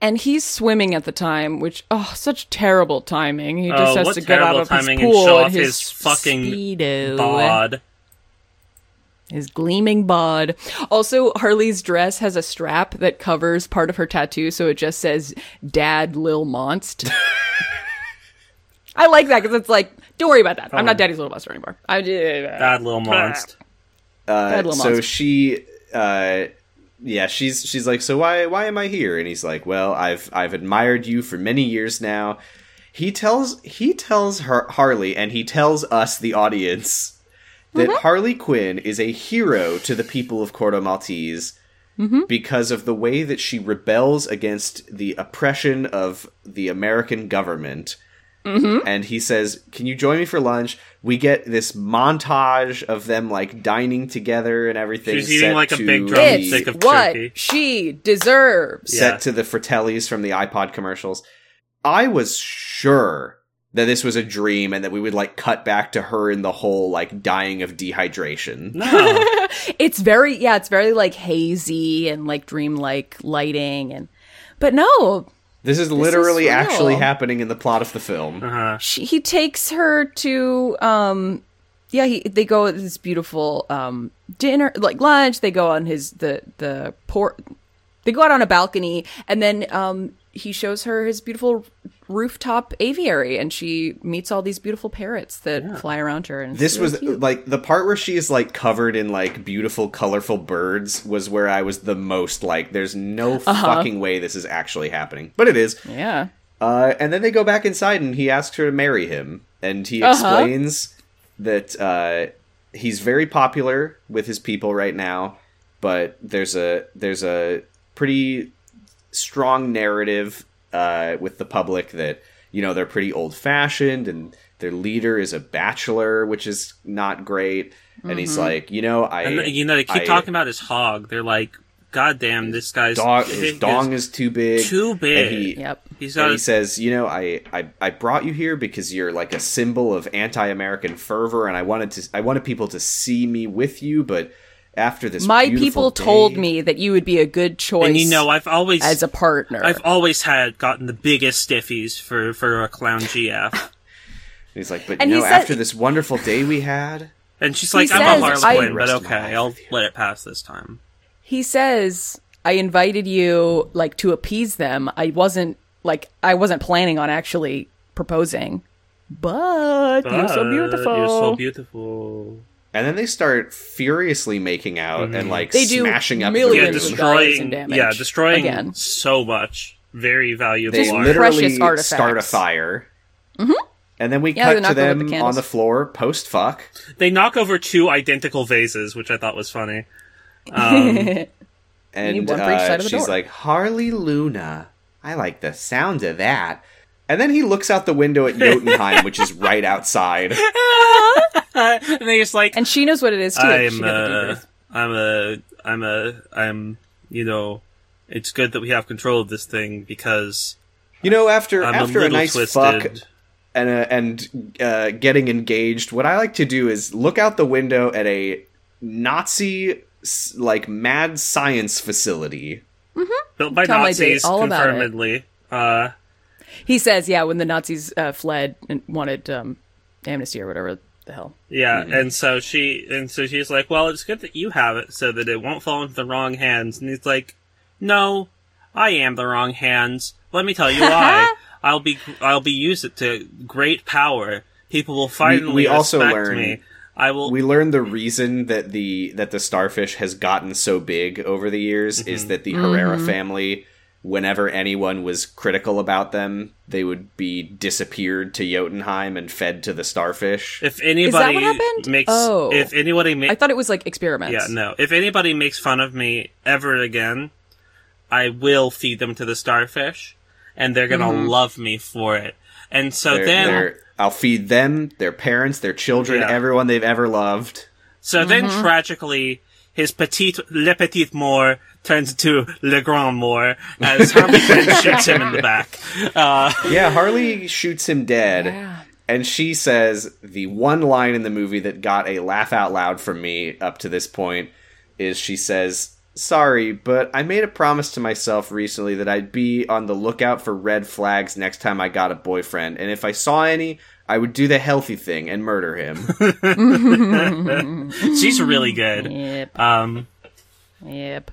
C: And he's swimming at the time, which oh, such terrible timing. He just
B: Oh,
C: has
B: what
C: to get out
B: terrible
C: of
B: timing
C: his
B: and
C: pool
B: show
C: in
B: off
C: his,
B: his fucking
C: speedo.
B: Bod.
C: his gleaming bod. Also, Harley's dress has a strap that covers part of her tattoo, so it just says "Dad Lil Monst." I like that because it's like, don't worry about that. I'm not Daddy's little monster anymore. I did.
B: Bad little monster.
A: Uh,
C: Little
A: so
C: Monster.
A: she uh yeah she's she's like so why why am i here and he's like well i've i've admired you for many years now he tells he tells her harley and he tells us the audience that harley quinn is a hero to the people of cordo maltese because of the way that she rebels against the oppression of the american government and he says, "Can you join me for lunch?" We get this montage of them like dining together and everything.
B: She's eating,
A: set
B: like, a
A: to
B: big drum
A: the-
B: stick
C: It's
B: of
C: what
B: turkey.
C: she deserves.
A: set
B: Yeah.
A: to the Fratellis from the iPod commercials. I was sure that this was a dream and that we would like cut back to her in the hole like dying of dehydration.
B: No.
C: It's very yeah, it's very like hazy and like dreamlike lighting and but no,
A: This is literally
C: real.
A: actually happening in the plot of the film.
B: Uh-huh.
C: she, he takes her to um yeah, he they go to this beautiful um dinner like lunch, they go on his the the port they go out on a balcony and then um he shows her his beautiful rooftop aviary and she meets all these beautiful parrots that fly around her and it's
A: This
C: really
A: was
C: cute.
A: like the part where she is like covered in like beautiful, colorful birds was where I was the most like, there's no fucking way this is actually happening. But it is.
C: yeah.
A: Uh, and then they go back inside and he asks her to marry him. And he explains that uh, he's very popular with his people right now, but there's a there's a pretty strong narrative uh, with the public that you know they're pretty old fashioned and their leader is a bachelor, which is not great. And he's like, you know, I
B: And you know they keep
A: I-
B: talking about his hog. They're like, God damn, this guy's
A: dog,
B: dick
A: his
B: is
A: dong is too big,
B: too big.
A: And he,
C: Yep.
B: He's
A: and
B: got
A: he
B: a
A: says, "You know, I, I I brought you here because you're like a symbol of anti-American fervor, and I wanted to I wanted people to see me with you, but after this,
C: My
A: beautiful
C: people told
A: day-
C: me that you would be a good choice
B: And you know, I've always
C: as a partner.
B: I've always had gotten the biggest stiffies for for a clown GF.
A: And he's like, but
C: And
A: you
C: he
A: know,
C: said-
A: after this wonderful day we had,
B: And she's like,
C: He
B: I'm
C: says,
B: a
C: I-
B: Harley Quinn, but
A: Rest my
B: okay,
A: life.
B: I'll let it pass this time.
C: he says, I invited you like to appease them. I wasn't like I wasn't planning on actually proposing. But, you're so
B: But
C: beautiful.
B: You're so beautiful.
A: and then they start furiously making out and like
C: They do
A: smashing up the
C: millions
B: Yeah,
A: room.
C: of dollars.
B: destroying.
C: damage.
B: Yeah, destroying
C: Again.
B: so much. Very valuable
A: They
B: art.
A: literally
C: precious artifacts. Mm-hmm.
A: start a fire." And then we
C: Yeah,
A: cut to
C: they knock over the
A: them on
C: candles.
A: the floor post fuck.
B: They knock over two identical vases, which I thought was funny. Um,
A: and
C: need one for each
A: uh,
C: side of the
A: she's
C: door.
A: like Harley Luna. I like the sound of that. And then he looks out the window at Jotunheim, which is right outside.
B: and they just like,
C: and she knows what it is too. she
B: I'm,
C: got the
B: uh,
C: debrief.
B: I'm a, I'm a, I'm, you know, it's good that we have control of this thing because
A: You know, after
B: I'm
A: after
B: a
A: a,
B: little
A: nice fuck
B: twisted.
A: and uh, and uh, getting engaged, what I like to do is look out the window at a Nazi s- like mad science facility.
B: built by
C: Tell my date
B: Nazis
C: all about it.
B: confirmedly. Uh,
C: He says, yeah, when the Nazis uh, fled and wanted um, amnesty or whatever the hell.
B: yeah,
C: Mm-hmm.
B: and so she and so she's like, "Well, it's good that you have it, so that it won't fall into the wrong hands." And he's like, "No, I am the wrong hands. Let me tell you why. I'll be I'll be used it to great power. People will finally
A: we also
B: respect
A: learn-
B: me. I will.
A: We learn the reason that the that the starfish has gotten so big over the years is that the Herrera family whenever anyone was critical about them, they would be disappeared to Jotunheim and fed to the starfish.
B: If anybody
C: what happened?
B: makes,
C: Oh.
B: if anybody makes,
C: I thought it was like experiments.
B: yeah, no, if anybody makes fun of me ever again, I will feed them to the starfish, and they're gonna
C: Mm-hmm.
B: love me for it. And so
A: They're-
B: then,
A: they're- I'll feed them, their parents, their children,
B: Yeah.
A: everyone they've ever loved.
B: so then
C: Mm-hmm.
B: tragically, his petite le petit mort turns into le grand mort as Harley Quinn shoots him in the back. Uh,
A: Yeah, Harley shoots him dead.
C: Yeah.
A: And she says the one line in the movie that got a laugh out loud from me up to this point is she says, Sorry, but I made a promise to myself recently that I'd be on the lookout for red flags next time I got a boyfriend, and if I saw any, I would do the healthy thing and murder him.
B: she's really good.
C: Yep.
B: Um,
C: Yep.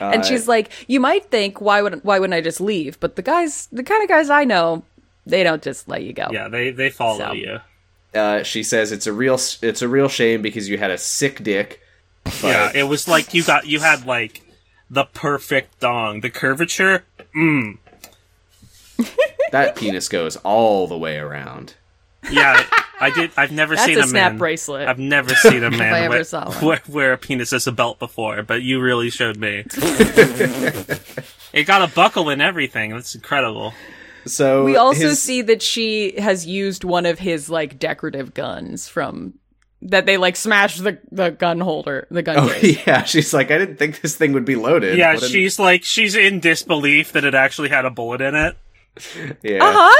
C: and she's like, "You might think why would why wouldn't I just leave?" But the guys, the kind of guys I know, they don't just let you go.
B: yeah, they they follow
C: So.
B: you.
A: uh, she says it's a real it's a real shame because you had a sick dick. But
B: Yeah, it was like you got you had like the perfect dong, the curvature.
A: that penis goes all the way around.
B: Yeah, I did. I've never
C: That's
B: seen
C: a
B: a,
C: snap
B: man.
C: bracelet.
B: I've never seen a man
C: I ever
B: wear,
C: saw one.
B: wear, wear a penis as a belt before, but you really showed me. it got a buckle and everything. That's incredible.
A: So
C: We also
A: his-
C: see that she has used one of his like decorative guns from that they like smashed the the gun holder, the gun
A: Oh
C: case.
A: yeah, she's like I didn't think this thing would be loaded.
B: Yeah,
A: What an-
B: she's like she's in disbelief that it actually had a bullet in it.
A: yeah.
C: Huh?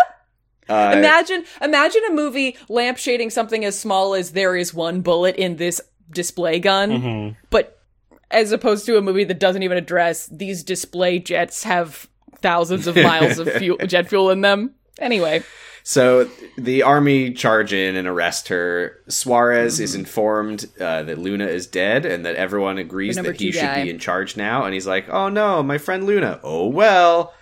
A: Uh,
C: Uh-huh. Imagine imagine a movie lampshading something as small as there is one bullet in this display gun,
A: Mm-hmm.
C: but as opposed to a movie that doesn't even address these display jets have thousands of miles of fuel, jet fuel in them. Anyway,
A: So the army charge in and arrest her. Suarez is informed uh, that Luna is dead and that everyone agrees
C: The number
A: that he
C: two
A: should
C: guy.
A: be in charge now. And he's like, "Oh no, my friend Luna. Oh well."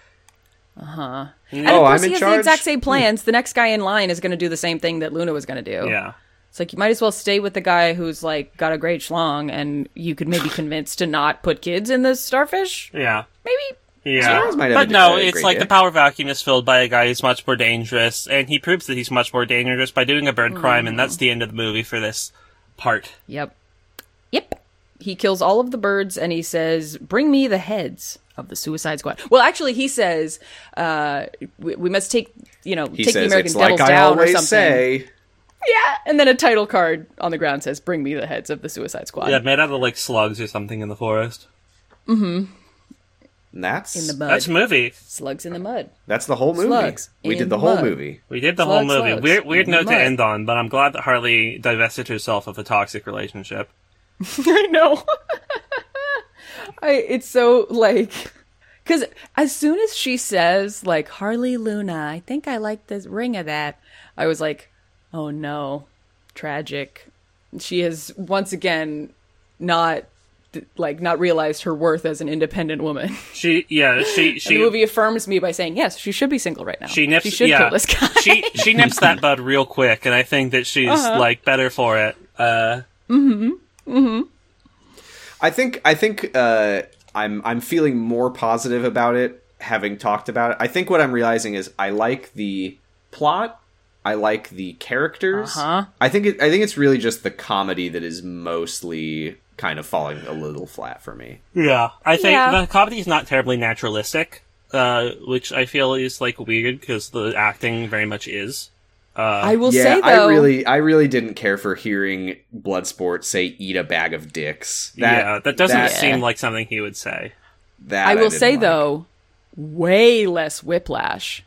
C: and
A: Oh,
C: of course
A: I'm in
C: he has
A: charge?
C: the exact same plans. The next guy in line is going to do the same thing that Luna was going to do.
B: Yeah,
C: It's like you might as well stay with the guy who's like got a great schlong, and you could maybe convince to not put kids in the starfish.
B: yeah,
C: Maybe
B: yeah.
A: Charles might have
B: But
A: a-
B: no,
A: a
B: it's
A: great
B: like the
A: dick.
B: power vacuum is filled by a guy who's much more dangerous, and he proves that he's much more dangerous by doing a bird crime, and
C: Mm.
B: that's the end of the movie for this part.
C: Yep. Yep. He kills all of the birds and he says, Bring me the heads of the Suicide Squad. Well, actually, he says, uh, we, we must take, you know,
A: He
C: take the
A: says
C: American
A: it's
C: devils
A: like I
C: down or
A: always
C: something.
A: say.
C: Yeah. And then a title card on the ground says, Bring me the heads of the Suicide Squad.
B: Yeah, made out of like slugs or something in the forest.
A: And that's
C: In the mud.
B: That's movie.
C: Slugs in the mud.
A: that's the whole movie.
C: Slugs
A: we
C: in
A: did the
C: the
A: whole
C: mud.
A: movie.
B: We did the
C: Slugs,
B: whole movie.
C: slugs.
B: Weird, weird note to
C: Mud.
B: end on, but I'm glad that Harley divested herself of a toxic relationship.
C: I know. I, it's so like. Because as soon as she says, like, Harley Luna, I think I like the ring of that, I was like, oh no, tragic. She has once again not, th- like, not realized her worth as an independent woman.
B: She, yeah, she,
C: the
B: she,
C: movie affirms me by saying, yes, she should be single right now.
B: she nips,
C: she should
B: yeah,
C: kill this guy.
B: she, she nips that bud real quick, and I think that she's
C: Uh-huh.
B: like better for it. Uh,
A: I think I think uh, I'm I'm feeling more positive about it having talked about it. I think what I'm realizing is I like the plot. I like the characters.
C: Uh-huh.
A: I think it, I think it's really just the comedy that is mostly kind of falling a little flat for me.
B: yeah, I think
C: Yeah.
B: the comedy's not terribly naturalistic, uh, which I feel is like weird because the acting very much is. Uh,
C: I will
A: yeah,
C: say, though.
A: I really I really didn't care for hearing Bloodsport say "eat a bag of dicks."
B: yeah, that doesn't
A: that,
B: seem like something he would say.
A: that
C: I will
A: didn't
C: say
A: like.
C: though, way less whiplash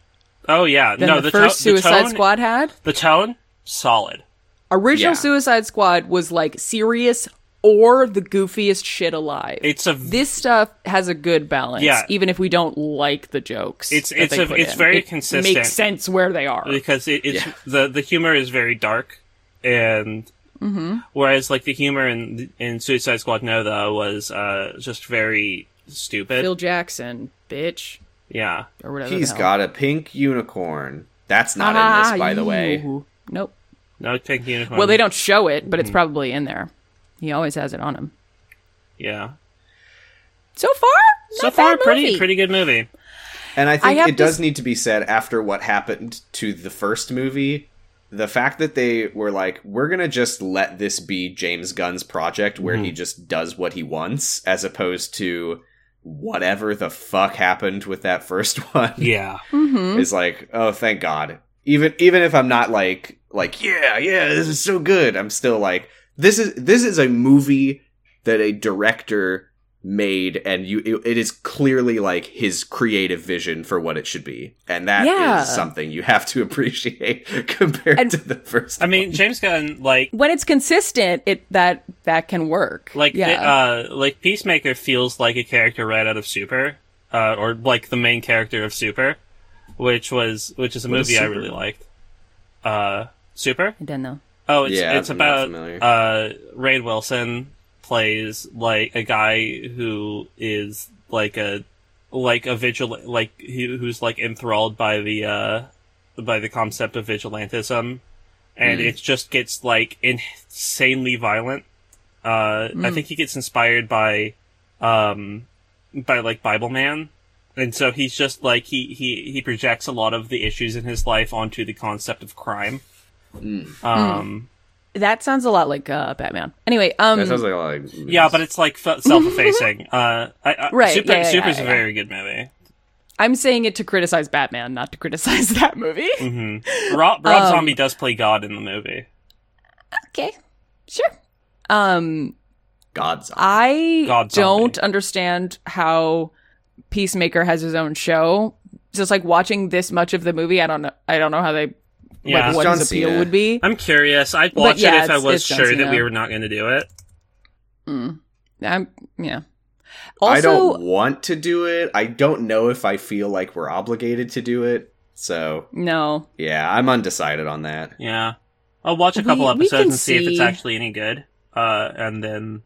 B: Oh yeah,
C: than
B: no,
C: the,
B: the,
C: first
B: to- the
C: Suicide
B: tone,
C: Squad had.
B: the tone, solid.
C: Original
A: Yeah.
C: Suicide Squad was like serious or the goofiest shit alive.
B: It's a
C: this stuff has a good balance,
B: Yeah.
C: even if we don't like the jokes.
B: It's-
C: that
B: it's
C: they
B: a-
C: put
B: it's
C: in.
B: very
C: It
B: consistent.
C: Makes sense where they are.
B: because it, it's
A: Yeah.
B: the the humor is very dark, and
C: Mm-hmm.
B: whereas like the humor in in Suicide Squad Nova was uh, just very stupid.
C: Bill Jackson, bitch,
B: yeah,
C: or whatever.
A: he's
C: the hell.
A: got a pink unicorn. That's not in
C: Ah,
A: this, by the way.
C: Ooh. Nope.
B: no pink unicorn.
C: Well, they don't show it, but it's
B: hmm.
C: probably in there. He always has it on him.
B: Yeah,
C: So far,
B: so
C: not
B: far
C: bad
B: pretty
C: movie.
B: pretty good movie.
A: And I think
C: have
A: it does
C: this-
A: need to be said after what happened to the first movie, the fact that they were like, we're going to just let this be James Gunn's project where
C: Mhm.
A: he just does what he wants, as opposed to whatever the fuck happened with that first one
B: Yeah.
C: Mm-hmm.
A: is like, oh, thank God. Even even if I'm not like like yeah yeah this is so good, I'm still like this is this is a movie that a director made, and you it, it is clearly like his creative vision for what it should be, and that is
C: Yeah.
A: something you have to appreciate compared
C: And-
A: to the first.
B: I mean, James Gunn, like,
C: When it's consistent, it that that can work.
B: like,
C: yeah,
B: uh, like Peacemaker feels like a character right out of Super, uh, or like the main character of Super, which was, which is a
A: What is
B: movie I
A: Super?
B: really liked. Uh, Super?
C: I don't know.
B: Oh, it's
A: Yeah,
B: it's
A: I'm not
B: about
A: familiar.
B: uh Ray Wilson plays like a guy who is like a like a vigil like who, who's like enthralled by the uh by the concept of vigilantism and
A: Mm.
B: it just gets like insanely violent. Uh I
C: Mm.
B: think he gets inspired by um by like Bible Man and so he's just like he he he projects a lot of the issues in his life onto the concept of crime.
A: Mm.
B: Um
C: That sounds a lot like uh, Batman. Anyway, um,
A: that sounds like a lot of movies.
B: Yeah, but it's like f- self-effacing. uh, I, I,
C: Right,
B: Super,
C: yeah, yeah,
B: Super's
C: yeah,
B: a
C: yeah.
B: very good movie.
C: I'm saying it to criticize Batman, not to criticize that movie.
B: hmm Rob, Rob
C: Um,
B: Zombie does play God in the movie.
C: okay, sure. Um,
A: God's eye.
C: I
B: God zombie.
C: don't understand how Peacemaker has his own show. Just like watching this much of the movie, I don't know. I don't know how they
B: Yeah,
C: like what
A: John
C: his appeal
A: Cena.
C: would be.
B: I'm curious. I'd watch
C: yeah,
B: it if I
C: it's-
B: was
C: it's John
B: sure that
C: Cena.
B: we were not going to do it.
C: Mm. I'm yeah.
A: I
C: Also,
A: don't want to do it. I don't know if I feel like we're obligated to do it. So
C: no.
A: yeah, I'm undecided on that.
B: Yeah, I'll watch a
C: We-
B: couple
C: we
B: episodes
C: can
B: and see, if it's
C: see-
B: actually any good. Uh, and then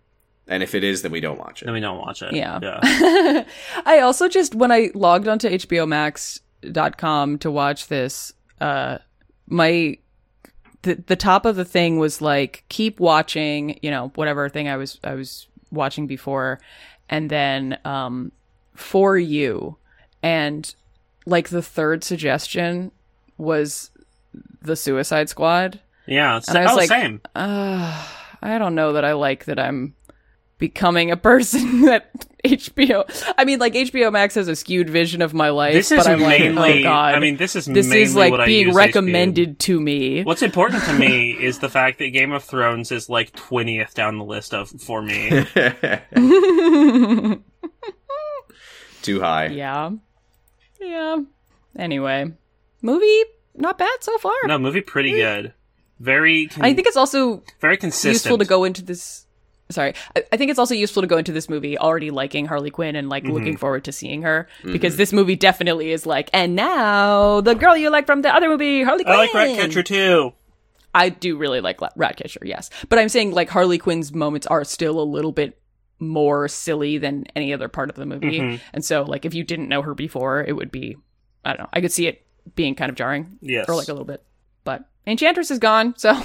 A: And if it is, then we don't watch it.
B: then we don't watch it.
C: Yeah.
B: yeah.
C: I also just when I logged onto HBO Max.com to watch this, uh my the the top of the thing was like keep watching, you know, whatever thing I was I was watching before and then um for you and like the third suggestion was the Suicide Squad.
B: Yeah, it's-
C: And I was
B: oh,
C: like-
B: same.
C: Uh, I don't know that I like that I'm becoming a person that HBO. I mean, like HBO Max has a skewed vision of my life,
B: This
C: but
B: is
C: I'm like,
B: mainly.
C: oh god,
B: I mean, this is
C: this
B: mainly
C: is like
B: what I
C: being
B: use
C: recommended to me.
B: HBO. What's important to me is the fact that Game of Thrones is like twentieth down the list of for me.
A: Too high.
C: yeah, yeah. Anyway, movie not bad so far.
B: No, movie pretty good. Very, con-
C: I think it's also
B: very consistent.
C: useful to go into this. Sorry, I, I think it's also useful to go into this movie already liking Harley Quinn and like
B: Mm-hmm.
C: looking forward to seeing her because this movie definitely is like, and now the girl you like from the other movie, Harley Quinn.
B: I like Ratcatcher too.
C: I do really like La- Ratcatcher, yes, but I'm saying like Harley Quinn's moments are still a little bit more silly than any other part of the movie,
B: Mhm.
C: and so like if you didn't know her before, it would be, I don't know, I could see it being kind of jarring
B: Yes.
C: or like a little bit, but Enchantress is gone, so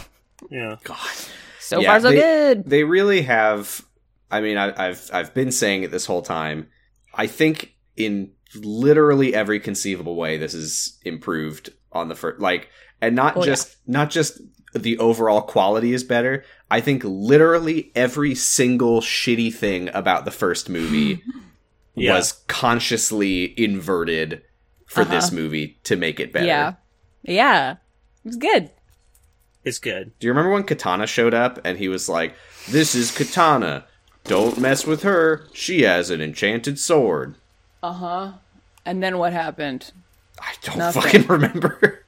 B: yeah.
A: God.
C: so
A: Yeah,
C: far so
A: they-
C: good.
A: They really have. I mean, I, I've I've been saying it this whole time. I think in literally every conceivable way, this is improved on the first. Like, and not
C: Oh, yeah.
A: just not just the overall quality is better. I think literally every single shitty thing about the first movie
B: Yeah.
A: was consciously inverted for this movie to make it better.
C: Uh-huh. Yeah. Yeah. It was good.
B: It's good.
A: Do you remember when Katana showed up and he was like, "This is Katana. Don't mess with her. She has an enchanted sword."
C: Uh huh. And then what happened?
A: I don't
C: Nothing.
A: fucking remember.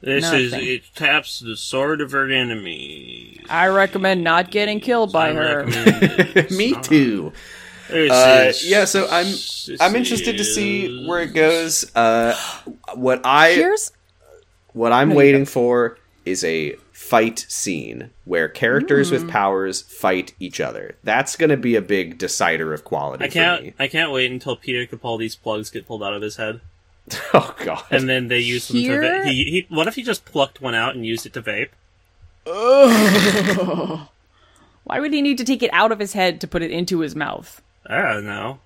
B: This is
C: Nothing.
B: it taps the sword of her enemy.
C: I recommend not getting killed by her.
A: Me too. Uh, yeah, so I'm I'm interested to see where it goes. Uh, what I
C: Here's
A: what I'm waiting for is a fight scene where characters
C: Mm.
A: with powers fight each other. That's going to be a big decider of quality
B: I
A: for me.
B: can't. I can't wait until Peter Capaldi's plugs get pulled out of his head,
A: Oh god.
B: and then they use them to.
C: Here-
B: Va- he, he, what if he just plucked one out and used it to vape?
C: why would he need to take it out of his head to put it into his mouth?
B: I don't know.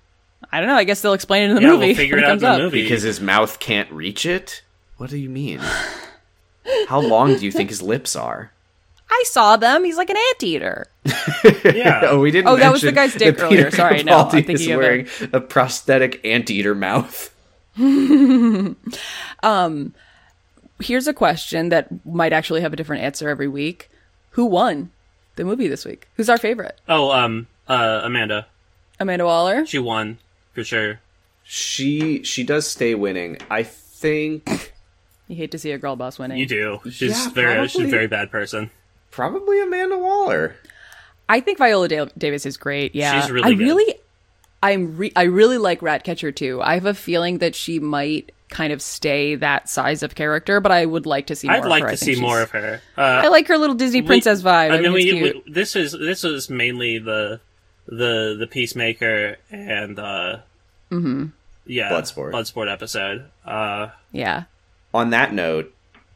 C: I don't know. I guess they'll explain it in the
B: yeah,
C: movie.
B: we'll figure
C: when
B: it out in
C: comes
B: the
C: up.
B: movie.
A: because his mouth can't reach it. What do you mean? How long do you think his lips are?
C: I saw them. He's like an anteater.
B: yeah,
A: Oh, we didn't.
C: Oh, that was the
A: mention
C: guy's dick
A: that
C: earlier.
A: Peter
C: Sorry, no, I'm
A: Capaldi
C: thinking
A: is
C: of a-
A: wearing a prosthetic anteater mouth.
C: Here's a question that might actually have a different answer every week. Who won the movie this week? Who's our favorite?
B: Oh, um, uh, Amanda,
C: Amanda Waller?
B: she won for sure.
A: She she does stay winning. I think
C: You hate to see a girl boss winning.
B: You do. She's
A: Yeah,
B: very, she's a
A: probably.
B: very bad person.
A: probably Amanda Waller.
C: I think Viola Da- Davis is great. Yeah,
B: She's really
C: I
B: good.
C: really, I'm re- I really like Ratcatcher too. I have a feeling that she might kind of stay that size of character, but I would like to see. More
B: I'd
C: of
B: like
C: her. I
B: to see
C: think
B: more
C: she's-
B: of her. Uh,
C: I like her little Disney princess vibe. I mean, it's
B: we,
C: cute.
B: we this is this is mainly the the the peacemaker and uh,
C: Mm-hmm.
B: yeah,
A: Bloodsport.
B: Bloodsport episode. Uh,
C: yeah,
A: On that note,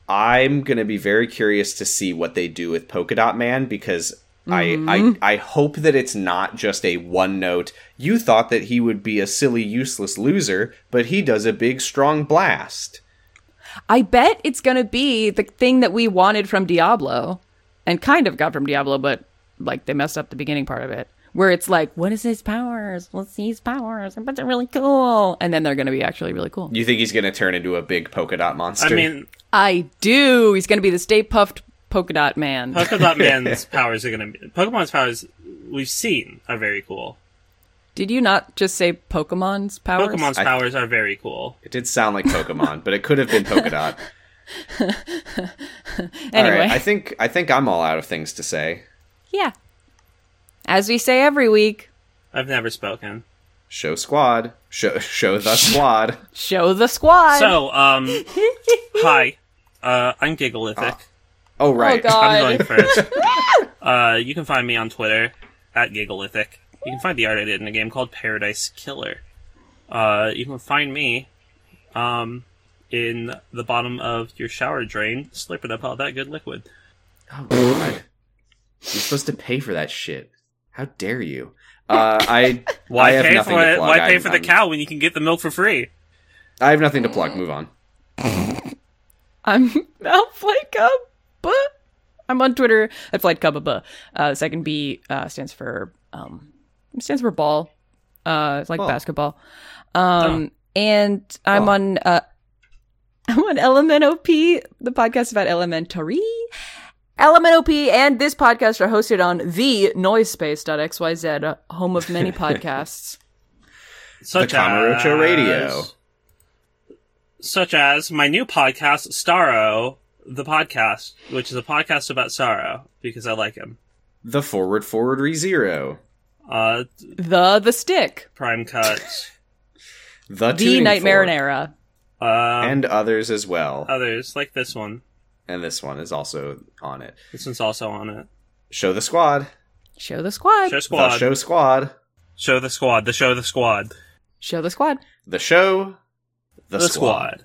A: I'm gonna be very curious to see what they do with Polka Dot Man because I,
C: Mm-hmm.
A: I I hope that it's not just a one note. You thought that he would be a silly, useless loser, but he does a big, strong blast.
C: I bet it's gonna be the thing that we wanted from Diablo, and kind of got from Diablo, but like they messed up the beginning part of it. Where it's like, what is his powers? Let's see his powers. I bet they're really cool. And then they're going to be actually really cool.
A: You think he's gonna turn into a big polka dot monster?
B: I mean,
C: I do. He's going to be the Stay Puffed Polka Dot Man.
B: Polka Dot Man's powers are gonna be Pokemon's powers we've seen are very cool.
C: Did you not just say Pokemon's powers?
B: Pokemon's powers are very cool.
A: It did sound like Pokemon, but it could have been polka dot.
C: Anyway,
A: All right, I think I think I'm all out of things to say.
C: yeah. As we say every week,
B: I've never spoken.
A: Show squad, show show the squad.
C: show the squad.
B: So, um, hi, uh, I'm Gigalithic.
A: Oh right,
C: God.
B: I'm going first. uh, you can find me on Twitter at Gigalithic. You can find the art I did in a game called Paradise Killer. Uh, you can find me um, in the bottom of your shower drain, slurping up all that good liquid.
A: Oh, God. You're supposed to pay for that shit. How dare you? Uh, I
B: Why
A: I have
B: pay
A: nothing
B: for
A: to
B: it?
A: plug.
B: Why pay
A: I'm-
B: for the
A: I'm-
B: cow when you can get the milk for free?
A: I have nothing to plug. Move on.
C: I'm I'm Flight Cubba. I'm on Twitter at Flight Cubba. Uh, the second B uh, stands for um, stands for ball, uh, it's like
A: Ball.
C: basketball. Um, And I'm
A: Ball.
C: on uh, I'm on LMNOP, the podcast about elementary. LMNOP and this podcast are hosted on the noisepace.xyz, uh, home of many podcasts.
B: Such
A: Camarocho
B: as,
A: Radio.
B: Such as my new podcast, Starro, the podcast, which is a podcast about sorrow because I like him.
A: The forward forward re zero.
B: Uh,
C: the The Stick,
B: Prime Cuts.
A: The,
C: The
A: Tuning
C: Night
A: Fork,
C: Marinara.
B: Uh, oh,
A: and others as well.
B: others like this one.
A: and this one is also on it.
B: This one's also on it.
A: Show the squad.
C: Show the squad.
B: Show squad.
A: The
B: show-,
A: show squad.
B: the squad. The show the squad.
C: Show the squad.
A: The show. The,
B: The, squad.